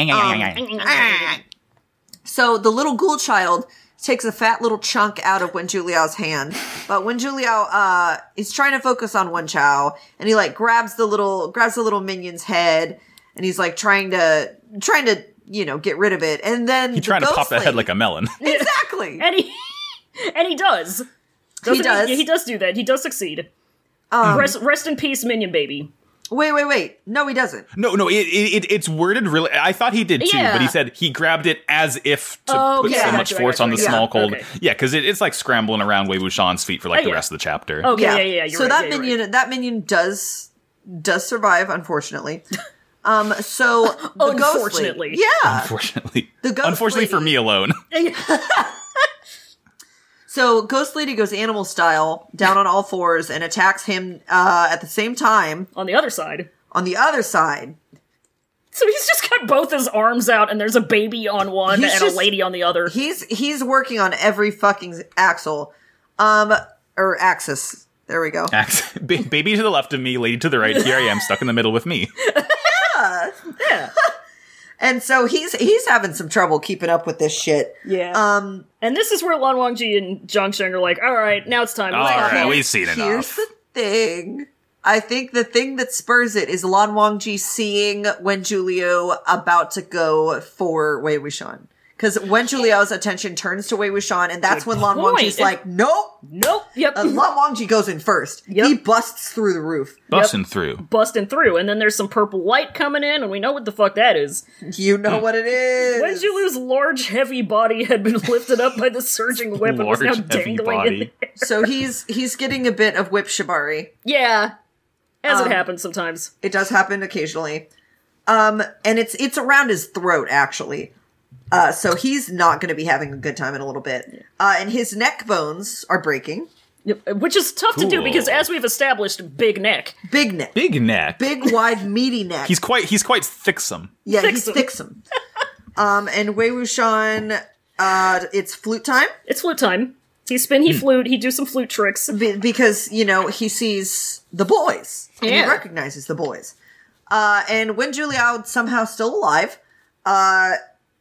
Speaker 2: So the little ghoul child takes a fat little chunk out of Wen Juliao's hand, but Wen Juliao uh is trying to focus on Wen Chao, and he like grabs the little grabs the little minion's head, and he's like trying to trying to you know get rid of it, and then
Speaker 3: You're trying to pop that head like a melon.
Speaker 2: exactly.
Speaker 1: And he and he does. Doesn't
Speaker 2: does. Um,
Speaker 1: He, does do that. He does succeed. rest, rest in peace, minion baby.
Speaker 2: wait, wait, wait. No, he doesn't.
Speaker 3: No, no, it, it, it it's worded really. I thought he did too,
Speaker 1: Yeah.
Speaker 3: but he said he grabbed it as if to
Speaker 1: Oh,
Speaker 3: put
Speaker 1: okay,
Speaker 3: so
Speaker 1: I got
Speaker 3: much
Speaker 1: you, I
Speaker 3: force
Speaker 1: got
Speaker 3: on the
Speaker 1: you, I got
Speaker 3: small
Speaker 1: you.
Speaker 3: cold.
Speaker 1: Okay.
Speaker 3: Yeah, because it, it's like scrambling around Wei Wuxian's feet for like
Speaker 1: Oh,
Speaker 3: the
Speaker 1: yeah.
Speaker 3: rest of the chapter.
Speaker 1: Okay, yeah, yeah, yeah. you're
Speaker 2: so
Speaker 1: right,
Speaker 2: that
Speaker 1: yeah, you're
Speaker 2: minion
Speaker 1: right.
Speaker 2: that minion does does survive, unfortunately. Um, so the ghost lady-
Speaker 1: Unfortunately.
Speaker 2: yeah,
Speaker 3: Unfortunately,
Speaker 2: The ghost
Speaker 3: unfortunately for
Speaker 2: lady.
Speaker 3: me alone.
Speaker 2: So Ghost Lady goes animal style down on all fours and attacks him uh, at the same time
Speaker 1: On the other side.
Speaker 2: on the other side.
Speaker 1: So he's just got both his arms out, and there's a baby on one
Speaker 2: He's
Speaker 1: and
Speaker 2: just-
Speaker 1: a lady on the other.
Speaker 2: He's he's working on every fucking axle, um, or axis. There we go.
Speaker 3: Ax- ba- baby to the left of me, lady to the right. Here I am, stuck in the middle with me.
Speaker 2: And so he's he's having some trouble keeping up with this shit.
Speaker 1: yeah.
Speaker 2: Um,
Speaker 1: and this is where Lan Wangji and Zhang Sheng are like, all right, now it's time.
Speaker 3: All
Speaker 1: Let's
Speaker 3: right,
Speaker 1: go."
Speaker 3: we've seen
Speaker 2: here's
Speaker 3: enough.
Speaker 2: the thing. I think the thing that spurs it is Lan Wangji seeing Wen Julio about to go for Wei Wuxian. Because Wen Julio's attention turns to Wei Wuxian, and that's when Lan
Speaker 1: point.
Speaker 2: Wangji's like, nope,
Speaker 1: Nope. Yep.
Speaker 2: Uh, Lan Wangji goes in first.
Speaker 1: Yep.
Speaker 2: He busts through the roof.
Speaker 3: Busting through.
Speaker 1: Busting through, and then there's some purple light coming in, and we know what the fuck that is.
Speaker 2: You know
Speaker 3: Mm.
Speaker 2: what it is.
Speaker 1: When Zhulu's large, heavy body had been lifted up by the surging whip and was now
Speaker 3: Large, heavy
Speaker 1: dangling in
Speaker 3: body.
Speaker 1: there.
Speaker 2: so he's he's getting a bit of whip shibari.
Speaker 1: Yeah. As
Speaker 2: Um,
Speaker 1: it happens sometimes.
Speaker 2: It does happen occasionally. Um, and it's it's around his throat actually. Uh, so he's not going to be having a good time in a little bit. Uh, and his neck bones are breaking.
Speaker 1: Yep, Which is tough to do
Speaker 3: Cool.
Speaker 1: because, as we've established, big neck.
Speaker 2: Big neck, big,
Speaker 3: Big neck.
Speaker 2: wide, meaty neck.
Speaker 3: He's quite he's quite thicksome.
Speaker 2: yeah,
Speaker 1: thick
Speaker 2: he's
Speaker 1: some.
Speaker 2: thicksome. um, and Wei Wuxian, uh, it's flute time
Speaker 1: It's flute time. He spin,
Speaker 3: Hmm.
Speaker 1: he flute, he do some flute tricks.
Speaker 2: be- because you know he sees the boys and he
Speaker 1: Yeah.
Speaker 2: recognizes the boys. Uh, and when Juliao somehow still alive, uh,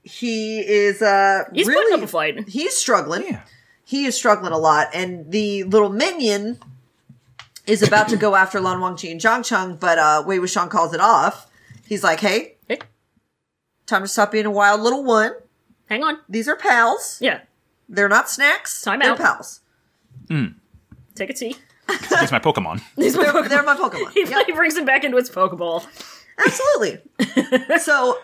Speaker 2: he is uh,
Speaker 1: He's
Speaker 2: really
Speaker 1: putting up a fight.
Speaker 2: he's struggling. He is struggling a lot, and the little minion is about to go after Lan Wangji and Zhang Cheng, but uh, Wei Wuxian calls it off. He's like, "Hey,
Speaker 1: Hey.
Speaker 2: time to stop being a wild little one.
Speaker 1: Hang on.
Speaker 2: These are pals.
Speaker 1: Yeah.
Speaker 2: They're not snacks.
Speaker 1: Time
Speaker 2: They're
Speaker 1: out.
Speaker 2: pals.
Speaker 1: Take a tea.
Speaker 3: He's my Pokemon.
Speaker 1: He's my Pokemon.
Speaker 2: They're my Pokemon.
Speaker 1: He,
Speaker 2: Yep.
Speaker 1: he brings him back into his Pokeball.
Speaker 2: Absolutely. so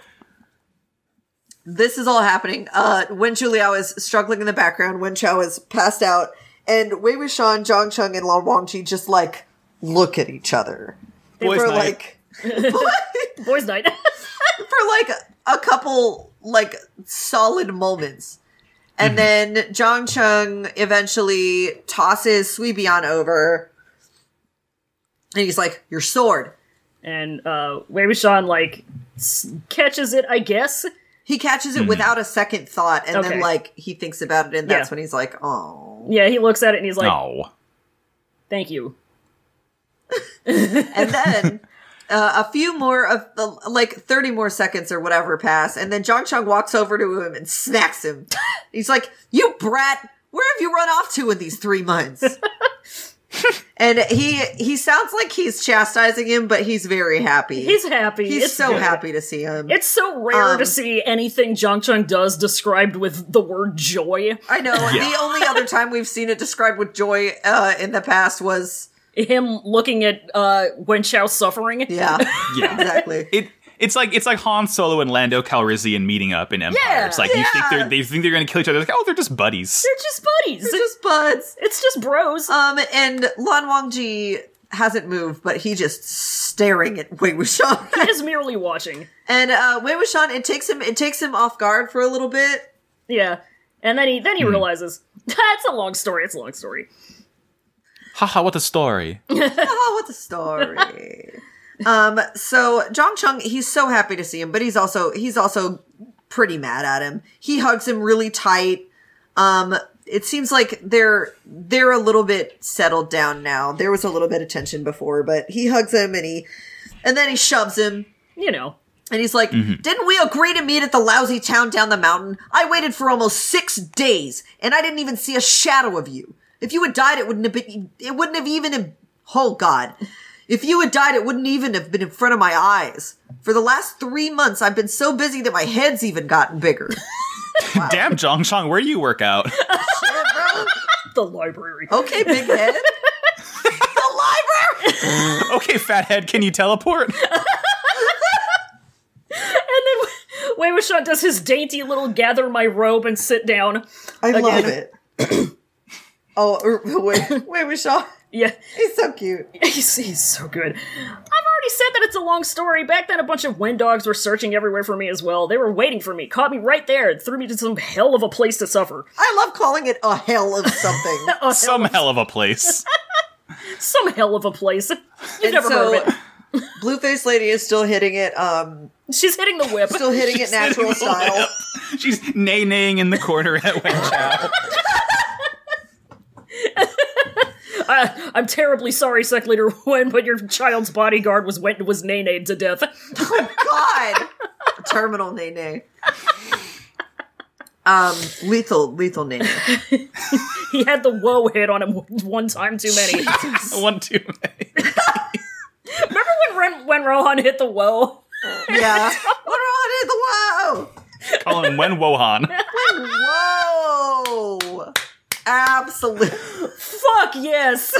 Speaker 2: this is all happening. Uh, when Juliao is struggling in the background, Wen Chao is passed out, and Wei Wuxian, Zhang Cheng, and Lan Wangji just like look at each other. They
Speaker 3: Boys
Speaker 2: were
Speaker 3: night.
Speaker 2: like
Speaker 1: Boys' night.
Speaker 2: for like a couple like solid moments. And then Zhang Cheng eventually tosses Sui Bian over. And he's like, Your sword.
Speaker 1: and uh, Wei Wuxian, like, s- catches it, I guess.
Speaker 2: He catches it without a second thought, and then
Speaker 1: Mm-hmm. Okay.
Speaker 2: like he thinks about it, and that's
Speaker 1: Yeah.
Speaker 2: when he's like, "Oh."
Speaker 1: Yeah, he looks at it and he's like,
Speaker 3: No.
Speaker 1: thank you.
Speaker 2: And then uh, a few more of the like thirty more seconds or whatever pass, and then Zhang Cheng walks over to him and smacks him. he's like, "You brat, where have you run off to in these three months?" and he he sounds like he's chastising him, but he's very happy.
Speaker 1: He's happy.
Speaker 2: He's
Speaker 1: It's
Speaker 2: so
Speaker 1: good.
Speaker 2: happy to see him.
Speaker 1: It's so rare
Speaker 2: Um,
Speaker 1: to see anything Zhang Cheng does described with the word joy.
Speaker 2: I know. The only other time we've seen it described with joy uh, in the past was
Speaker 1: Him looking at uh, Wen Chao suffering.
Speaker 2: yeah,
Speaker 3: Yeah.
Speaker 2: exactly.
Speaker 3: It it's like it's like Han Solo and Lando Calrissian meeting up in Empire.
Speaker 1: Yeah.
Speaker 3: it's like you think
Speaker 2: Yeah.
Speaker 3: they're they think they're gonna kill each other. It's like oh they're just buddies.
Speaker 1: They're just buddies.
Speaker 2: They're just buds.
Speaker 1: it's just bros.
Speaker 2: Um, and Lan Wangji hasn't moved, but he just staring at Wei Wuxian.
Speaker 1: he is merely watching.
Speaker 2: and uh, Wei Wuxian, it takes him, it takes him off guard for a little bit.
Speaker 1: Yeah. And then he then he realizes that's a long story. It's a long story.
Speaker 3: Haha, what a story.
Speaker 2: Oh, what a story! um, so Zhang Cheng, he's so happy to see him, but he's also he's also pretty mad at him. He hugs him really tight. Um, it seems like they're they're a little bit settled down now. There was a little bit of tension before, but he hugs him and he And then he shoves him.
Speaker 1: You know,
Speaker 2: And he's like, Didn't we agree to meet at the lousy town down the mountain? I waited for almost six days, and I didn't even see a shadow of you. If you had died, it wouldn't have been, it wouldn't have even, oh God. If you had died, it wouldn't even have been in front of my eyes. For the last three months, I've been so busy that my head's even gotten bigger.
Speaker 9: Damn, Zhongshang, where do you work out?
Speaker 1: the library.
Speaker 2: okay, big head.
Speaker 9: okay, fathead, can you teleport?
Speaker 1: And then Wei Wuxian does his dainty little gather my robe and sit down.
Speaker 2: I love it. oh, er, wait, wait, we saw.
Speaker 1: Yeah,
Speaker 2: He's so cute.
Speaker 1: he's, he's so good. I've already said that it's a long story. Back then, a bunch of wind dogs were searching everywhere for me as well. They were waiting for me, caught me right there, and threw me to some hell of a place to suffer.
Speaker 2: I love calling it a hell of something.
Speaker 1: A hell
Speaker 9: Some
Speaker 1: of,
Speaker 9: hell of a place.
Speaker 1: some hell of a place. You've
Speaker 2: And
Speaker 1: never
Speaker 2: so-
Speaker 1: heard of
Speaker 2: Blueface Lady is still hitting it. Um,
Speaker 1: it. She's hitting the whip.
Speaker 2: still hitting it natural style.
Speaker 9: She's nay naying in the corner at Wen Chao.
Speaker 1: I'm terribly sorry, Sec Leader Wen, but your child's bodyguard was went was nay to death.
Speaker 2: God, terminal nay nay. Um, lethal, lethal nay nay.
Speaker 1: He had the whoa hit on him one time too many.
Speaker 9: One, two, nay.
Speaker 1: Remember when Ren, when Rohan hit the whoa?
Speaker 2: Yeah. what are on in the
Speaker 9: Call him Wen Wohan.
Speaker 2: whoa? Whoa. Absolutely.
Speaker 1: Fuck yes.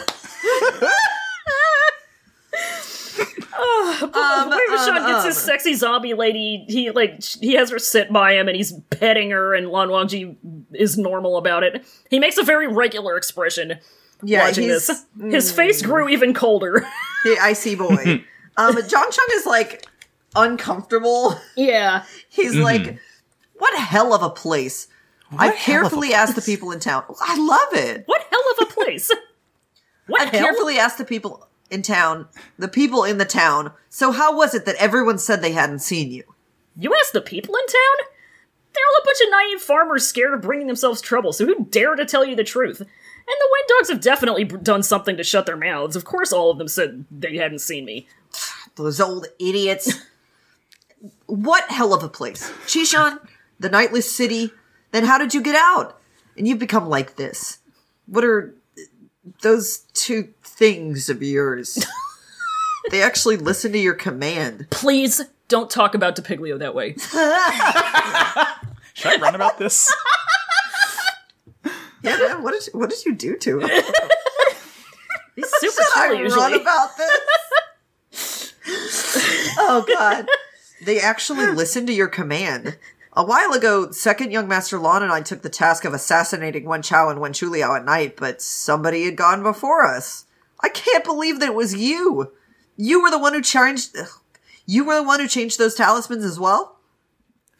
Speaker 1: oh,
Speaker 2: Um,
Speaker 1: Wait, Rashawn
Speaker 2: um,
Speaker 1: gets
Speaker 2: um.
Speaker 1: his sexy zombie lady. He like sh- he has her sit by him and he's petting her, and Lan Wangji is normal about it. He makes a very regular expression
Speaker 2: Yeah,
Speaker 1: watching
Speaker 2: he's mm.
Speaker 1: this. His face grew even colder.
Speaker 2: the icy boy. um, Jong Chung is like uncomfortable.
Speaker 1: yeah,
Speaker 2: He's like, what a hell of a place. I carefully asked the people in town. I love it.
Speaker 1: what hell of a place. What
Speaker 2: I
Speaker 1: hell?
Speaker 2: carefully asked the people in town, the people in the town, so how was it that everyone said they hadn't seen you?
Speaker 1: You ask the people in town? They're all a bunch of naive farmers scared of bringing themselves trouble, so who dare to tell you the truth? And the wind dogs have definitely b- done something to shut their mouths. Of course, all of them said they hadn't seen me.
Speaker 2: Those old idiots. what hell of a place. Chishan, the nightless city. Then how did you get out? And you've become like this. What are those two things of yours? they actually listen to your command.
Speaker 1: Please don't talk about DiPiglio that way.
Speaker 9: Should I run about this?
Speaker 2: Yeah, man, what did you, what did you do to him?
Speaker 1: He's super
Speaker 2: I
Speaker 1: chill
Speaker 2: run
Speaker 1: usually.
Speaker 2: about this. oh God, they actually listened to your command. A while ago, Second Young Master Lon and I took the task of assassinating Wen Chao and Wen Chuliao at night, but somebody had gone before us. I can't believe that it was you. You were the one who changed. ugh. You were the one who changed those talismans as well.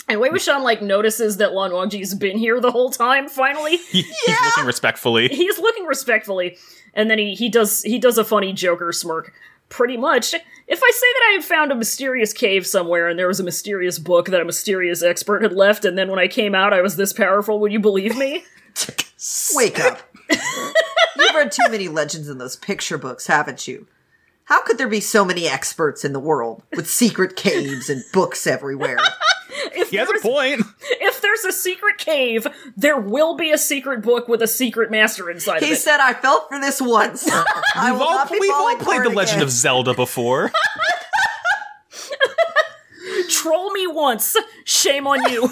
Speaker 1: And Wei Wuxian, like, notices that Lan Wangji's been here the whole time, finally.
Speaker 9: He- He's looking respectfully.
Speaker 1: he's looking respectfully, and then he, he does he does a funny Joker smirk. Pretty much, if I say that I had found a mysterious cave somewhere and there was a mysterious book that a mysterious expert had left, and then when I came out I was this powerful, would you believe me?
Speaker 2: Wake up. You've read too many legends in those picture books, haven't you? How could there be so many experts in the world with secret caves and books everywhere?
Speaker 1: If
Speaker 9: He has a
Speaker 1: there's,
Speaker 9: point.
Speaker 1: if there's a secret cave, there will be a secret book with a secret master inside
Speaker 2: He
Speaker 1: of it.
Speaker 2: said, I felt for this once. I will
Speaker 9: We've all,
Speaker 2: not be
Speaker 9: we've all
Speaker 2: falling
Speaker 9: played
Speaker 2: for
Speaker 9: The
Speaker 2: it
Speaker 9: Legend
Speaker 2: again.
Speaker 9: of Zelda before.
Speaker 1: Troll me once, shame on you.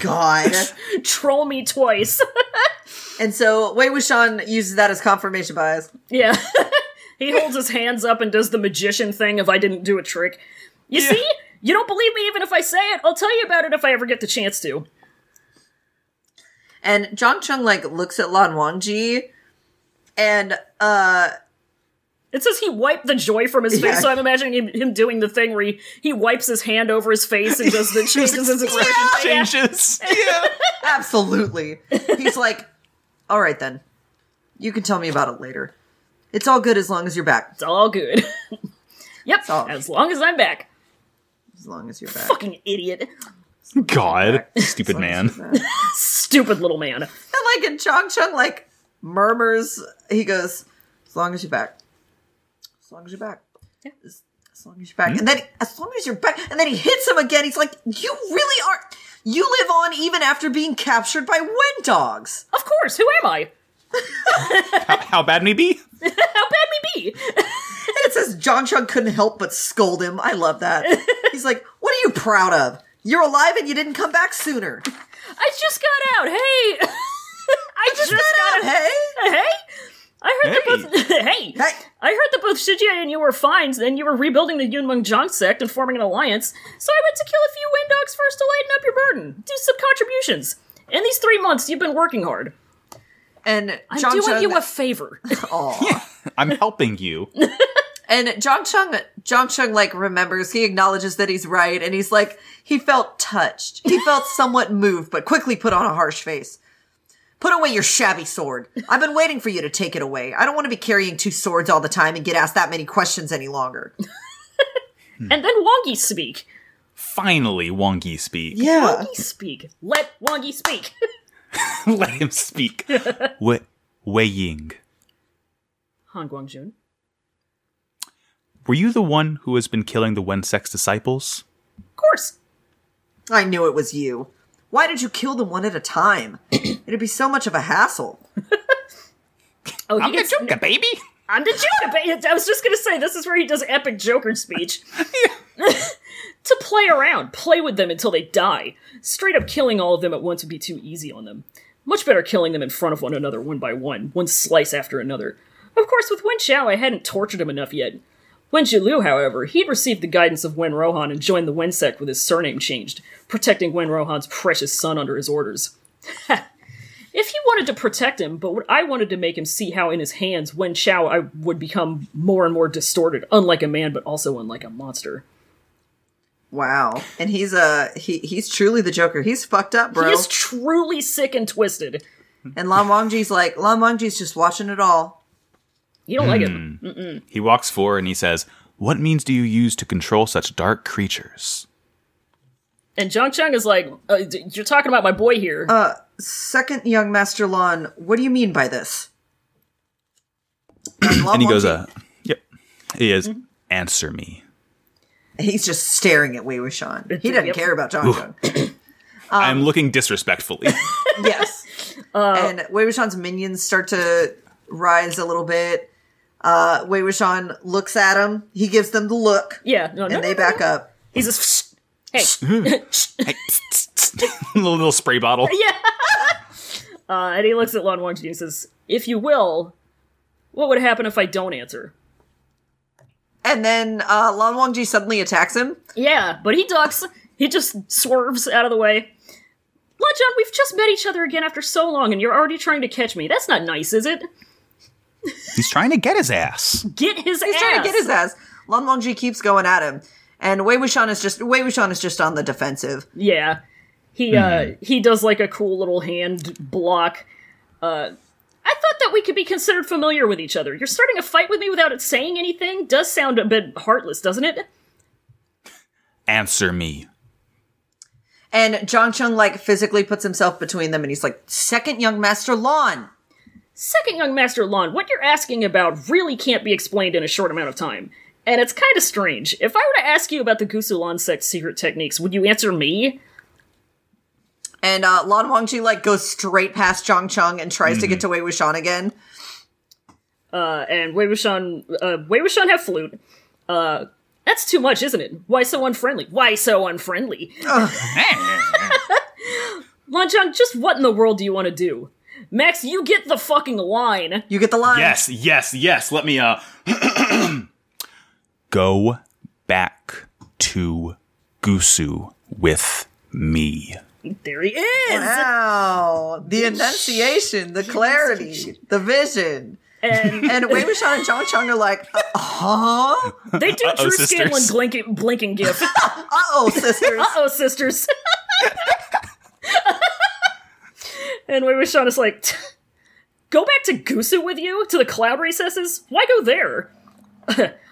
Speaker 2: God.
Speaker 1: Troll me twice.
Speaker 2: And so Wei Wuxian uses that as confirmation bias.
Speaker 1: Yeah. he holds his hands up and does the magician thing of I didn't do a trick. You see? You don't believe me even if I say it. I'll tell you about it if I ever get the chance to.
Speaker 2: And Zhang Chung like looks at Lan Wangji and uh
Speaker 1: It says he wiped the joy from his
Speaker 2: Yeah.
Speaker 1: face, so I'm imagining him, him doing the thing where he, he wipes his hand over his face and does the changes his expression. Yeah.
Speaker 9: Changes. Yeah.
Speaker 2: absolutely. He's like, All right then. You can tell me about it later. It's all good as long as you're back.
Speaker 1: It's all good. yep,
Speaker 2: all-
Speaker 1: as long as I'm back.
Speaker 2: As long as you're back.
Speaker 1: Fucking idiot.
Speaker 9: God. Stupid man.
Speaker 1: Stupid little man.
Speaker 2: And like and Chong Chung like murmurs he goes, As long as you're back. As long as you're back. As, As long as you're back. And then as long as you're back. And then he hits him again. He's like, you really are. You live on even after being captured by wind dogs.
Speaker 1: Of course, who am I?
Speaker 3: How, how bad me be?
Speaker 1: How bad me be?
Speaker 2: It says John Chung couldn't help but scold him. I love that. He's like, what are you proud of? You're alive and you didn't come back sooner.
Speaker 1: I just got out. Hey, I just, got, out.
Speaker 2: Hey?
Speaker 1: Hey, I heard
Speaker 3: Hey.
Speaker 1: that both. hey,
Speaker 2: Hey.
Speaker 1: I heard that both Shiji and you were fine, and you were rebuilding the Yunmeng Jong sect and forming an alliance. So I went to kill a few wind dogs first to lighten up your burden, do some contributions. In these three months, you've been working hard.
Speaker 2: And
Speaker 1: I'm
Speaker 2: John
Speaker 1: doing
Speaker 2: Chung,
Speaker 1: you a favor.
Speaker 2: Aw.
Speaker 3: I'm helping you.
Speaker 2: And John Chung, John Chung, like remembers. He acknowledges that he's right, and he's like, he felt touched. He felt somewhat moved, but quickly put on a harsh face. Put away your shabby sword. I've been waiting for you to take it away. I don't want to be carrying two swords all the time and get asked that many questions any longer.
Speaker 1: and then Wongi speak.
Speaker 3: Finally, Wongi speak.
Speaker 2: Yeah.
Speaker 1: Wongi speak. Let Wongi speak.
Speaker 3: Let him speak. Wei Wei Ying,
Speaker 1: Han Guangjun.
Speaker 3: were you the one who has been killing the Wen Sex disciples?
Speaker 1: Of course.
Speaker 2: I knew it was you. Why did you kill them one at a time? It'd be so much of a hassle.
Speaker 1: Oh, he
Speaker 10: I'm the
Speaker 1: gets-
Speaker 10: Junka, baby.
Speaker 1: I'm the Joker. But I was just gonna say this is where he does epic Joker speech. to play around, play with them until they die. Straight up killing all of them at once would be too easy on them. Much better killing them in front of one another, one by one, one slice after another. Of course, with Wen Xiao, I hadn't tortured him enough yet. Wen Jilu, however, he'd received the guidance of Wen Rohan and joined the Wen sect with his surname changed, protecting Wen Rohan's precious son under his orders. If he wanted to protect him, but what I wanted to make him see how in his hands Wen Chao I would become more and more distorted, unlike a man, but also unlike a monster.
Speaker 2: Wow. And he's uh he he's truly the Joker. He's fucked up, bro.
Speaker 1: He is truly sick and twisted.
Speaker 2: and Lan Wangji's like Lan Wangji's just watching it all.
Speaker 1: You don't like it.
Speaker 3: He walks forward and he says, "What means do you use to control such dark creatures?"
Speaker 1: And Zhang Cheng is like, uh, d- you're talking about my boy here.
Speaker 2: Uh, Second young Master Lan, what do you mean by this? And, Lan
Speaker 3: and he goes,
Speaker 2: Wangji-
Speaker 3: "Uh, yep." He is, "Answer me."
Speaker 2: he's just staring at Wei Wuxian. He doesn't
Speaker 1: Yep.
Speaker 2: care about Zhang Zhang.
Speaker 3: I'm looking disrespectfully.
Speaker 2: yes. and Wei Wuxian's minions start to rise a little bit. Uh, Wei Wuxian looks at him. He gives them the look,
Speaker 1: yeah, no, no,
Speaker 2: and
Speaker 1: no,
Speaker 2: they
Speaker 1: no,
Speaker 2: back up.
Speaker 1: He's just, hey,
Speaker 3: little, little spray bottle.
Speaker 1: uh, and he looks at Lan Wangji and says, if you will, what would happen if I don't answer?
Speaker 2: And then uh, Lan Wangji suddenly attacks him.
Speaker 1: Yeah, but he ducks. He just swerves out of the way. John, we've just met each other again after so long, and you're already trying to catch me. That's not nice, is it?
Speaker 3: He's trying to get his ass.
Speaker 1: Get his
Speaker 2: He's
Speaker 1: ass.
Speaker 2: trying to get his ass. Lan Wangji keeps going at him, and Wei Wuxian is just Wei Wuxian is just on the defensive.
Speaker 1: Yeah, he uh he does like a cool little hand block. Uh, I thought that we could be considered familiar with each other. You're starting a fight with me without it saying anything. Does sound a bit heartless, doesn't it?
Speaker 3: Answer me.
Speaker 2: And John Chung like physically puts himself between them, and he's like, "Second young master Lan."
Speaker 1: Second young master Lon, what you're asking about really can't be explained in a short amount of time. And it's kind of strange. If I were to ask you about the Gusulan sect secret techniques, would you answer me?
Speaker 2: And uh, Lan Wangji like goes straight past Zhang Chung and tries to get to Wei Wuxian again.
Speaker 1: Uh, and Wei Wuxian, uh, Wei Wuxian have flute. Uh, that's too much, isn't it? Why so unfriendly? Why so unfriendly? Lanchang, just what in the world do you want to do? Max, you get the fucking line.
Speaker 2: You get the line.
Speaker 3: Yes, yes, yes. Let me uh go back to Gusu with me.
Speaker 1: There he is.
Speaker 2: Wow. The enunciation, the clarity, the vision.
Speaker 1: And
Speaker 2: And Wei Wuxian and Zhang Chong are like, uh huh?
Speaker 1: they do Drew
Speaker 3: sisters.
Speaker 1: Scanlon blinking, blinking gif.
Speaker 2: Uh oh, sisters.
Speaker 1: uh-oh, sisters. and Wei Wuxian is like, "Tch, go back to Gusu with you? To the cloud recesses? Why go there?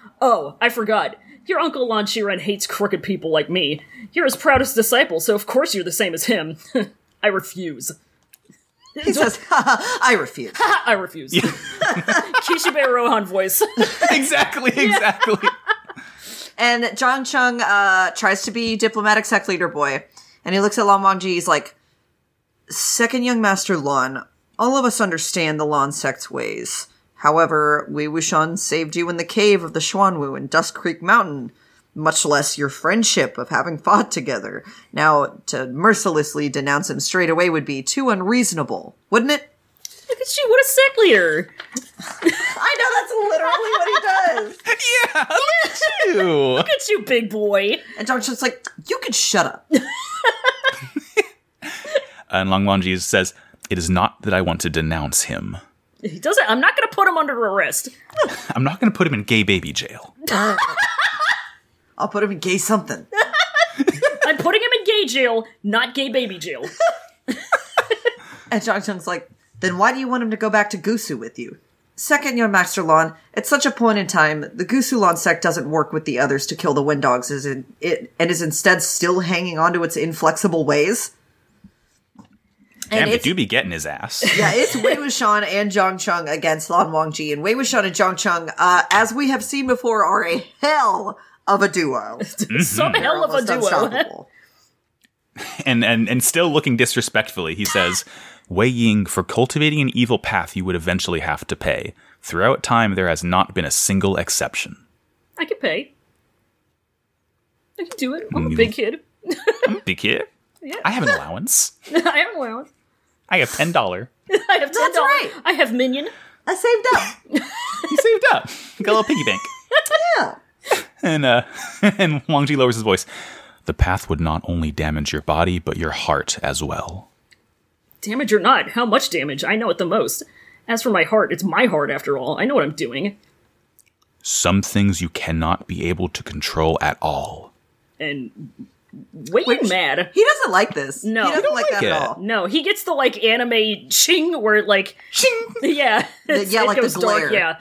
Speaker 1: oh, I forgot. Your uncle Lan Shiren hates crooked people like me. You're his proudest disciple, so of course you're the same as him. I refuse.
Speaker 2: He says, "Ha, ha, I refuse.
Speaker 1: I refuse. Kishibe Rohan voice.
Speaker 3: exactly, exactly.
Speaker 2: And John Chung uh, tries to be diplomatic sect leader boy, and he looks at Lan Wangji. He's like, Second Young Master Lan, all of us understand the Lan sect's ways. However, Wei Wuxian saved you in the cave of the Xuanwu in Dust Creek Mountain, much less your friendship of having fought together. Now, to mercilessly denounce him straight away would be too unreasonable, wouldn't it?
Speaker 1: Look at you, what a sect leader!
Speaker 2: I know that's literally what he does.
Speaker 3: Yeah, look at you.
Speaker 1: Look at you, big boy!
Speaker 2: And John Chun's like, you can shut up.
Speaker 3: And Lang Wangji says, It is not that I want to denounce him.
Speaker 1: He doesn't. I'm not gonna put him under arrest.
Speaker 3: I'm not going to put him in gay baby jail.
Speaker 2: I'll put him in gay something.
Speaker 1: I'm putting him in gay jail, not gay baby jail.
Speaker 2: And John Chung's like, then why do you want him to go back to Gusu with you? Second, your Master Lon, at such a point in time, the Gusu Lon sect doesn't work with the others to kill the Wind Dogs is in, it, and is instead still hanging on to its inflexible ways.
Speaker 3: Damn, they
Speaker 2: it's-
Speaker 3: do be getting his ass.
Speaker 2: Yeah, it's Wei Wuxian and Zhang Chung against Lan Wangji, and Wei Wuxian and Zhang Chung, uh, as we have seen before, are a hell of a duo.
Speaker 1: Some hell of a
Speaker 2: Almost
Speaker 1: duo.
Speaker 2: unstoppable.
Speaker 3: and, and, and still looking disrespectfully, he says, Wei Ying, for cultivating an evil path you would eventually have to pay. Throughout time, there has not been a single exception.
Speaker 1: I can pay. I can do it. I'm a big kid.
Speaker 3: Big kid? I have an allowance.
Speaker 1: I am allowed.
Speaker 3: I have $10.
Speaker 1: I have ten dollars.
Speaker 2: right.
Speaker 1: I have minion.
Speaker 2: I saved up.
Speaker 3: He saved up. Got a little piggy bank.
Speaker 2: Yeah.
Speaker 3: And uh, and Wang Ji lowers his voice. The path would not only damage your body, but your heart as well.
Speaker 1: Damage or not, how much damage? I know it the most. As for my heart, it's my heart after all. I know what I'm doing.
Speaker 3: Some things you cannot be able to control at all.
Speaker 1: And way you mad.
Speaker 2: He doesn't like this.
Speaker 1: No.
Speaker 2: he
Speaker 1: He
Speaker 2: doesn't
Speaker 1: don't
Speaker 2: like that
Speaker 3: like
Speaker 2: at
Speaker 3: it.
Speaker 2: all.
Speaker 1: No, he gets the like anime ching where like ching. Yeah, it's-
Speaker 2: yeah,
Speaker 1: it
Speaker 2: like the
Speaker 1: goes dark.
Speaker 2: glare.
Speaker 1: Yeah,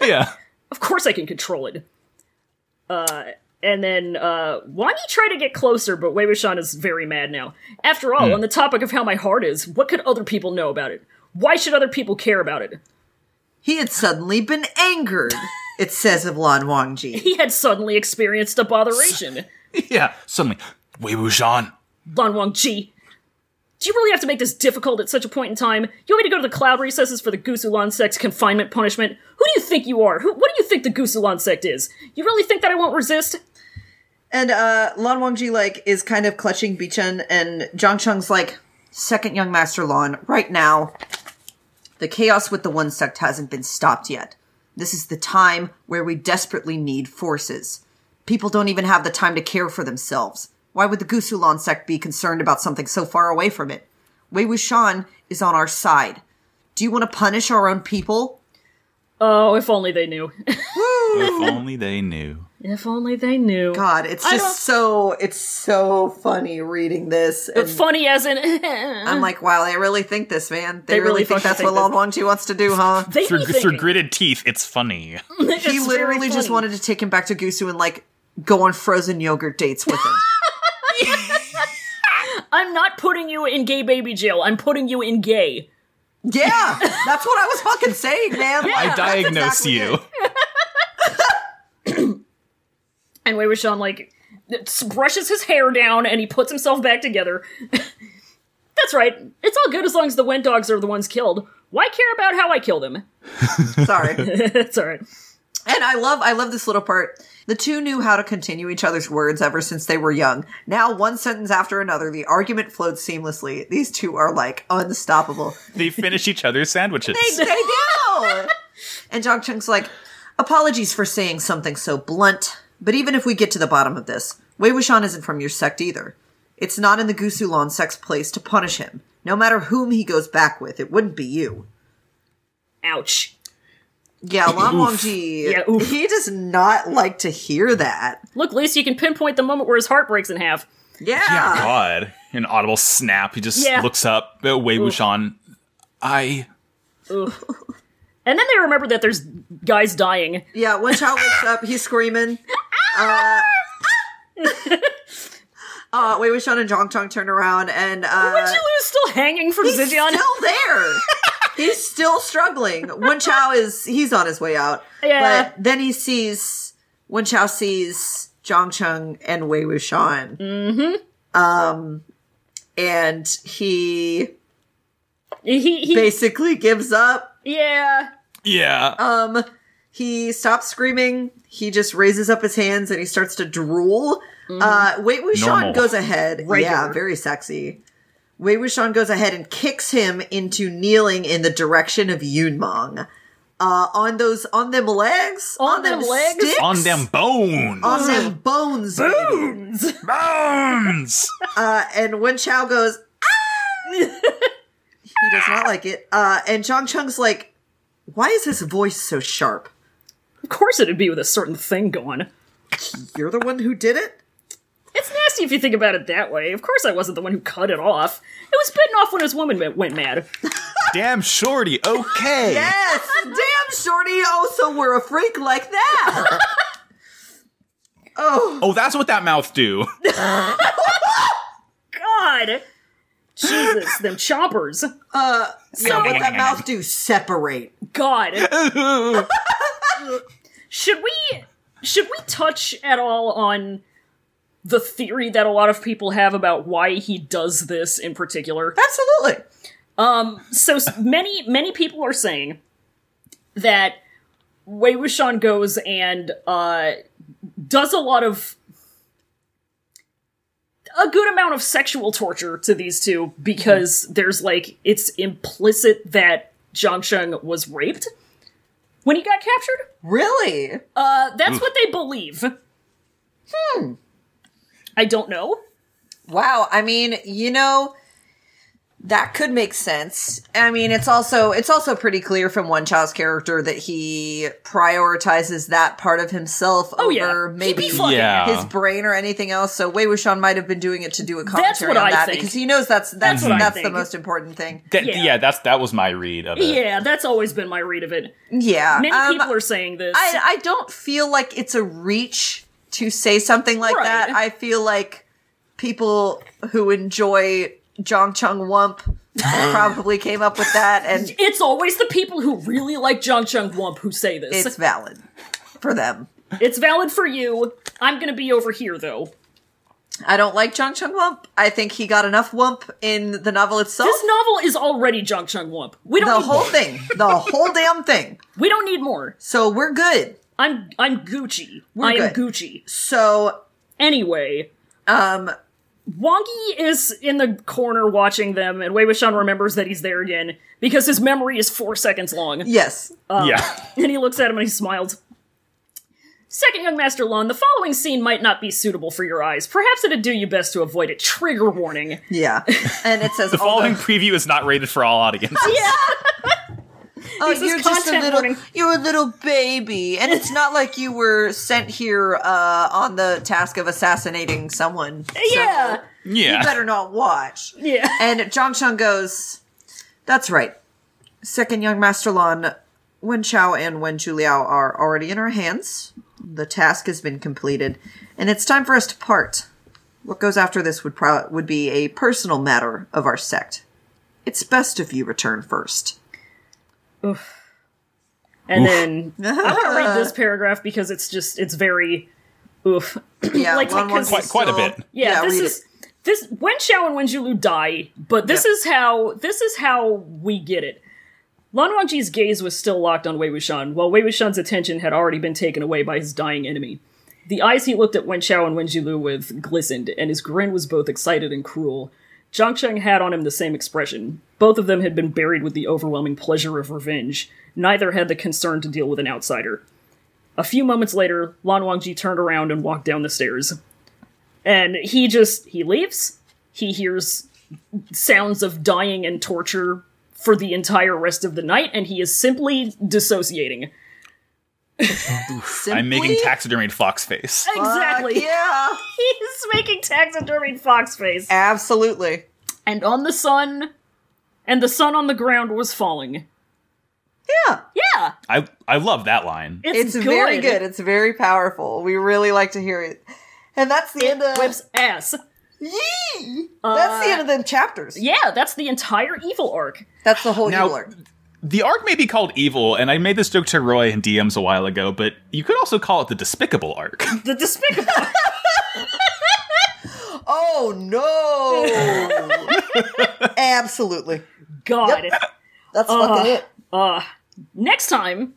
Speaker 3: Yeah.
Speaker 1: of course I can control it. Uh, and then uh, Wani tried to get closer, but Wei Wuxian is very mad now. After all, on the topic of how my heart is, what could other people know about it? Why should other people care about it?
Speaker 2: He had suddenly been angered, it says of Lan Wangji.
Speaker 1: He had suddenly experienced a botheration.
Speaker 3: Yeah. Suddenly, Wei Wuxian.
Speaker 1: Lan Wang Ji. Do you really have to make this difficult at such a point in time? You want me to go to the cloud recesses for the Gusulan sect's confinement punishment? Who do you think you are? Who, what do you think the Gusulan sect is? You really think that I won't resist?
Speaker 2: And uh, Lan Wangji, like, is kind of clutching Bichun, and Zhang Cheng's like, Second Young Master Lan, right now, the chaos with the One Sect hasn't been stopped yet. This is the time where we desperately need forces. People don't even have the time to care for themselves. Why would the Gusulan sect be concerned about something so far away from it? Wei Wuxian is on our side. Do you want to punish our own people?
Speaker 1: Oh, if only they knew.
Speaker 3: if only they knew.
Speaker 1: if only they knew.
Speaker 2: God, it's just so it's so funny reading this. And
Speaker 1: Funny as in.
Speaker 2: I'm like, wow, they really think this, man. They,
Speaker 1: They
Speaker 2: really,
Speaker 1: really
Speaker 2: think
Speaker 1: fucking
Speaker 2: that's
Speaker 1: think
Speaker 2: what Lon Wang Chi wants to do, huh?
Speaker 1: they be
Speaker 3: Through, through
Speaker 1: thinking.
Speaker 3: gritted teeth, it's funny.
Speaker 1: It's
Speaker 2: he literally
Speaker 1: very
Speaker 2: just
Speaker 1: funny.
Speaker 2: wanted to take him back to Gusu and like go on frozen yogurt dates with him.
Speaker 1: I'm not putting you in gay baby jail. I'm putting you in gay.
Speaker 2: yeah, that's what I was fucking saying, man.
Speaker 3: I diagnose
Speaker 2: exactly
Speaker 3: you.
Speaker 2: it.
Speaker 1: And Wei Wuxian, like, s- brushes his hair down and he puts himself back together. That's right. It's all good as long as the Wen dogs are the ones killed. Why care about how I kill them?
Speaker 2: Sorry.
Speaker 1: That's all right.
Speaker 2: And I love I love this little part. The two knew how to continue each other's words ever since they were young. Now one sentence after another, the argument flowed seamlessly. These two are like unstoppable.
Speaker 3: they finish each other's sandwiches.
Speaker 2: they do. and Jong Chung's like, apologies for saying something so blunt, but even if we get to the bottom of this, Wei Wuxian isn't from your sect either. It's not in the Gusulan sect's place to punish him. No matter whom he goes back with, it wouldn't be you.
Speaker 1: Ouch.
Speaker 2: Yeah, Lan Wangji,
Speaker 1: Yeah, oof.
Speaker 2: he does not like to hear that.
Speaker 1: Look, at least you can pinpoint the moment where his heart breaks in half.
Speaker 2: Yeah.
Speaker 3: Yeah, God. An audible snap. He just
Speaker 1: Yeah.
Speaker 3: looks up at Wei Wuxian. I.
Speaker 1: And then they remember that there's guys dying.
Speaker 2: Yeah, when Chow wakes up, he's screaming. Uh, uh, Wei Wuxian and Zhang Chong turn around and uh,
Speaker 1: Jilu is still hanging from
Speaker 2: He's
Speaker 1: Zijian.
Speaker 2: still there. he's still struggling. Wen Chao is he's on his way out.
Speaker 1: Yeah.
Speaker 2: But then he sees Wen Chao sees Zhang Cheng and Wei Wuxian. Mm-hmm. Um, and he
Speaker 1: He, he,
Speaker 2: basically gives up.
Speaker 1: yeah.
Speaker 3: Yeah.
Speaker 2: Um, he stops screaming. He just raises up his hands and he starts to drool. Uh, Wei Wuxian
Speaker 3: Normal.
Speaker 2: goes ahead. Yeah,
Speaker 1: Mm-hmm. Regular.
Speaker 2: very sexy. Wei Wuxian goes ahead and kicks him into kneeling in the direction of Yunmong. Uh, on those, on them legs,
Speaker 1: On them legs?
Speaker 2: sticks?
Speaker 3: on them bones.
Speaker 2: on them bones, baby.
Speaker 3: bones.
Speaker 2: Uh, and when Chow goes, ah! he does not like it. Uh, and Chong Chung's like, why is his voice so sharp?
Speaker 1: Of course it'd be with a certain thing going.
Speaker 2: You're the one who did it?
Speaker 1: It's nasty if you think about it that way. Of course I wasn't the one who cut it off. It was bitten off when his woman ma- went mad.
Speaker 3: Damn shorty. Okay.
Speaker 2: Yes! Damn, Shorty also were a freak like that! oh,
Speaker 3: Oh, that's what that mouth do.
Speaker 1: God! Jesus, them choppers.
Speaker 2: so what that mouth do? Separate.
Speaker 1: God. should we should we touch at all on the theory that a lot of people have about why he does this in particular?
Speaker 2: Absolutely.
Speaker 1: so s- many many people are saying that Wei Wuxian goes and uh, does a lot of a good amount of sexual torture to these two because there's like it's implicit that Zhang Sheng was raped when he got captured.
Speaker 2: Really?
Speaker 1: Uh, that's what they believe. Hmm. I don't know.
Speaker 2: Wow. I mean, you know, that could make sense. I mean, it's also it's also pretty clear from One Child's character that he prioritizes that part of himself
Speaker 1: Oh, yeah.
Speaker 2: over
Speaker 1: He'd
Speaker 2: maybe
Speaker 1: be fucking-
Speaker 3: Yeah.
Speaker 2: his brain or anything else. So Wei Wuxian might have been doing it to do a commentary
Speaker 1: what
Speaker 2: on
Speaker 1: I
Speaker 2: that
Speaker 1: think.
Speaker 2: because he knows that's that's that's,
Speaker 1: what I
Speaker 2: the
Speaker 1: think.
Speaker 2: most important thing.
Speaker 3: That-
Speaker 1: Yeah.
Speaker 3: yeah. that's that was my read of it.
Speaker 1: Yeah, that's always been my read of it.
Speaker 2: Yeah.
Speaker 1: Many
Speaker 2: Um,
Speaker 1: people are saying this.
Speaker 2: I, I don't feel like it's a reach to say something like
Speaker 1: Right.
Speaker 2: that. I feel like people who enjoy Jong Chung Wump probably came up with that, and
Speaker 1: It's always the people who really like Jung Chung Wump who say this.
Speaker 2: it's
Speaker 1: It's,
Speaker 2: valid for them.
Speaker 1: valid for you. I'm gonna be over here though.
Speaker 2: I don't like Jong Chung Wump. I think he got enough Wump in the novel itself.
Speaker 1: This novel is already Jung Chung Wump. We don't
Speaker 2: the
Speaker 1: need
Speaker 2: whole
Speaker 1: more.
Speaker 2: thing, the whole damn thing.
Speaker 1: We don't need more.
Speaker 2: So we're good.
Speaker 1: I'm I'm Gucci. I am
Speaker 2: good.
Speaker 1: Gucci.
Speaker 2: So
Speaker 1: Anyway,
Speaker 2: um,
Speaker 1: Wongi is in the corner watching them, and Wei Wuxian remembers that he's there again because his memory is four seconds long.
Speaker 2: yes,
Speaker 3: Yeah.
Speaker 1: And he looks at him and he smiled. Second young master Lon, the following scene might not be suitable for your eyes. Perhaps it'd do you best to avoid it. Trigger warning.
Speaker 2: yeah, and it says
Speaker 3: The
Speaker 2: all
Speaker 3: following preview is not rated for all audiences.
Speaker 2: Oh,
Speaker 1: This is
Speaker 2: you're just a
Speaker 1: content
Speaker 2: little,
Speaker 1: warning.
Speaker 2: you're a little baby, and it's not like you were sent here uh, on the task of assassinating someone. So
Speaker 1: Yeah.
Speaker 3: Yeah.
Speaker 2: you better not watch.
Speaker 1: Yeah.
Speaker 2: And Jong Chung goes, "That's right, second young master Lon, Wen Chao and Wen Juliao are already in our hands. The task has been completed, and it's time for us to part. What goes after this would pro- would be a personal matter of our sect. It's best if you return first.
Speaker 1: And then I want to read this paragraph because it's just it's very oof.
Speaker 2: Yeah,
Speaker 1: Like,
Speaker 2: Lon
Speaker 1: because-
Speaker 2: wants to
Speaker 3: Quite- quite a
Speaker 2: still-
Speaker 3: bit.
Speaker 1: Yeah, this
Speaker 2: read
Speaker 1: is
Speaker 2: it.
Speaker 1: this Wen Xiao and Wen Zhilu die, but this is how this is how we get it. Lan Wangji's gaze was still locked on Wei Wuxian, while Wei Wuxian's attention had already been taken away by his dying enemy. The eyes he looked at Wen Xiao and Wen Zhilu with glistened, and his grin was both excited and cruel. Zhang Cheng had on him the same expression. Both of them had been buried with the overwhelming pleasure of revenge. Neither had the concern to deal with an outsider. A few moments later, Lan Wangji turned around and walked down the stairs. And he just he leaves. He hears sounds of dying and torture for the entire rest of the night, and he is simply dissociating.
Speaker 3: I'm making
Speaker 2: Simply-
Speaker 3: taxidermied fox face.
Speaker 1: Exactly.
Speaker 2: Fuck yeah.
Speaker 1: He's making taxidermied fox face.
Speaker 2: Absolutely.
Speaker 1: And on the sun and the sun on the ground was falling.
Speaker 2: Yeah.
Speaker 1: Yeah.
Speaker 3: I I love that line.
Speaker 1: It's,
Speaker 2: It's, very good. It's very powerful. We really like to hear it. Uh, And that's the end of
Speaker 1: Whips ass.
Speaker 2: Yee! That's the end of the chapters.
Speaker 1: Yeah, that's the entire evil arc.
Speaker 2: That's the whole
Speaker 3: Now-
Speaker 2: evil arc.
Speaker 3: the arc may be called evil, and I made this joke to Roy in DMs a while ago, but you could also call it the despicable arc.
Speaker 1: The despicable.
Speaker 2: Oh no! Absolutely.
Speaker 1: God.
Speaker 2: That's fucking it.
Speaker 1: Next time,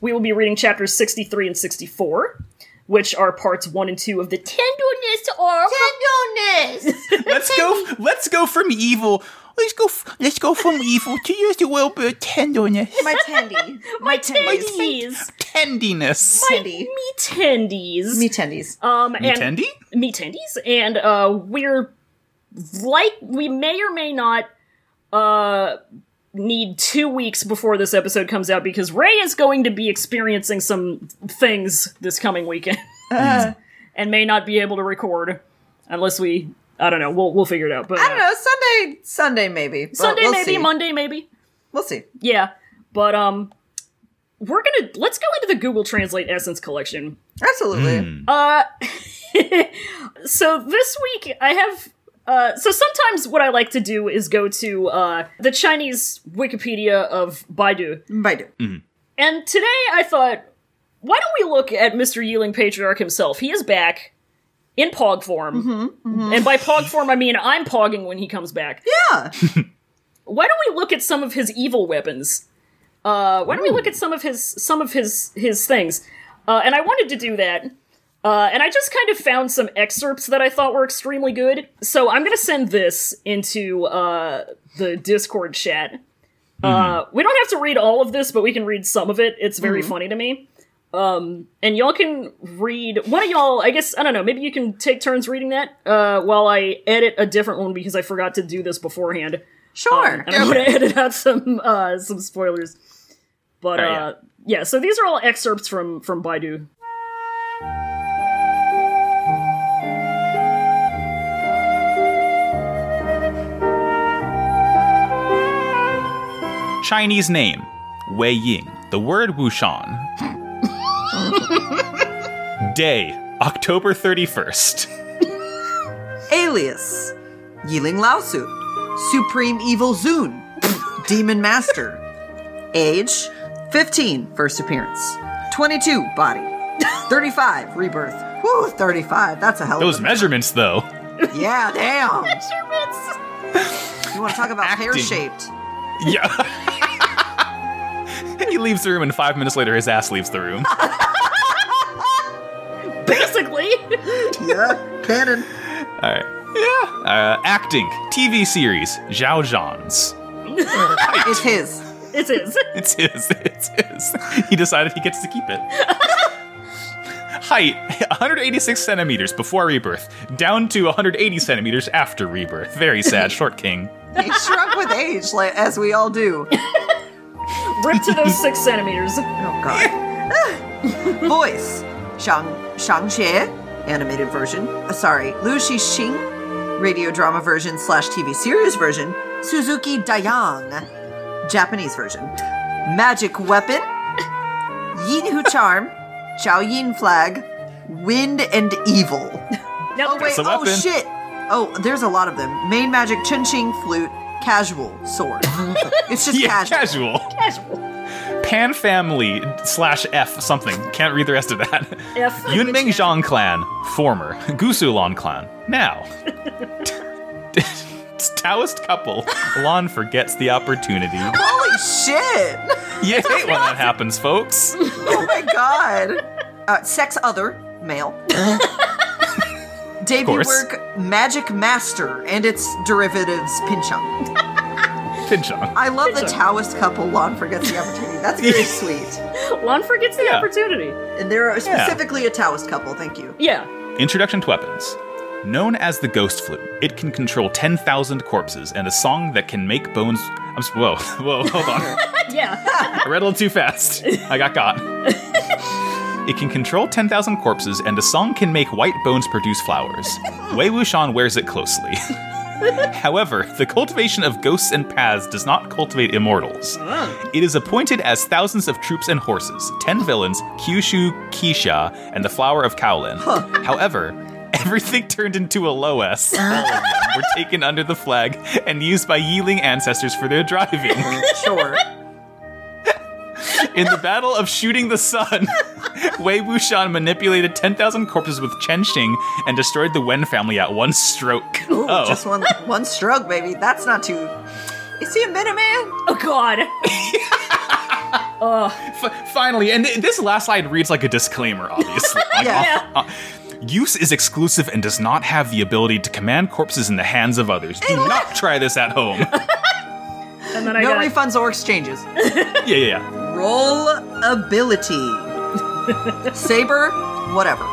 Speaker 1: we will be reading chapters 63 and 64, which are parts 1 and 2 of the Tenderness Arc.
Speaker 11: Tenderness.
Speaker 3: let's go. Let's go from evil. Let's go. f- Let's go from evil to use the word uh, tenderness,
Speaker 2: My tendy.
Speaker 1: My tendies.
Speaker 3: tendiness,
Speaker 2: Tendy.
Speaker 1: Me tendies.
Speaker 2: Me tendies.
Speaker 1: um, and
Speaker 3: tendy.
Speaker 1: meat tendies, and uh, we're like we may or may not uh, need two weeks before this episode comes out because Ray is going to be experiencing some things this coming weekend
Speaker 2: Uh.
Speaker 1: and may not be able to record unless we I don't know we'll we'll figure it out. But uh,
Speaker 2: I don't know. Sunday, Sunday maybe. but
Speaker 1: Sunday
Speaker 2: we'll
Speaker 1: maybe
Speaker 2: see.
Speaker 1: Monday maybe
Speaker 2: We'll see.
Speaker 1: yeah, but um. We're gonna let's go into the Google Translate Essence collection
Speaker 2: Absolutely.
Speaker 1: Uh, so this week I have. Uh, so sometimes what I like to do is go to uh, the Chinese Wikipedia of Baidu,
Speaker 3: Hmm.
Speaker 2: Baidu.
Speaker 1: and today I thought, why don't we look at Mr. Yeeling Patriarch himself? He is back in Pog form, and by Pog form I mean I'm pogging when he comes back.
Speaker 2: Yeah.
Speaker 1: Why don't we look at some of his evil weapons? Uh, why don't we look at some of his some of his his things? Uh, and I wanted to do that. Uh, and I just kind of found some excerpts that I thought were extremely good. So I'm going to send this into uh, the Discord chat. Uh, we don't have to read all of this, but we can read some of it. It's very funny to me. Um, and y'all can read one of y'all. I guess I don't know. Maybe you can take turns reading that uh, while I edit a different one because I forgot to do this beforehand.
Speaker 2: Sure.
Speaker 1: And I'm going to edit out some uh, some spoilers. But uh,
Speaker 3: Alright,
Speaker 1: yeah. so these are all excerpts from from Baidu.
Speaker 3: Chinese name Wei Ying. The word Wushan. Day October 31st.
Speaker 2: Alias Yiling Laosu. Supreme Evil Zun. Demon Master. Age 15. First appearance. 22. Body. 35. Rebirth. Woo, 35. That's a hell of
Speaker 3: Those
Speaker 2: a
Speaker 3: measurements, though.
Speaker 2: Yeah, damn. You want to talk about
Speaker 3: Acting.
Speaker 2: hair shaped?
Speaker 3: Yeah. he leaves the room, and five minutes later, his ass leaves the room.
Speaker 1: Basically,
Speaker 2: Yeah, canon.
Speaker 3: All right. Yeah. Uh, acting, TV series, Zhao Zhan's.
Speaker 2: It's his.
Speaker 1: it's his.
Speaker 3: It's his. It's his. He decided he gets to keep it. Height 186 centimeters before rebirth, down to 180 centimeters after rebirth. Very sad, short king.
Speaker 2: He shrunk with age, like, as we all do.
Speaker 1: Ripped to those six centimeters.
Speaker 2: Oh god. Voice Shang Shang Xie, animated version. Uh, sorry, Lu Shixing, radio drama version slash TV series version. Suzuki Dayang, Japanese version. Magic weapon, Yin Hu charm, Zhao Yin flag, wind and evil.
Speaker 1: Now,
Speaker 2: Oh wait,
Speaker 3: a
Speaker 2: oh
Speaker 3: weapon.
Speaker 2: shit. Oh, there's a lot of them. Main magic, Chen Qing flute, casual sword. it's just
Speaker 3: Yeah,
Speaker 2: casual.
Speaker 3: casual.
Speaker 1: casual.
Speaker 3: Pan family slash F something. Can't read the rest of that.
Speaker 1: F.
Speaker 3: Yunming Zhang clan, former. Gusulan clan, now. Taoist couple, Lon forgets the opportunity.
Speaker 2: Holy shit.
Speaker 3: You hate when that happens, folks.
Speaker 2: Oh my god. Uh, sex other male. Debut
Speaker 3: course.
Speaker 2: work Magic Master and its derivatives Pinchung.
Speaker 3: Pinchong.
Speaker 2: I love the Taoist couple Lon forgets the opportunity. That's very sweet.
Speaker 1: Lon forgets the
Speaker 3: Yeah.
Speaker 1: opportunity.
Speaker 2: And there are specifically a Taoist couple. Thank you.
Speaker 1: Yeah.
Speaker 3: Introduction to weapons. Known as the Ghost Flute, it can control 10,000 corpses and a song that can make bones. I'm. s- Whoa, whoa, hold on.
Speaker 1: Yeah.
Speaker 3: I read a little too fast. I got caught. it can control 10,000 corpses, and a song can make white bones produce flowers. Wei Wuxian wears it closely. However, the cultivation of ghosts and paths does not cultivate immortals. It is appointed as thousands of troops and horses, 10 villains, Kyushu, Kisha, and the flower of Kowlin. However, everything turned into a Loess. All of them were taken under the flag and used by Yiling ancestors for their driving.
Speaker 2: Sure.
Speaker 3: In the Battle of Shooting the Sun, Wei Wuxian manipulated 10,000 corpses with Chen Xing and destroyed the Wen family at one stroke.
Speaker 2: Ooh,
Speaker 3: oh,
Speaker 2: just one one stroke, baby. That's not too. Is he a Minuteman?
Speaker 1: Oh god.
Speaker 3: F- finally, and th- this last slide reads like a disclaimer, obviously. Like,
Speaker 2: Yeah.
Speaker 3: uh, uh, use is exclusive and does not have the ability to command corpses in the hands of others. Do not try this at home. yeah,
Speaker 1: And then I
Speaker 2: No
Speaker 1: got
Speaker 2: refunds or exchanges.
Speaker 3: yeah, yeah.
Speaker 2: Roll ability. Saber, whatever.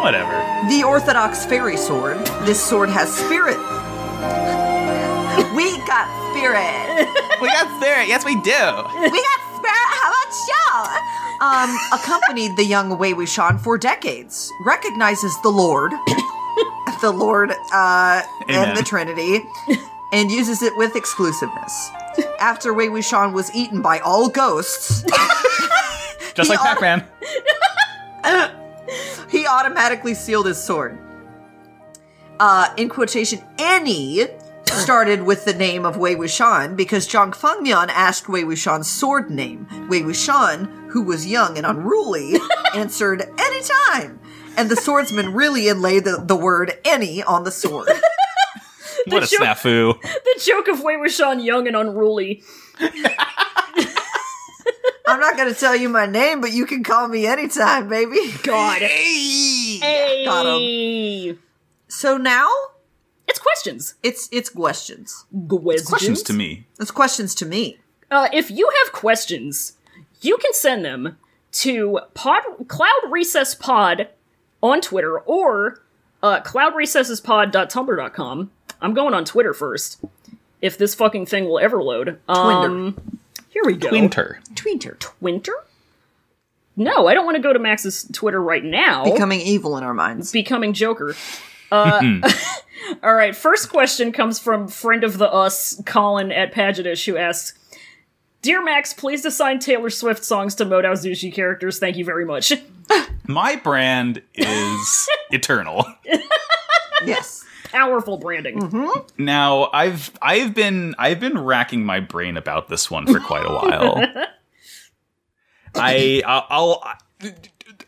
Speaker 3: Whatever.
Speaker 2: The Orthodox Fairy Sword. This sword has spirit. we got spirit.
Speaker 3: We got there. Yes, we do.
Speaker 2: We got spirit. How about y'all? Um, accompanied the young Wei Wuxian for decades. Recognizes the Lord, the Lord, uh,
Speaker 3: Amen.
Speaker 2: and the Trinity, and uses it with exclusiveness. After Wei Wuxian was eaten by all ghosts,
Speaker 3: Just like Pac Man.
Speaker 2: he automatically sealed his sword. Uh, in quotation, any started with the name of Wei Wuxian because Zhang Fengmian asked Wei Wuxian's sword name. Wei Wuxian, who was young and unruly, answered any time. And the swordsman really inlaid the, the word any on the sword.
Speaker 3: What a
Speaker 1: joke-
Speaker 3: snafu.
Speaker 1: the joke of Wei Wuxian young and unruly.
Speaker 2: I'm not going to tell you my name, but you can call me anytime, baby.
Speaker 1: God. Hey.
Speaker 2: Got So now
Speaker 1: It's questions.
Speaker 2: it's it's questions.
Speaker 1: Questions,
Speaker 3: Questions to me.
Speaker 2: It's questions to me.
Speaker 1: Uh, if you have questions, you can send them to pod, Cloud Recess Pod on Twitter or uh, cloudrecessespod.tumblr.com. I'm going on Twitter first, if this fucking thing will ever load. Um, here we go.
Speaker 3: Winter.
Speaker 2: Twinter.
Speaker 1: Twinter? No, I don't want to go to Max's Twitter right now.
Speaker 2: Becoming evil in our minds.
Speaker 1: becoming Joker.
Speaker 3: Hmm.
Speaker 1: Uh, all right, first question comes from friend of the us, Colin at Pagetish, who asks, "Dear Max, please assign Taylor Swift songs to Modao Zushi characters. Thank you very much."
Speaker 3: My brand is eternal.
Speaker 2: yes.
Speaker 1: Powerful branding.
Speaker 3: Now, I've I've been I've been racking my brain about this one for quite a while. I I'll, I'll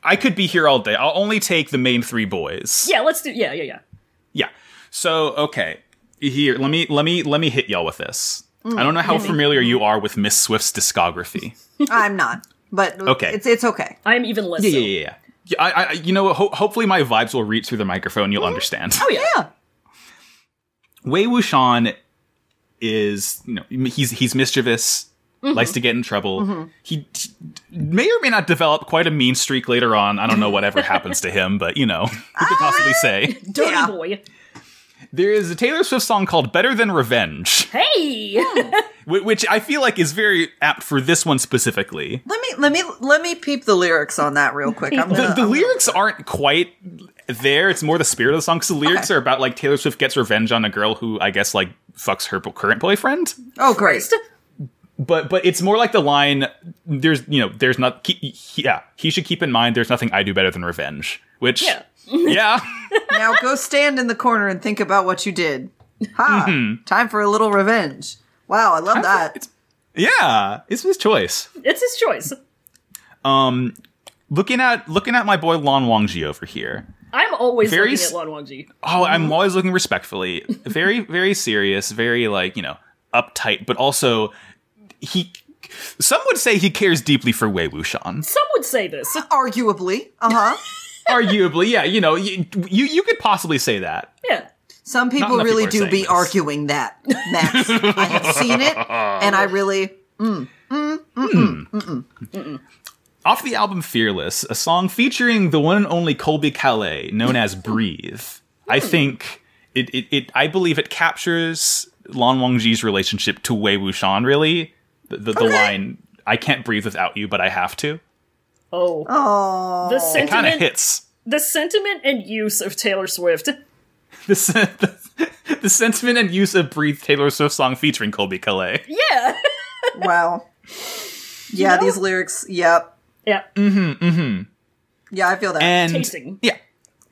Speaker 3: I could be here all day. I'll only take the main three boys.
Speaker 1: Yeah, let's do. Yeah, yeah, yeah.
Speaker 3: Yeah. So okay, here let me let me let me hit y'all with this. I don't know
Speaker 1: Mm,
Speaker 3: how familiar you are with Miss Swift's discography.
Speaker 2: I'm not. But
Speaker 3: Okay.
Speaker 2: it's it's okay.
Speaker 1: I am even less.
Speaker 3: Yeah,
Speaker 1: so.
Speaker 3: yeah, yeah, yeah. Yeah, I, I, you know, what, ho- hopefully my vibes will reach through the microphone. You'll understand.
Speaker 1: Oh yeah.
Speaker 3: Wei Wuxian is you know he's he's mischievous, likes to get in trouble. He t- may or may not develop quite a mean streak later on. I don't know whatever happens to him, but you know, who could possibly say?
Speaker 1: Dirty
Speaker 2: Yeah.
Speaker 1: boy.
Speaker 3: There is a Taylor Swift song called "Better Than Revenge,"
Speaker 1: Hey.
Speaker 3: whi- which I feel like is very apt for this one specifically.
Speaker 2: Let me let me let me peep the lyrics on that real quick. I'm
Speaker 3: The,
Speaker 2: gonna,
Speaker 3: the lyrics aren't quite there. It's more the spirit of the song because the lyrics are about like Taylor Swift gets revenge on a girl who I guess like fucks her current boyfriend.
Speaker 2: oh great.
Speaker 3: but but it's more like the line there's you know there's not he, he- yeah he should keep in mind there's nothing i do better than revenge which
Speaker 1: Yeah.
Speaker 3: yeah
Speaker 2: Now go stand in the corner and think about what you did. Ha!
Speaker 3: Mm-hmm.
Speaker 2: Time for a little revenge. Wow, I love that.
Speaker 3: yeah it's his choice
Speaker 1: it's his choice.
Speaker 3: um looking at looking at my boy lon wangji over here
Speaker 1: I'm always
Speaker 3: Very
Speaker 1: looking
Speaker 3: s-
Speaker 1: at Lan Wangji.
Speaker 3: oh i'm always looking respectfully very very serious very like you know uptight but also he some would say he cares deeply for Wei Wuxian.
Speaker 1: Some would say this.
Speaker 2: Arguably, uh huh.
Speaker 3: Arguably, yeah, you know, you, you you could possibly say that.
Speaker 1: Yeah.
Speaker 2: Some people
Speaker 3: enough
Speaker 2: really
Speaker 3: people
Speaker 2: do be
Speaker 3: are saying this.
Speaker 2: arguing that. Max, I have seen it, and I really
Speaker 3: Off the album Fearless, a song featuring the one and only Colby Calais, known as Breathe. I think it, it, it I believe it captures Lan Wangji's relationship to Wei Wuxian, really. The, the, the line, I can't breathe without you, but I have to.
Speaker 1: Oh. Oh. The
Speaker 3: It kind of
Speaker 1: sentiment.
Speaker 3: hits.
Speaker 1: The sentiment and use of Taylor Swift.
Speaker 3: The, sen- the, the sentiment and use of Breathe Taylor Swift song featuring Colby Calais.
Speaker 1: Yeah.
Speaker 2: wow. Yeah, these lyrics. Yep.
Speaker 1: Yeah.
Speaker 3: Mm.
Speaker 2: Yeah, I feel that.
Speaker 3: And
Speaker 1: Tasting.
Speaker 3: yeah.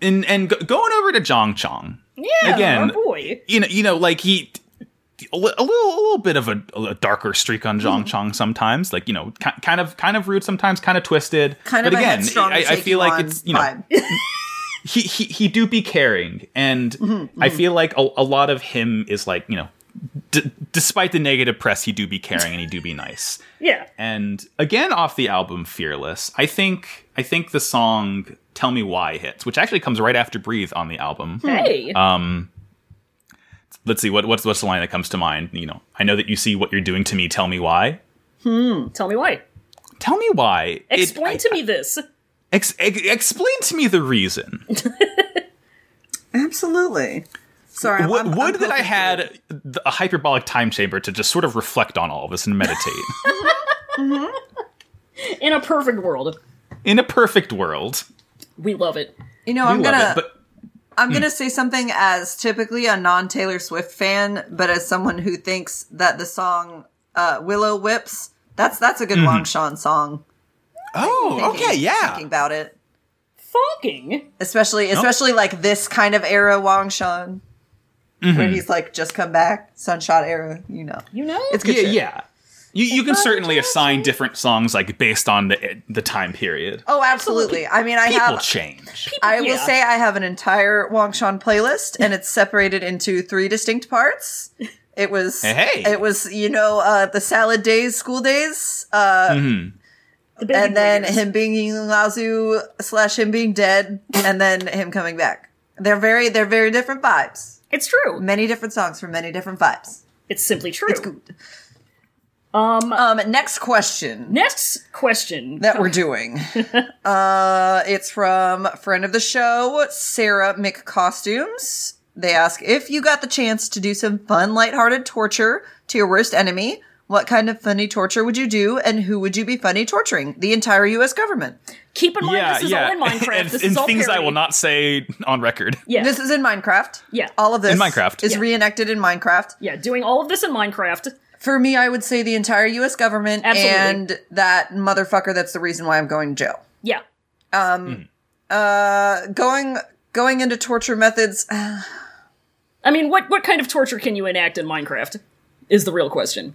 Speaker 3: And and go- going over to Zhang Chong.
Speaker 1: Yeah.
Speaker 3: Again,
Speaker 1: Oh boy.
Speaker 3: you know, you know, like he a, li- a little, a little bit of a, a darker streak on
Speaker 2: Hmm.
Speaker 3: Zhang Chong sometimes. Like you know, ki- kind of, kind of rude sometimes, kind of twisted.
Speaker 2: Kind
Speaker 3: but
Speaker 2: of a
Speaker 3: again,
Speaker 2: headstrong,
Speaker 3: I, I
Speaker 2: shaky
Speaker 3: feel like
Speaker 2: one
Speaker 3: it's you know,
Speaker 2: vibe.
Speaker 3: he, he he do be caring, and
Speaker 2: Mm-hmm,
Speaker 3: I feel like a, a lot of him is like you know, d- despite the negative press, he do be caring and he do be nice.
Speaker 1: Yeah.
Speaker 3: And again, off the album Fearless, I think I think the song Tell Me Why hits, which actually comes right after Breathe on the album.
Speaker 2: Hmm.
Speaker 1: Hey.
Speaker 3: Um, Let's see what what's what's the line that comes to mind. You know, I know that you see what you're doing to me. Tell me why.
Speaker 1: tell me why.
Speaker 3: Tell me why. It-
Speaker 1: Explain to me this.
Speaker 3: ex- ex- explain to me the reason.
Speaker 2: Absolutely. Sorry. I'm,
Speaker 3: Would,
Speaker 2: I'm-
Speaker 3: would
Speaker 2: I'm
Speaker 3: that I
Speaker 2: poking through.
Speaker 3: had th- a hyperbolic time chamber to just sort of reflect on all of this and meditate.
Speaker 1: In a perfect world,
Speaker 3: In a perfect world,
Speaker 1: we love it.
Speaker 2: You know,
Speaker 3: I
Speaker 2: I'm
Speaker 3: love
Speaker 2: gonna.
Speaker 3: it. But mm.
Speaker 2: I'm gonna say something as typically a non Taylor Swift fan, but as someone who thinks that the song uh, "Willow Whips" that's that's a good
Speaker 3: Mm-hmm.
Speaker 2: Wang Shan song.
Speaker 12: Oh,
Speaker 2: Thinking-
Speaker 12: okay, yeah.
Speaker 2: Thinking about it,
Speaker 1: Fucking.
Speaker 2: especially especially like this kind of era Wang Shan, where
Speaker 3: Mm-hmm.
Speaker 2: he's like just come back, Sunshot era. You know,
Speaker 1: You know?
Speaker 2: it's good.
Speaker 3: yeah,
Speaker 2: shit.
Speaker 3: yeah. You, you can certainly assign different songs like based on the the time period.
Speaker 2: Oh, absolutely. I mean, I
Speaker 3: People
Speaker 2: have.
Speaker 3: change.
Speaker 2: I will
Speaker 1: Yeah.
Speaker 2: say I have an entire Wang Shan playlist, and it's separated into three distinct parts. It was,
Speaker 3: Hey.
Speaker 2: it was, you know, uh, the salad days, school days, uh,
Speaker 1: The baby
Speaker 2: and then
Speaker 1: boomers.
Speaker 2: him being Ying Laozu slash him being dead, and then him coming back. They're very, they're very different vibes.
Speaker 1: It's true.
Speaker 2: Many different songs for many different vibes.
Speaker 1: It's simply true.
Speaker 2: It's good. Um, next question.
Speaker 1: Next question.
Speaker 2: that we're doing. uh, it's from friend of the show, Sarah McCostumes. They ask if you got the chance to do some fun, lighthearted torture to your worst enemy. What kind of funny torture would you do, and who would you be funny torturing? The entire U.S. government.
Speaker 1: Keep in mind,
Speaker 3: yeah,
Speaker 1: this is
Speaker 3: yeah.
Speaker 1: all in Minecraft.
Speaker 3: and
Speaker 1: this
Speaker 3: and
Speaker 1: is all
Speaker 3: things I
Speaker 1: parody.
Speaker 3: will not say on record.
Speaker 1: Yeah.
Speaker 2: This is in Minecraft.
Speaker 1: Yeah.
Speaker 2: all of this
Speaker 3: In Minecraft.
Speaker 2: is
Speaker 3: Yeah.
Speaker 2: reenacted in Minecraft.
Speaker 1: yeah, doing all of this in Minecraft.
Speaker 2: For me, I would say the entire U.S. government
Speaker 1: Absolutely.
Speaker 2: and that motherfucker. That's the reason why I'm going to jail.
Speaker 1: Yeah.
Speaker 2: Uh, going going into torture methods.
Speaker 1: I mean, what, what kind of torture can you enact in Minecraft? Is the real question.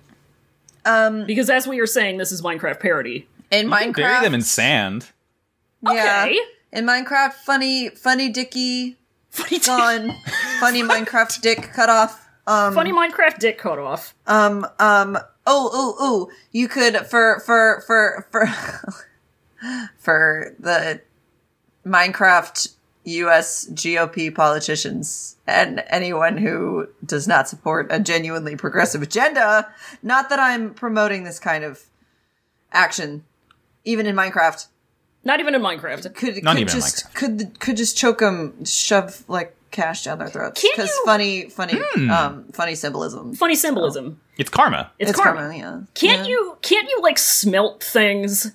Speaker 1: Um, because as we are saying, this is Minecraft parody.
Speaker 2: in Minecraft.
Speaker 3: Bury them in sand.
Speaker 2: Yeah.
Speaker 1: Okay.
Speaker 2: In Minecraft, funny, funny Dicky gone, funny Minecraft dick cut off. Um,
Speaker 1: Funny Minecraft dick cut off.
Speaker 2: um, um. Oh, oh, oh! You could for for for for for the Minecraft U.S. GOP politicians and anyone who does not support a genuinely progressive agenda. Not that I'm promoting this kind of action, even in Minecraft.
Speaker 1: Not even in Minecraft.
Speaker 2: could,
Speaker 3: Not
Speaker 2: could
Speaker 3: even
Speaker 2: just could could just choke them, shove like cash down their throats
Speaker 1: Can
Speaker 2: because
Speaker 1: you-
Speaker 2: funny funny
Speaker 3: Hmm.
Speaker 2: um funny symbolism.
Speaker 1: Funny symbolism.
Speaker 3: It's karma.
Speaker 1: It's,
Speaker 2: Oh. It's
Speaker 1: karma.
Speaker 2: karma, yeah.
Speaker 1: Can't you can't you like smelt things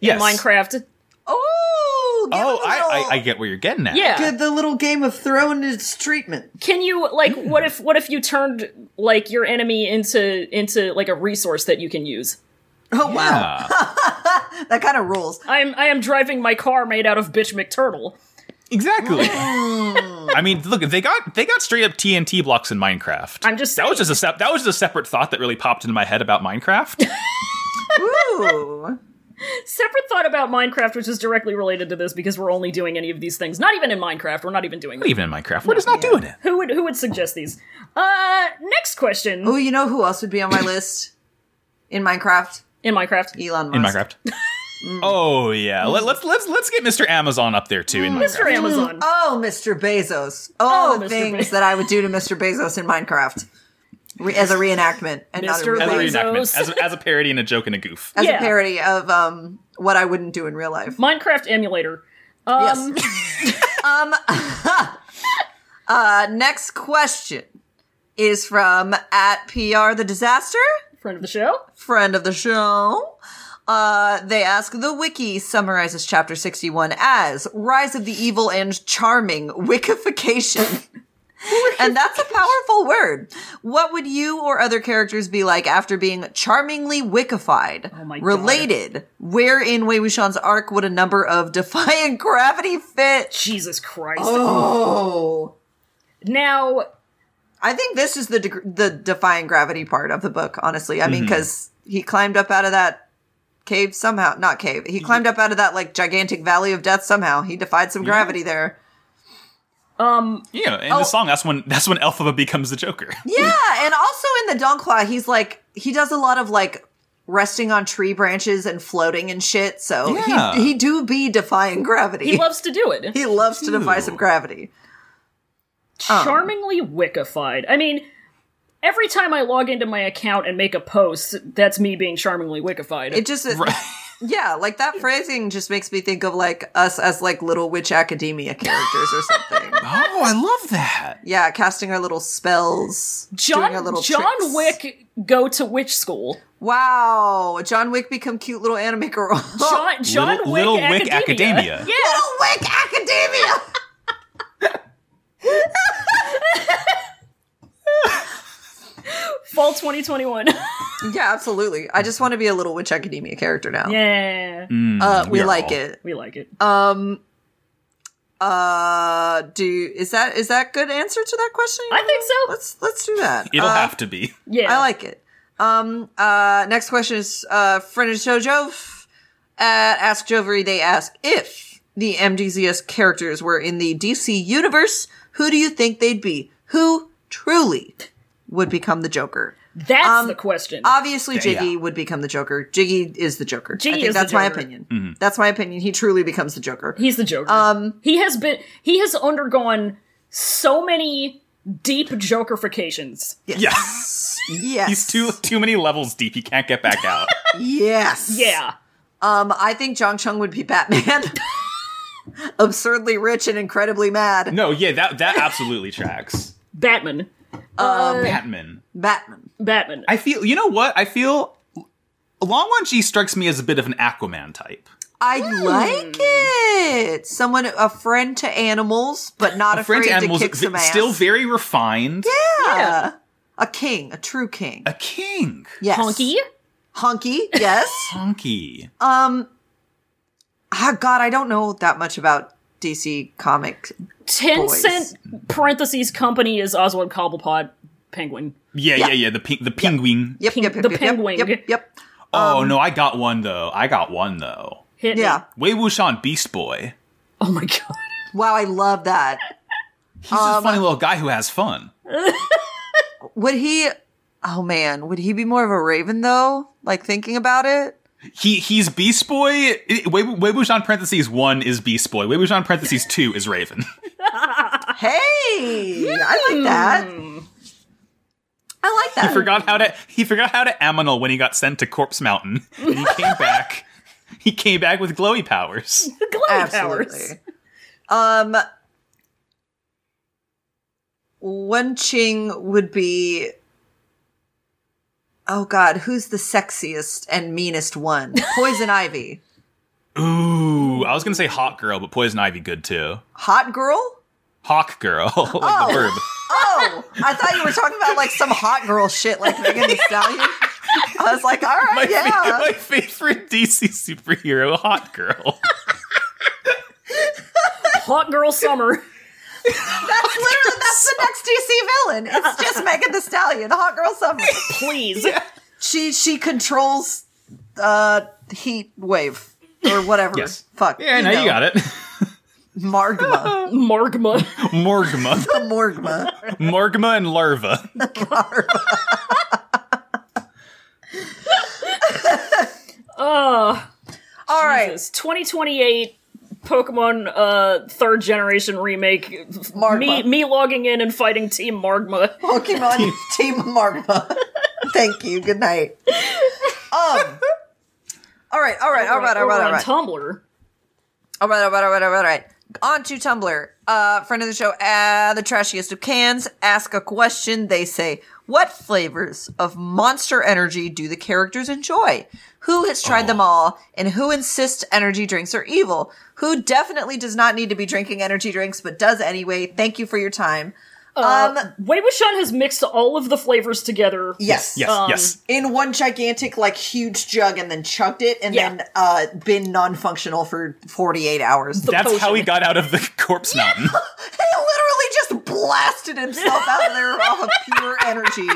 Speaker 3: yes.
Speaker 1: in Minecraft?
Speaker 2: Oh, give
Speaker 3: Oh,
Speaker 2: it a
Speaker 3: I,
Speaker 2: little-
Speaker 3: I, I get what you're getting at.
Speaker 1: Yeah.
Speaker 2: give the little Game of Thrones treatment.
Speaker 1: Can you like what if what if you turned like your enemy into into like a resource that you can use?
Speaker 2: Oh wow,
Speaker 3: Yeah.
Speaker 2: that kind of rules.
Speaker 1: I'm I am driving my car made out of bitch McTurtle.
Speaker 3: Exactly. I mean, look, they got they got straight up TNT blocks in Minecraft.
Speaker 1: I'm just
Speaker 3: that
Speaker 1: saying.
Speaker 3: was just a sep- that was just a separate thought that really popped into my head about Minecraft.
Speaker 2: Ooh,
Speaker 1: Separate thought about Minecraft, which is directly related to this because we're only doing any of these things. Not even in Minecraft. We're not even doing
Speaker 3: not
Speaker 1: them.
Speaker 3: even in Minecraft. We're just not doing it.
Speaker 1: Who would who would suggest these? Uh next question
Speaker 2: oh, you know who else would be on my list in Minecraft?
Speaker 1: in Minecraft.
Speaker 2: Elon Musk.
Speaker 3: in Minecraft. oh yeah, Let, let's let's let's get Mr. Amazon up there too in Minecraft.
Speaker 1: Mr. Amazon.
Speaker 2: Oh, Mr. Bezos. All
Speaker 1: Oh,
Speaker 2: the
Speaker 1: Mr.
Speaker 2: things
Speaker 1: Be-
Speaker 2: that I would do to Mr. Bezos in Minecraft Re- as a reenactment and not a
Speaker 1: Mr.
Speaker 2: real
Speaker 3: As a
Speaker 2: life.
Speaker 3: reenactment,
Speaker 1: Bezos.
Speaker 3: as a, as a parody and a joke and a goof.
Speaker 2: as
Speaker 1: Yeah.
Speaker 2: a parody of um what I wouldn't do in real life.
Speaker 1: Minecraft emulator. Um
Speaker 2: yes. um uh next question is from at PR the disaster,
Speaker 1: friend of the show.
Speaker 2: friend of the show. Uh, they ask the wiki summarizes chapter 61 as rise of the evil and charming wickification. and that's a powerful word. What would you or other characters be like after being charmingly wickified? Oh
Speaker 1: my God.
Speaker 2: related, where in Wei Wuxian's arc would a number of defying gravity fit?
Speaker 1: Jesus Christ.
Speaker 2: Oh,
Speaker 1: Now
Speaker 2: I think this is the deg- the defying gravity part of the book. Honestly, I mean, because he climbed up out of that cave somehow. Not cave. He climbed up out of that like gigantic valley of death somehow. He defied some gravity there.
Speaker 3: Yeah, in the song, that's when that's when Elphaba becomes the Joker.
Speaker 2: Yeah, and also in the Donkwa, he's like he does a lot of like resting on tree branches and floating and shit. So
Speaker 3: Yeah.
Speaker 2: he he do be defying gravity.
Speaker 1: He loves to do it.
Speaker 2: He loves to defy some gravity. Oh.
Speaker 1: Charmingly wickified. I mean, every time I log into my account and make a post, that's me being charmingly wickified.
Speaker 2: It just yeah, like that phrasing just makes me think of like us as like little witch academia characters or something.
Speaker 3: Oh, I love that.
Speaker 2: Yeah, casting our little spells, doing our
Speaker 1: John
Speaker 2: little
Speaker 1: John
Speaker 2: tricks.
Speaker 1: Wick go to witch school.
Speaker 2: Wow, John Wick become cute little anime girl.
Speaker 1: John John
Speaker 3: Little-
Speaker 1: Oh, Wick,
Speaker 3: Little Wick
Speaker 1: Academia.
Speaker 3: Academia.
Speaker 1: Yeah.
Speaker 2: Little Wick Academia.
Speaker 1: Fall 2021.
Speaker 2: yeah, absolutely. I just want to be a little witch academia character now.
Speaker 1: yeah.
Speaker 2: uh, we
Speaker 3: Hmm, are
Speaker 2: like
Speaker 3: all.
Speaker 2: it.
Speaker 1: We like it.
Speaker 2: Um. Uh, do is that is that good answer to that question?
Speaker 1: I think so.
Speaker 2: let's let's do that.
Speaker 3: It'll
Speaker 2: Uh,
Speaker 3: have to be.
Speaker 1: Yeah.
Speaker 2: I like it. Um, uh, next question is uh, friend of the show Jove at Ask Jovery. They ask if the MDZS characters were in the DC universe, who do you think they'd be? Who truly would become the Joker?
Speaker 1: That's
Speaker 2: um,
Speaker 1: the question.
Speaker 2: Obviously, Jiggy would become the Joker. Jiggy is the Joker.
Speaker 1: Jiggy
Speaker 2: I think
Speaker 1: is the
Speaker 2: that's my
Speaker 1: Joker.
Speaker 2: opinion. That's my opinion. He truly becomes the Joker.
Speaker 1: He's the Joker.
Speaker 2: Um,
Speaker 1: he has been he has undergone so many deep Jokerifications.
Speaker 3: Yes.
Speaker 2: yes.
Speaker 3: He's too too many levels deep. He can't get back out.
Speaker 2: Yes.
Speaker 1: Yeah.
Speaker 2: Um, I think Jong Chung would be Batman. Absurdly rich and incredibly mad.
Speaker 3: no, yeah, that that absolutely tracks.
Speaker 1: Batman.
Speaker 2: Uh,
Speaker 3: Batman.
Speaker 2: Batman.
Speaker 1: Batman.
Speaker 3: I feel. You know what? I feel. Long One G strikes me as a bit of an Aquaman type.
Speaker 2: I like it. Someone, a friend to animals, but not
Speaker 3: Hmm. A friend
Speaker 2: afraid
Speaker 3: to
Speaker 2: to,
Speaker 3: animals,
Speaker 2: kick
Speaker 3: v-
Speaker 2: some ass.
Speaker 3: still very refined. Yeah.
Speaker 2: yeah.
Speaker 1: Yeah.
Speaker 2: a king, a true king.
Speaker 3: A king.
Speaker 2: Ah, yes,
Speaker 1: Honky.
Speaker 2: honky. Yes.
Speaker 3: Honky.
Speaker 2: um. Ah, God, I don't know that much about DC comics.
Speaker 1: Tencent parentheses company is Oswald Cobblepot Penguin.
Speaker 3: Yeah, yeah, yeah. The pe- the penguin.
Speaker 2: Yep,
Speaker 1: Ping-
Speaker 2: yep, yep,
Speaker 1: the
Speaker 2: yep,
Speaker 1: penguin.
Speaker 2: Yep, yep, yep.
Speaker 3: Oh
Speaker 2: Um,
Speaker 3: no, I got one though. I got one though.
Speaker 1: Hit me.
Speaker 2: Yeah.
Speaker 3: Wei Wuxian Beast Boy.
Speaker 1: Oh my god.
Speaker 2: Wow, I love that.
Speaker 3: He's just
Speaker 2: Um,
Speaker 3: a funny little guy who has fun.
Speaker 2: Would he? Oh man, would he be more of a raven though? Like thinking about it.
Speaker 3: He he's Beast Boy. it- Wei Wei Wuxian parentheses one is Beast Boy. Wei Wuxian parentheses two is Raven.
Speaker 2: Hey, I like that.
Speaker 1: Hmm.
Speaker 2: I like that.
Speaker 3: He forgot how to he forgot how to aminal when he got sent to Corpse Mountain. And he came back. He came back with glowy powers.
Speaker 1: The glowy powers.
Speaker 2: Absolutely. Um, Wen Ching would be. Oh God, who's the sexiest and meanest one? Poison Ivy,
Speaker 3: Ooh, I was gonna say hot girl, but poison ivy good too.
Speaker 2: hot girl.
Speaker 3: Hawk girl, like the verb.
Speaker 2: Oh, I thought you were talking about like some hot girl shit, like Megan Thee Stallion. I was like, all right,
Speaker 3: My, fa-
Speaker 2: yeah.
Speaker 3: my favorite DC superhero, hot girl.
Speaker 1: Hot girl summer.
Speaker 2: that's literally that's the next DC villain. It's just Megan Thee Stallion, hot girl summer.
Speaker 1: Please.
Speaker 2: she she controls uh heat wave or whatever.
Speaker 3: Yes.
Speaker 2: Fuck.
Speaker 3: Yeah, now you got it.
Speaker 2: Margma.
Speaker 1: Margma.
Speaker 3: Morgma.
Speaker 2: Morgma.
Speaker 3: Morgma and larva.
Speaker 1: Uh
Speaker 2: All right.
Speaker 1: this 2028 Pokemon uh third generation remake.
Speaker 2: Margma.
Speaker 1: Me me logging in and fighting Team Margma.
Speaker 2: Pokemon Team Margma. Thank you. Good night. Um All right, all right, all right, all
Speaker 1: Over
Speaker 2: right, all
Speaker 1: on
Speaker 2: right.
Speaker 1: Tumblr.
Speaker 2: All right, all right, all right, all right, all right. On to Tumblr. Uh, friend of the show, uh, the trashiest of cans, ask a question. They say, What flavors of monster energy do the characters enjoy? Who has tried them all? And who insists energy drinks are evil? Who definitely does not need to be drinking energy drinks, but does anyway? Thank you for your time. um,
Speaker 1: Wei Wuxian has mixed all of the flavors together.
Speaker 2: yes.
Speaker 3: Yes, yes.
Speaker 2: Uh, In one gigantic, like, huge jug and then chugged it and
Speaker 1: Yeah.
Speaker 2: then uh, been non functional for 48 hours.
Speaker 3: That's how he
Speaker 1: potion.
Speaker 3: got out of the corpse mountain.
Speaker 2: He literally just blasted himself out of there off of pure energy.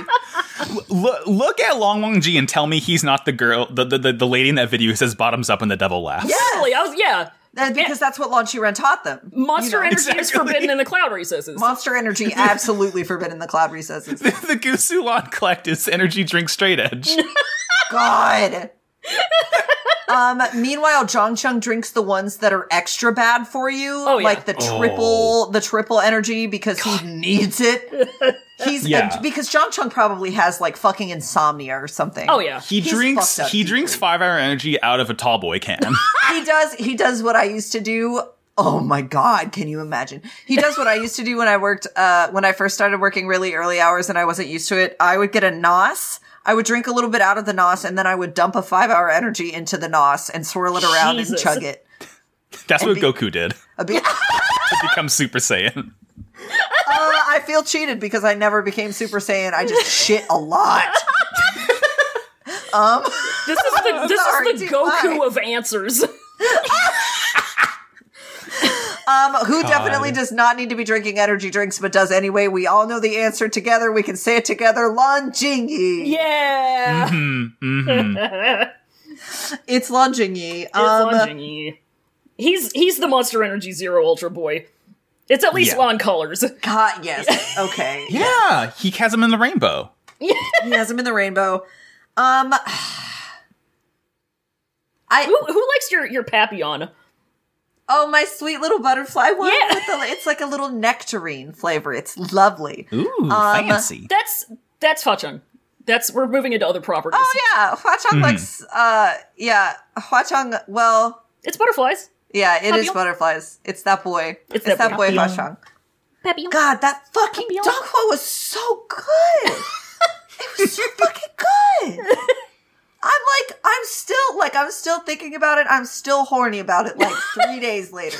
Speaker 3: Look, look at Long Wong Ji and tell me he's not the girl, the, the, the, the lady in that video who says bottoms up and the devil laughs.
Speaker 1: Totally, I was yeah.
Speaker 2: And because that's what Lon Ren taught them.
Speaker 1: Monster energy is
Speaker 3: exactly.
Speaker 1: forbidden in the cloud recesses.
Speaker 2: Monster energy absolutely forbidden the cloud recesses.
Speaker 3: the Gusulon collect is energy drink straight edge.
Speaker 2: God. um, meanwhile, Jong Chung drinks the ones that are extra bad for you,
Speaker 1: Oh, yeah.
Speaker 2: like the triple, the triple energy because he needs it. He's
Speaker 3: Yeah.
Speaker 2: and because Jong Chung probably has like fucking insomnia or something.
Speaker 1: oh yeah.
Speaker 3: He
Speaker 2: He's
Speaker 3: drinks
Speaker 2: fucked up
Speaker 3: he drinks five hour energy out of a tall boy can.
Speaker 2: he does he does what I used to do. Oh my god, can you imagine? He does what I used to do when I worked uh when I first started working really early hours and I wasn't used to it. I would get a nos. I would drink a little bit out of the nos and then I would dump a 5-hour energy into the nos and swirl it around and
Speaker 1: Jesus.
Speaker 2: chug it.
Speaker 3: That's what Goku did.
Speaker 2: A bit-
Speaker 3: To become Super Saiyan.
Speaker 2: Uh, I feel cheated because I never became Super Saiyan. I just shit a lot.
Speaker 1: This is the this
Speaker 2: Sorry,
Speaker 1: is the
Speaker 2: dude,
Speaker 1: Goku
Speaker 2: why?
Speaker 1: of answers.
Speaker 2: Um, who definitely does not need to be drinking energy drinks but does anyway. We all know the answer together. We can say it together. Lan Jingyi.
Speaker 1: yeah.
Speaker 2: It's Lan Jingyi.
Speaker 1: It's
Speaker 2: Um,
Speaker 1: Lan Jingyi. He's he's the Monster Energy Zero Ultra Boy. It's at least
Speaker 3: Yeah.
Speaker 1: Lon Colors.
Speaker 2: God, yes. Okay.
Speaker 3: Yeah, he has him in the rainbow.
Speaker 2: He has him in the rainbow. Um, I
Speaker 1: Who who likes your your Papillon?
Speaker 2: oh my sweet little butterfly one.
Speaker 1: Yeah.
Speaker 2: With the, it's like a little nectarine flavor. It's lovely.
Speaker 3: Ooh,
Speaker 1: um,
Speaker 3: fancy.
Speaker 1: That's that's Fachung. That's we're moving into other properties.
Speaker 2: Oh yeah, Huachang likes. Uh, yeah, Huachang. Well,
Speaker 1: It's butterflies.
Speaker 2: yeah, it is
Speaker 1: Papillon.
Speaker 2: butterflies. It's that boy. It's,
Speaker 1: that
Speaker 2: that boy,
Speaker 1: boy.
Speaker 2: Huachang.
Speaker 1: Papillon.
Speaker 2: God, that fucking
Speaker 1: Papillon.
Speaker 2: Donghua was so good. it was so fucking good. I'm like, I'm still like, I'm still thinking about it. I'm still horny about it. Like three days later,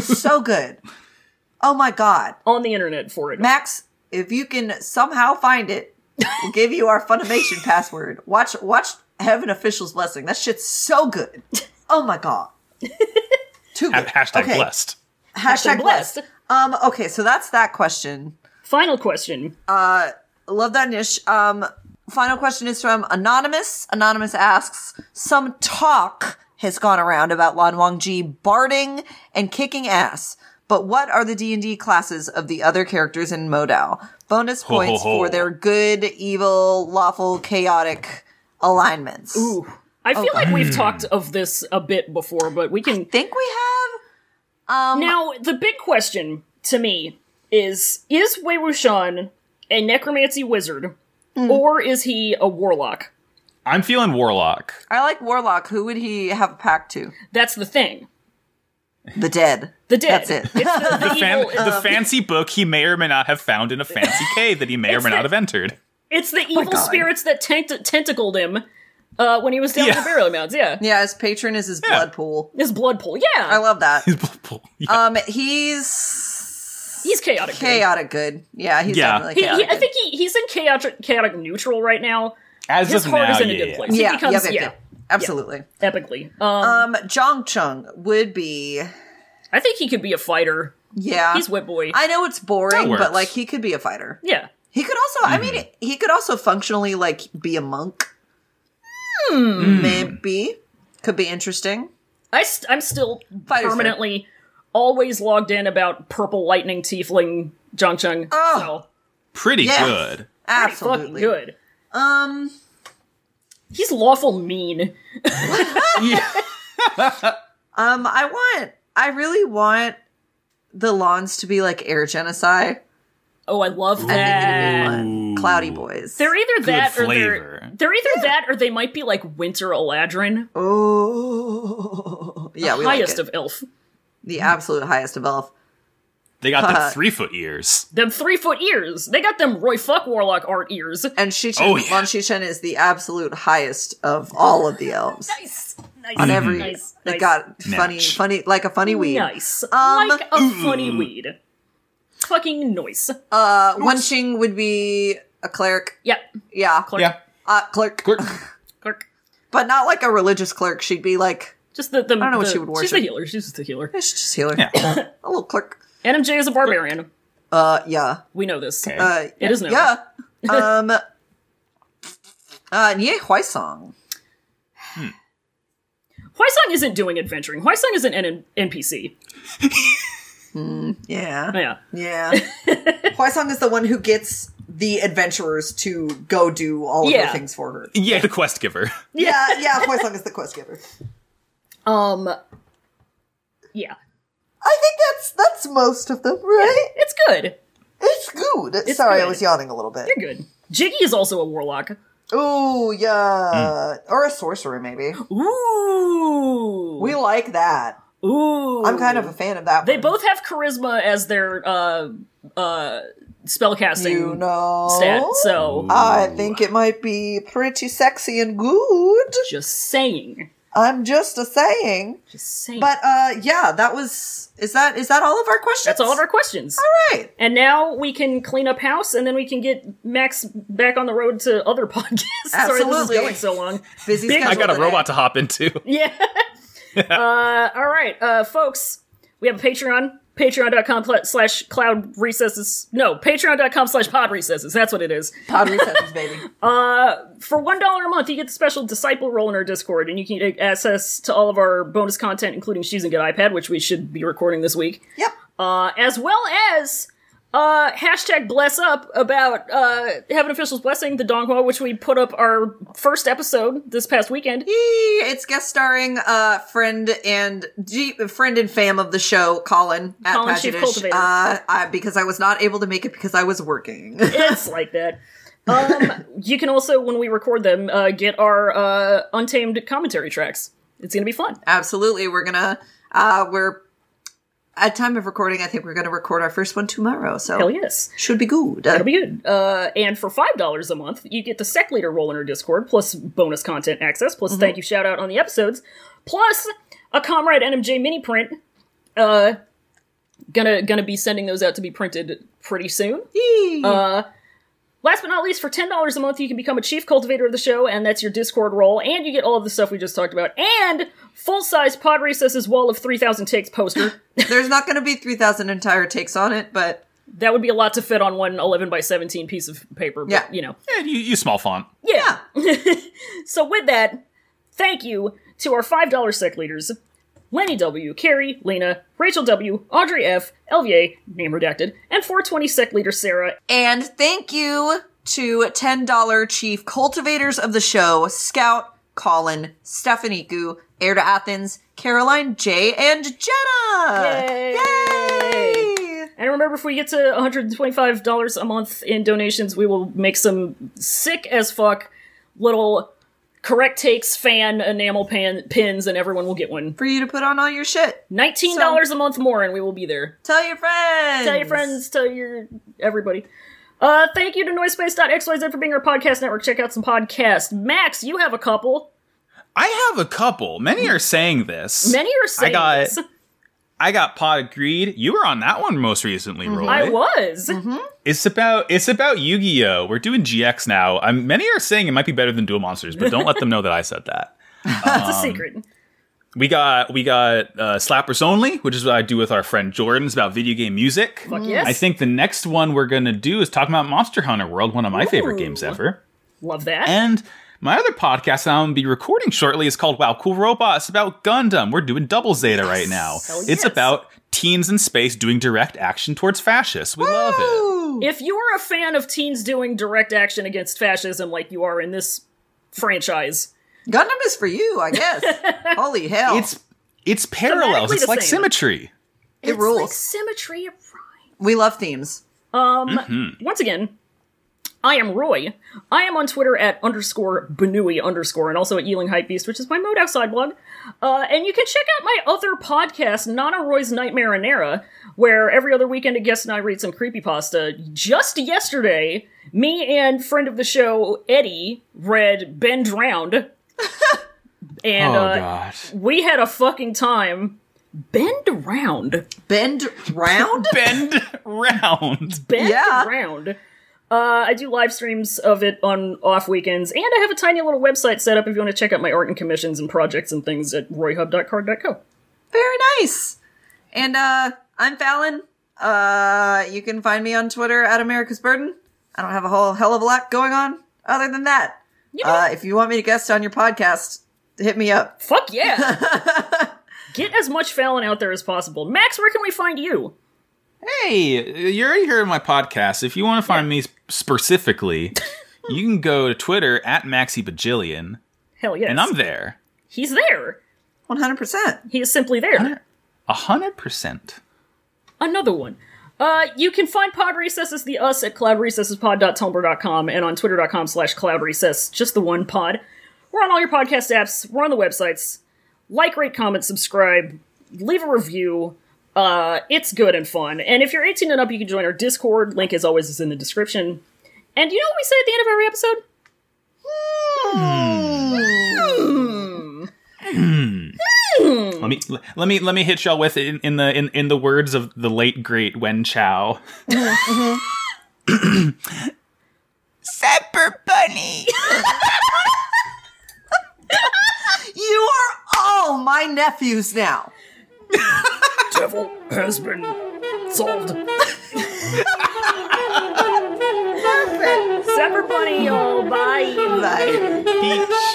Speaker 2: so good. Oh my god,
Speaker 1: On the internet for it.
Speaker 2: Max, if you can somehow find it, we'll give you our Funimation password. Watch, watch Heaven Official's Blessing. That shit's so good. Oh my god, too
Speaker 3: Ha-
Speaker 2: good.
Speaker 3: Hashtag
Speaker 2: Okay.
Speaker 3: blessed.
Speaker 2: Hashtag,
Speaker 1: Hashtag
Speaker 2: blessed.
Speaker 1: blessed.
Speaker 2: Um. Okay, so that's that question.
Speaker 1: Final question.
Speaker 2: Love that niche. Um, final question is from Anonymous. Anonymous asks, some talk has gone around about Lan Wang Ji barding and kicking ass, but what are the D&D classes of the other characters in Modal? Bonus
Speaker 3: ho,
Speaker 2: points
Speaker 3: ho.
Speaker 2: for their good, evil, lawful, chaotic alignments. Ooh.
Speaker 1: I feel like we've talked of this a bit before, but we can
Speaker 2: Think we have? Um,
Speaker 1: Now, the big question to me is is Wei Wuxian a necromancy wizard
Speaker 2: Hmm.
Speaker 1: or is he a warlock?
Speaker 3: I'm feeling warlock.
Speaker 2: I like Warlock. Who would he have a pact to?
Speaker 1: That's the thing.
Speaker 2: The dead.
Speaker 1: The dead.
Speaker 2: That's it.
Speaker 1: It's the, the
Speaker 3: Fan-
Speaker 1: evil,
Speaker 3: the fancy book he may or may not have found in a fancy cave that he may or may not have entered.
Speaker 1: it's
Speaker 2: Oh
Speaker 1: the evil spirits that tent- tentacled him uh, when he was down in
Speaker 3: Yeah.
Speaker 1: the burial mounds. Yeah.
Speaker 2: Yeah, his patron is his blood pool.
Speaker 1: His blood pool.
Speaker 2: I
Speaker 1: Yeah.
Speaker 2: love that.
Speaker 1: Uh,
Speaker 3: yeah.
Speaker 2: Um, he's
Speaker 1: He's chaotic. dude.
Speaker 2: chaotic good. Yeah, he's
Speaker 3: Yeah.
Speaker 2: definitely
Speaker 1: He, he,
Speaker 2: chaotic.
Speaker 1: I think he, he's in chaotic, chaotic neutral right now.
Speaker 3: As
Speaker 1: His
Speaker 3: of
Speaker 1: heart
Speaker 3: now,
Speaker 1: is in a
Speaker 3: yeah,
Speaker 1: good
Speaker 3: yeah.
Speaker 1: place. he becomes,
Speaker 2: yep, yep,
Speaker 1: yeah,
Speaker 2: yep. absolutely.
Speaker 1: epically. Um,
Speaker 2: Um, Jong Chung would be
Speaker 1: I think he could be a fighter.
Speaker 2: yeah.
Speaker 1: He's Whip Boy.
Speaker 2: Uh, I know it's boring,
Speaker 3: works. Hmm.
Speaker 2: but like he could be a fighter.
Speaker 1: yeah.
Speaker 2: He could also, I mean, he could also functionally like be a monk.
Speaker 1: Hmm.
Speaker 2: Maybe could be interesting.
Speaker 1: I st- I'm still
Speaker 2: Fighter's
Speaker 1: permanently always logged in about purple lightning tiefling Jongcheng.
Speaker 2: Oh,
Speaker 3: Pretty
Speaker 2: Yes.
Speaker 3: good.
Speaker 1: so, fucking
Speaker 2: Absolutely.
Speaker 1: good.
Speaker 2: Um,
Speaker 1: He's lawful mean.
Speaker 2: um, I want, I really want the lawns to be like air genocide.
Speaker 1: Oh, I love
Speaker 2: I
Speaker 1: that.
Speaker 2: think it'd be fun. Cloudy boys.
Speaker 1: They're either that or
Speaker 3: flavor.
Speaker 1: they're they're either that or they might be like Winter Eladrin,
Speaker 2: oh, yeah, we like
Speaker 1: highest
Speaker 2: it.
Speaker 1: of elf.
Speaker 2: the absolute highest of elf.
Speaker 3: They got
Speaker 1: Uh,
Speaker 3: the three foot ears.
Speaker 1: Them three foot ears. They got them Roy Fuck Warlock art ears.
Speaker 2: And Shichen,
Speaker 3: Oh, yeah.
Speaker 2: Mon Shichen is the absolute highest of all of the elves.
Speaker 1: Nice, nice,
Speaker 2: On every,
Speaker 1: nice, Mm-hmm.
Speaker 2: it
Speaker 1: nice,
Speaker 2: got funny,
Speaker 3: Match.
Speaker 2: funny, like a funny weed.
Speaker 1: nice,
Speaker 2: Um,
Speaker 1: like a funny weed. Fucking noise.
Speaker 2: Uh, Wenxing would be a cleric.
Speaker 1: Yep.
Speaker 2: Yeah. Clerk.
Speaker 3: Yeah.
Speaker 2: Uh, clerk.
Speaker 3: Gr-
Speaker 1: Clark.
Speaker 2: But not like a religious clerk. She'd be like, eh,
Speaker 1: Just the, the I
Speaker 2: don't know what
Speaker 1: the,
Speaker 2: she would
Speaker 1: She's the
Speaker 2: worship.
Speaker 1: healer. She's just the healer.
Speaker 2: "Eh, she's just healer.
Speaker 3: Yeah.
Speaker 2: a little clerk.
Speaker 1: NMJ is a barbarian.
Speaker 2: Uh, yeah.
Speaker 1: We know this.
Speaker 2: Uh,
Speaker 1: It is known.
Speaker 2: yeah. um, uh, Nye Huaisong.
Speaker 1: Huaisang isn't doing adventuring. Huaisang isn't an N- NPC.
Speaker 2: Yeah.
Speaker 1: Yeah.
Speaker 2: Yeah. Huaisong is the one who gets the adventurers to go do all of
Speaker 1: Yeah.
Speaker 2: the things for her.
Speaker 3: Yeah, the quest giver.
Speaker 2: Yeah, yeah, Huaisong is the quest giver.
Speaker 1: Um. Yeah.
Speaker 2: I think that's that's most of them, right?
Speaker 1: It's good.
Speaker 2: It's good. Sorry, I
Speaker 1: good.
Speaker 2: was yawning a little bit.
Speaker 1: You're good. Jiggy is also a warlock.
Speaker 2: Ooh, yeah. Or a sorcerer, maybe.
Speaker 1: Ooh.
Speaker 2: We like that.
Speaker 1: Ooh.
Speaker 2: I'm kind of a fan of that.
Speaker 1: They
Speaker 2: one.
Speaker 1: both have charisma as their uh uh spellcasting
Speaker 2: you know. Uh,
Speaker 1: stat. So
Speaker 2: I think it might be pretty sexy and good.
Speaker 1: just saying.
Speaker 2: I'm just a saying.
Speaker 1: Just saying.
Speaker 2: But uh yeah, that was is that is that all of our questions?
Speaker 1: that's all of our questions.
Speaker 2: All right.
Speaker 1: And now we can clean up house, and then we can get Max back on the road to other podcasts. Sorry, this is
Speaker 2: Absolutely.
Speaker 1: going so long.
Speaker 2: Busy
Speaker 1: Big-
Speaker 3: I got a
Speaker 2: schedule
Speaker 3: robot to hop into.
Speaker 1: Yeah. uh, all right, uh, folks. We have a Patreon. Patreon.com pl- slash cloud recesses. No, patreon.com slash pod recesses. That's what it is.
Speaker 2: today. Pod recessions, baby.
Speaker 1: For $1 a month, you get the special disciple role in our Discord, and you can get access to all of our bonus content, including She's and Good iPad, which we should be recording this week.
Speaker 2: Yep.
Speaker 1: uh, as well as uh, hashtag bless up about uh, heaven officials blessing the donghua which we put up our first episode this past weekend
Speaker 2: Yee, It's guest starring uh friend and G- friend and fam of the show, Colin at
Speaker 1: Colin, Chief
Speaker 2: Pagetish.
Speaker 1: Cultivator.
Speaker 2: Uh I, because I was not able to make it because I was working.
Speaker 1: it's like that um, you can also when we record them uh, get our uh, untamed commentary tracks it's gonna be fun
Speaker 2: Absolutely. We're gonna uh we're at time of recording, I think we're gonna record our first one tomorrow, so
Speaker 1: hell yes
Speaker 2: should be good.
Speaker 1: it'll be good uh, and for five dollars a month you get the sec leader role in our discord plus bonus content access plus
Speaker 2: Mm-hmm.
Speaker 1: thank you shout out on the episodes plus a comrade nmj mini print uh gonna gonna be sending those out to be printed pretty soon Uh,
Speaker 2: Yee.
Speaker 1: last but not least for $10 a month you can become a chief cultivator of the show and that's your discord role and you get all of the stuff we just talked about and full-size pod recesses wall of 3000 takes poster
Speaker 2: There's not gonna be three thousand entire takes on it, but
Speaker 1: that would be a lot to fit on one 11 by 17 piece of paper but,
Speaker 2: Yeah.
Speaker 1: you know
Speaker 3: Yeah, you, you small font.
Speaker 1: Yeah. so with that, thank you to our five dollar sec leaders. Lenny W, Carrie, Lena, Rachel W, Audrey F, LVA, name redacted, and 420 sec leader Sarah.
Speaker 2: And thank you to $10 chief cultivators of the show, Scout, Colin, Stephanie Goo, Air to Athens, Caroline, Jay, and Jenna!
Speaker 1: Yay!
Speaker 2: Yay!
Speaker 1: And remember, if we get to $125 a month in donations, we will make some sick as fuck little correct takes fan enamel pan- pins, and everyone will get one.
Speaker 2: For you to put on all your shit.
Speaker 1: $19 a month more, and we will be there.
Speaker 2: Tell your friends!
Speaker 1: Tell your friends, tell your everybody. Uh, thank you to Noisepace.xyz for being our podcast network. Check out some podcasts. Max, you have a couple.
Speaker 3: I have a couple. Many are saying this.
Speaker 1: Mm-hmm. Many are saying
Speaker 3: got-
Speaker 1: this.
Speaker 3: I got Pod Greed. You were on that one most recently, Roy.
Speaker 1: Mm-hmm. I was.
Speaker 3: It's about it's about Yu-Gi-Oh. We're doing GX now. i many are saying it might be better than Duel Monsters, but don't let them know that I said that.
Speaker 1: It's a secret.
Speaker 3: We got we got uh, Slappers Only, which is what I do with our friend Jordan. It's about video game music.
Speaker 1: Fuck yes.
Speaker 3: I think the next one we're gonna do is talk about Monster Hunter World, one of my favorite games ever.
Speaker 1: Love that.
Speaker 3: And my other podcast that I'm gonna be recording shortly is called Wow Cool Robot. It's about Gundam. We're doing Double Zeta right now.
Speaker 1: Hell yes.
Speaker 3: It's about teens in space doing direct action towards fascists. We love it.
Speaker 1: if you are a fan of teens doing direct action against fascism like you are in this franchise,
Speaker 2: Gundam is for you, I guess. Holy hell.
Speaker 3: It's it's parallels.
Speaker 1: Thematically
Speaker 3: It's
Speaker 1: the
Speaker 3: like
Speaker 1: same.
Speaker 3: symmetry.
Speaker 2: it
Speaker 1: it's like
Speaker 2: rules.
Speaker 1: symmetry of
Speaker 2: we love themes.
Speaker 1: Um, once again, I am Roy. I am on Twitter at underscore Benui underscore, and also at Ealing Hype Beast, which is my mode outside blog. Uh, and you can check out my other podcast, Nana Roy's Nightmare and Era, where every other weekend a guest and I read some creepypasta. Just yesterday, me and friend of the show, Eddie, read Ben Drowned. and
Speaker 3: oh
Speaker 1: uh,
Speaker 3: gosh.
Speaker 1: we had a fucking time. Bend round.
Speaker 2: Bend round?
Speaker 3: Bend round.
Speaker 1: bent
Speaker 2: Yeah.
Speaker 1: around. Uh, I do live streams of it on off weekends, and I have a tiny little website set up if you want to check out my art and commissions and projects and things at royhub.card.co.
Speaker 2: Very nice. And uh, I'm Fallon. Uh, you can find me on Twitter at America's Burden. I don't have a whole hell of a lot going on other than that. Uh, if you want me to guest on your podcast, hit me up.
Speaker 1: Fuck yeah! Get as much Fallon out there as possible. Max, where can we find you?
Speaker 3: Hey, you're already hearing my podcast. If you want to find me specifically, you can go to Twitter at Maxi Bajillion,
Speaker 1: Hell yes.
Speaker 3: and I'm there.
Speaker 1: He's there.
Speaker 2: 100%.
Speaker 1: He is simply there.
Speaker 3: A hundred percent.
Speaker 1: Another one. Uh, you can find Pod Recesses the Us at cloudrecessespod.tumblr.com and on twitter.com slash cloudrecess, just the one pod. We're on all your podcast apps. We're on the websites. Like, rate, comment, subscribe, leave a review. Uh, it's good and fun. And if you're 18 and up, you can join our Discord. Link, as always, is in the description. And you know what we say at the end of every episode?
Speaker 3: Let me let me let me hit y'all with it in, in the in, in the words of the late great Wen Chow.
Speaker 8: Pepper Bunny.
Speaker 2: You are all my nephews now.
Speaker 1: Devil has been solved. Separate bunny, y'all. Bye.
Speaker 2: Bye.
Speaker 3: Peach.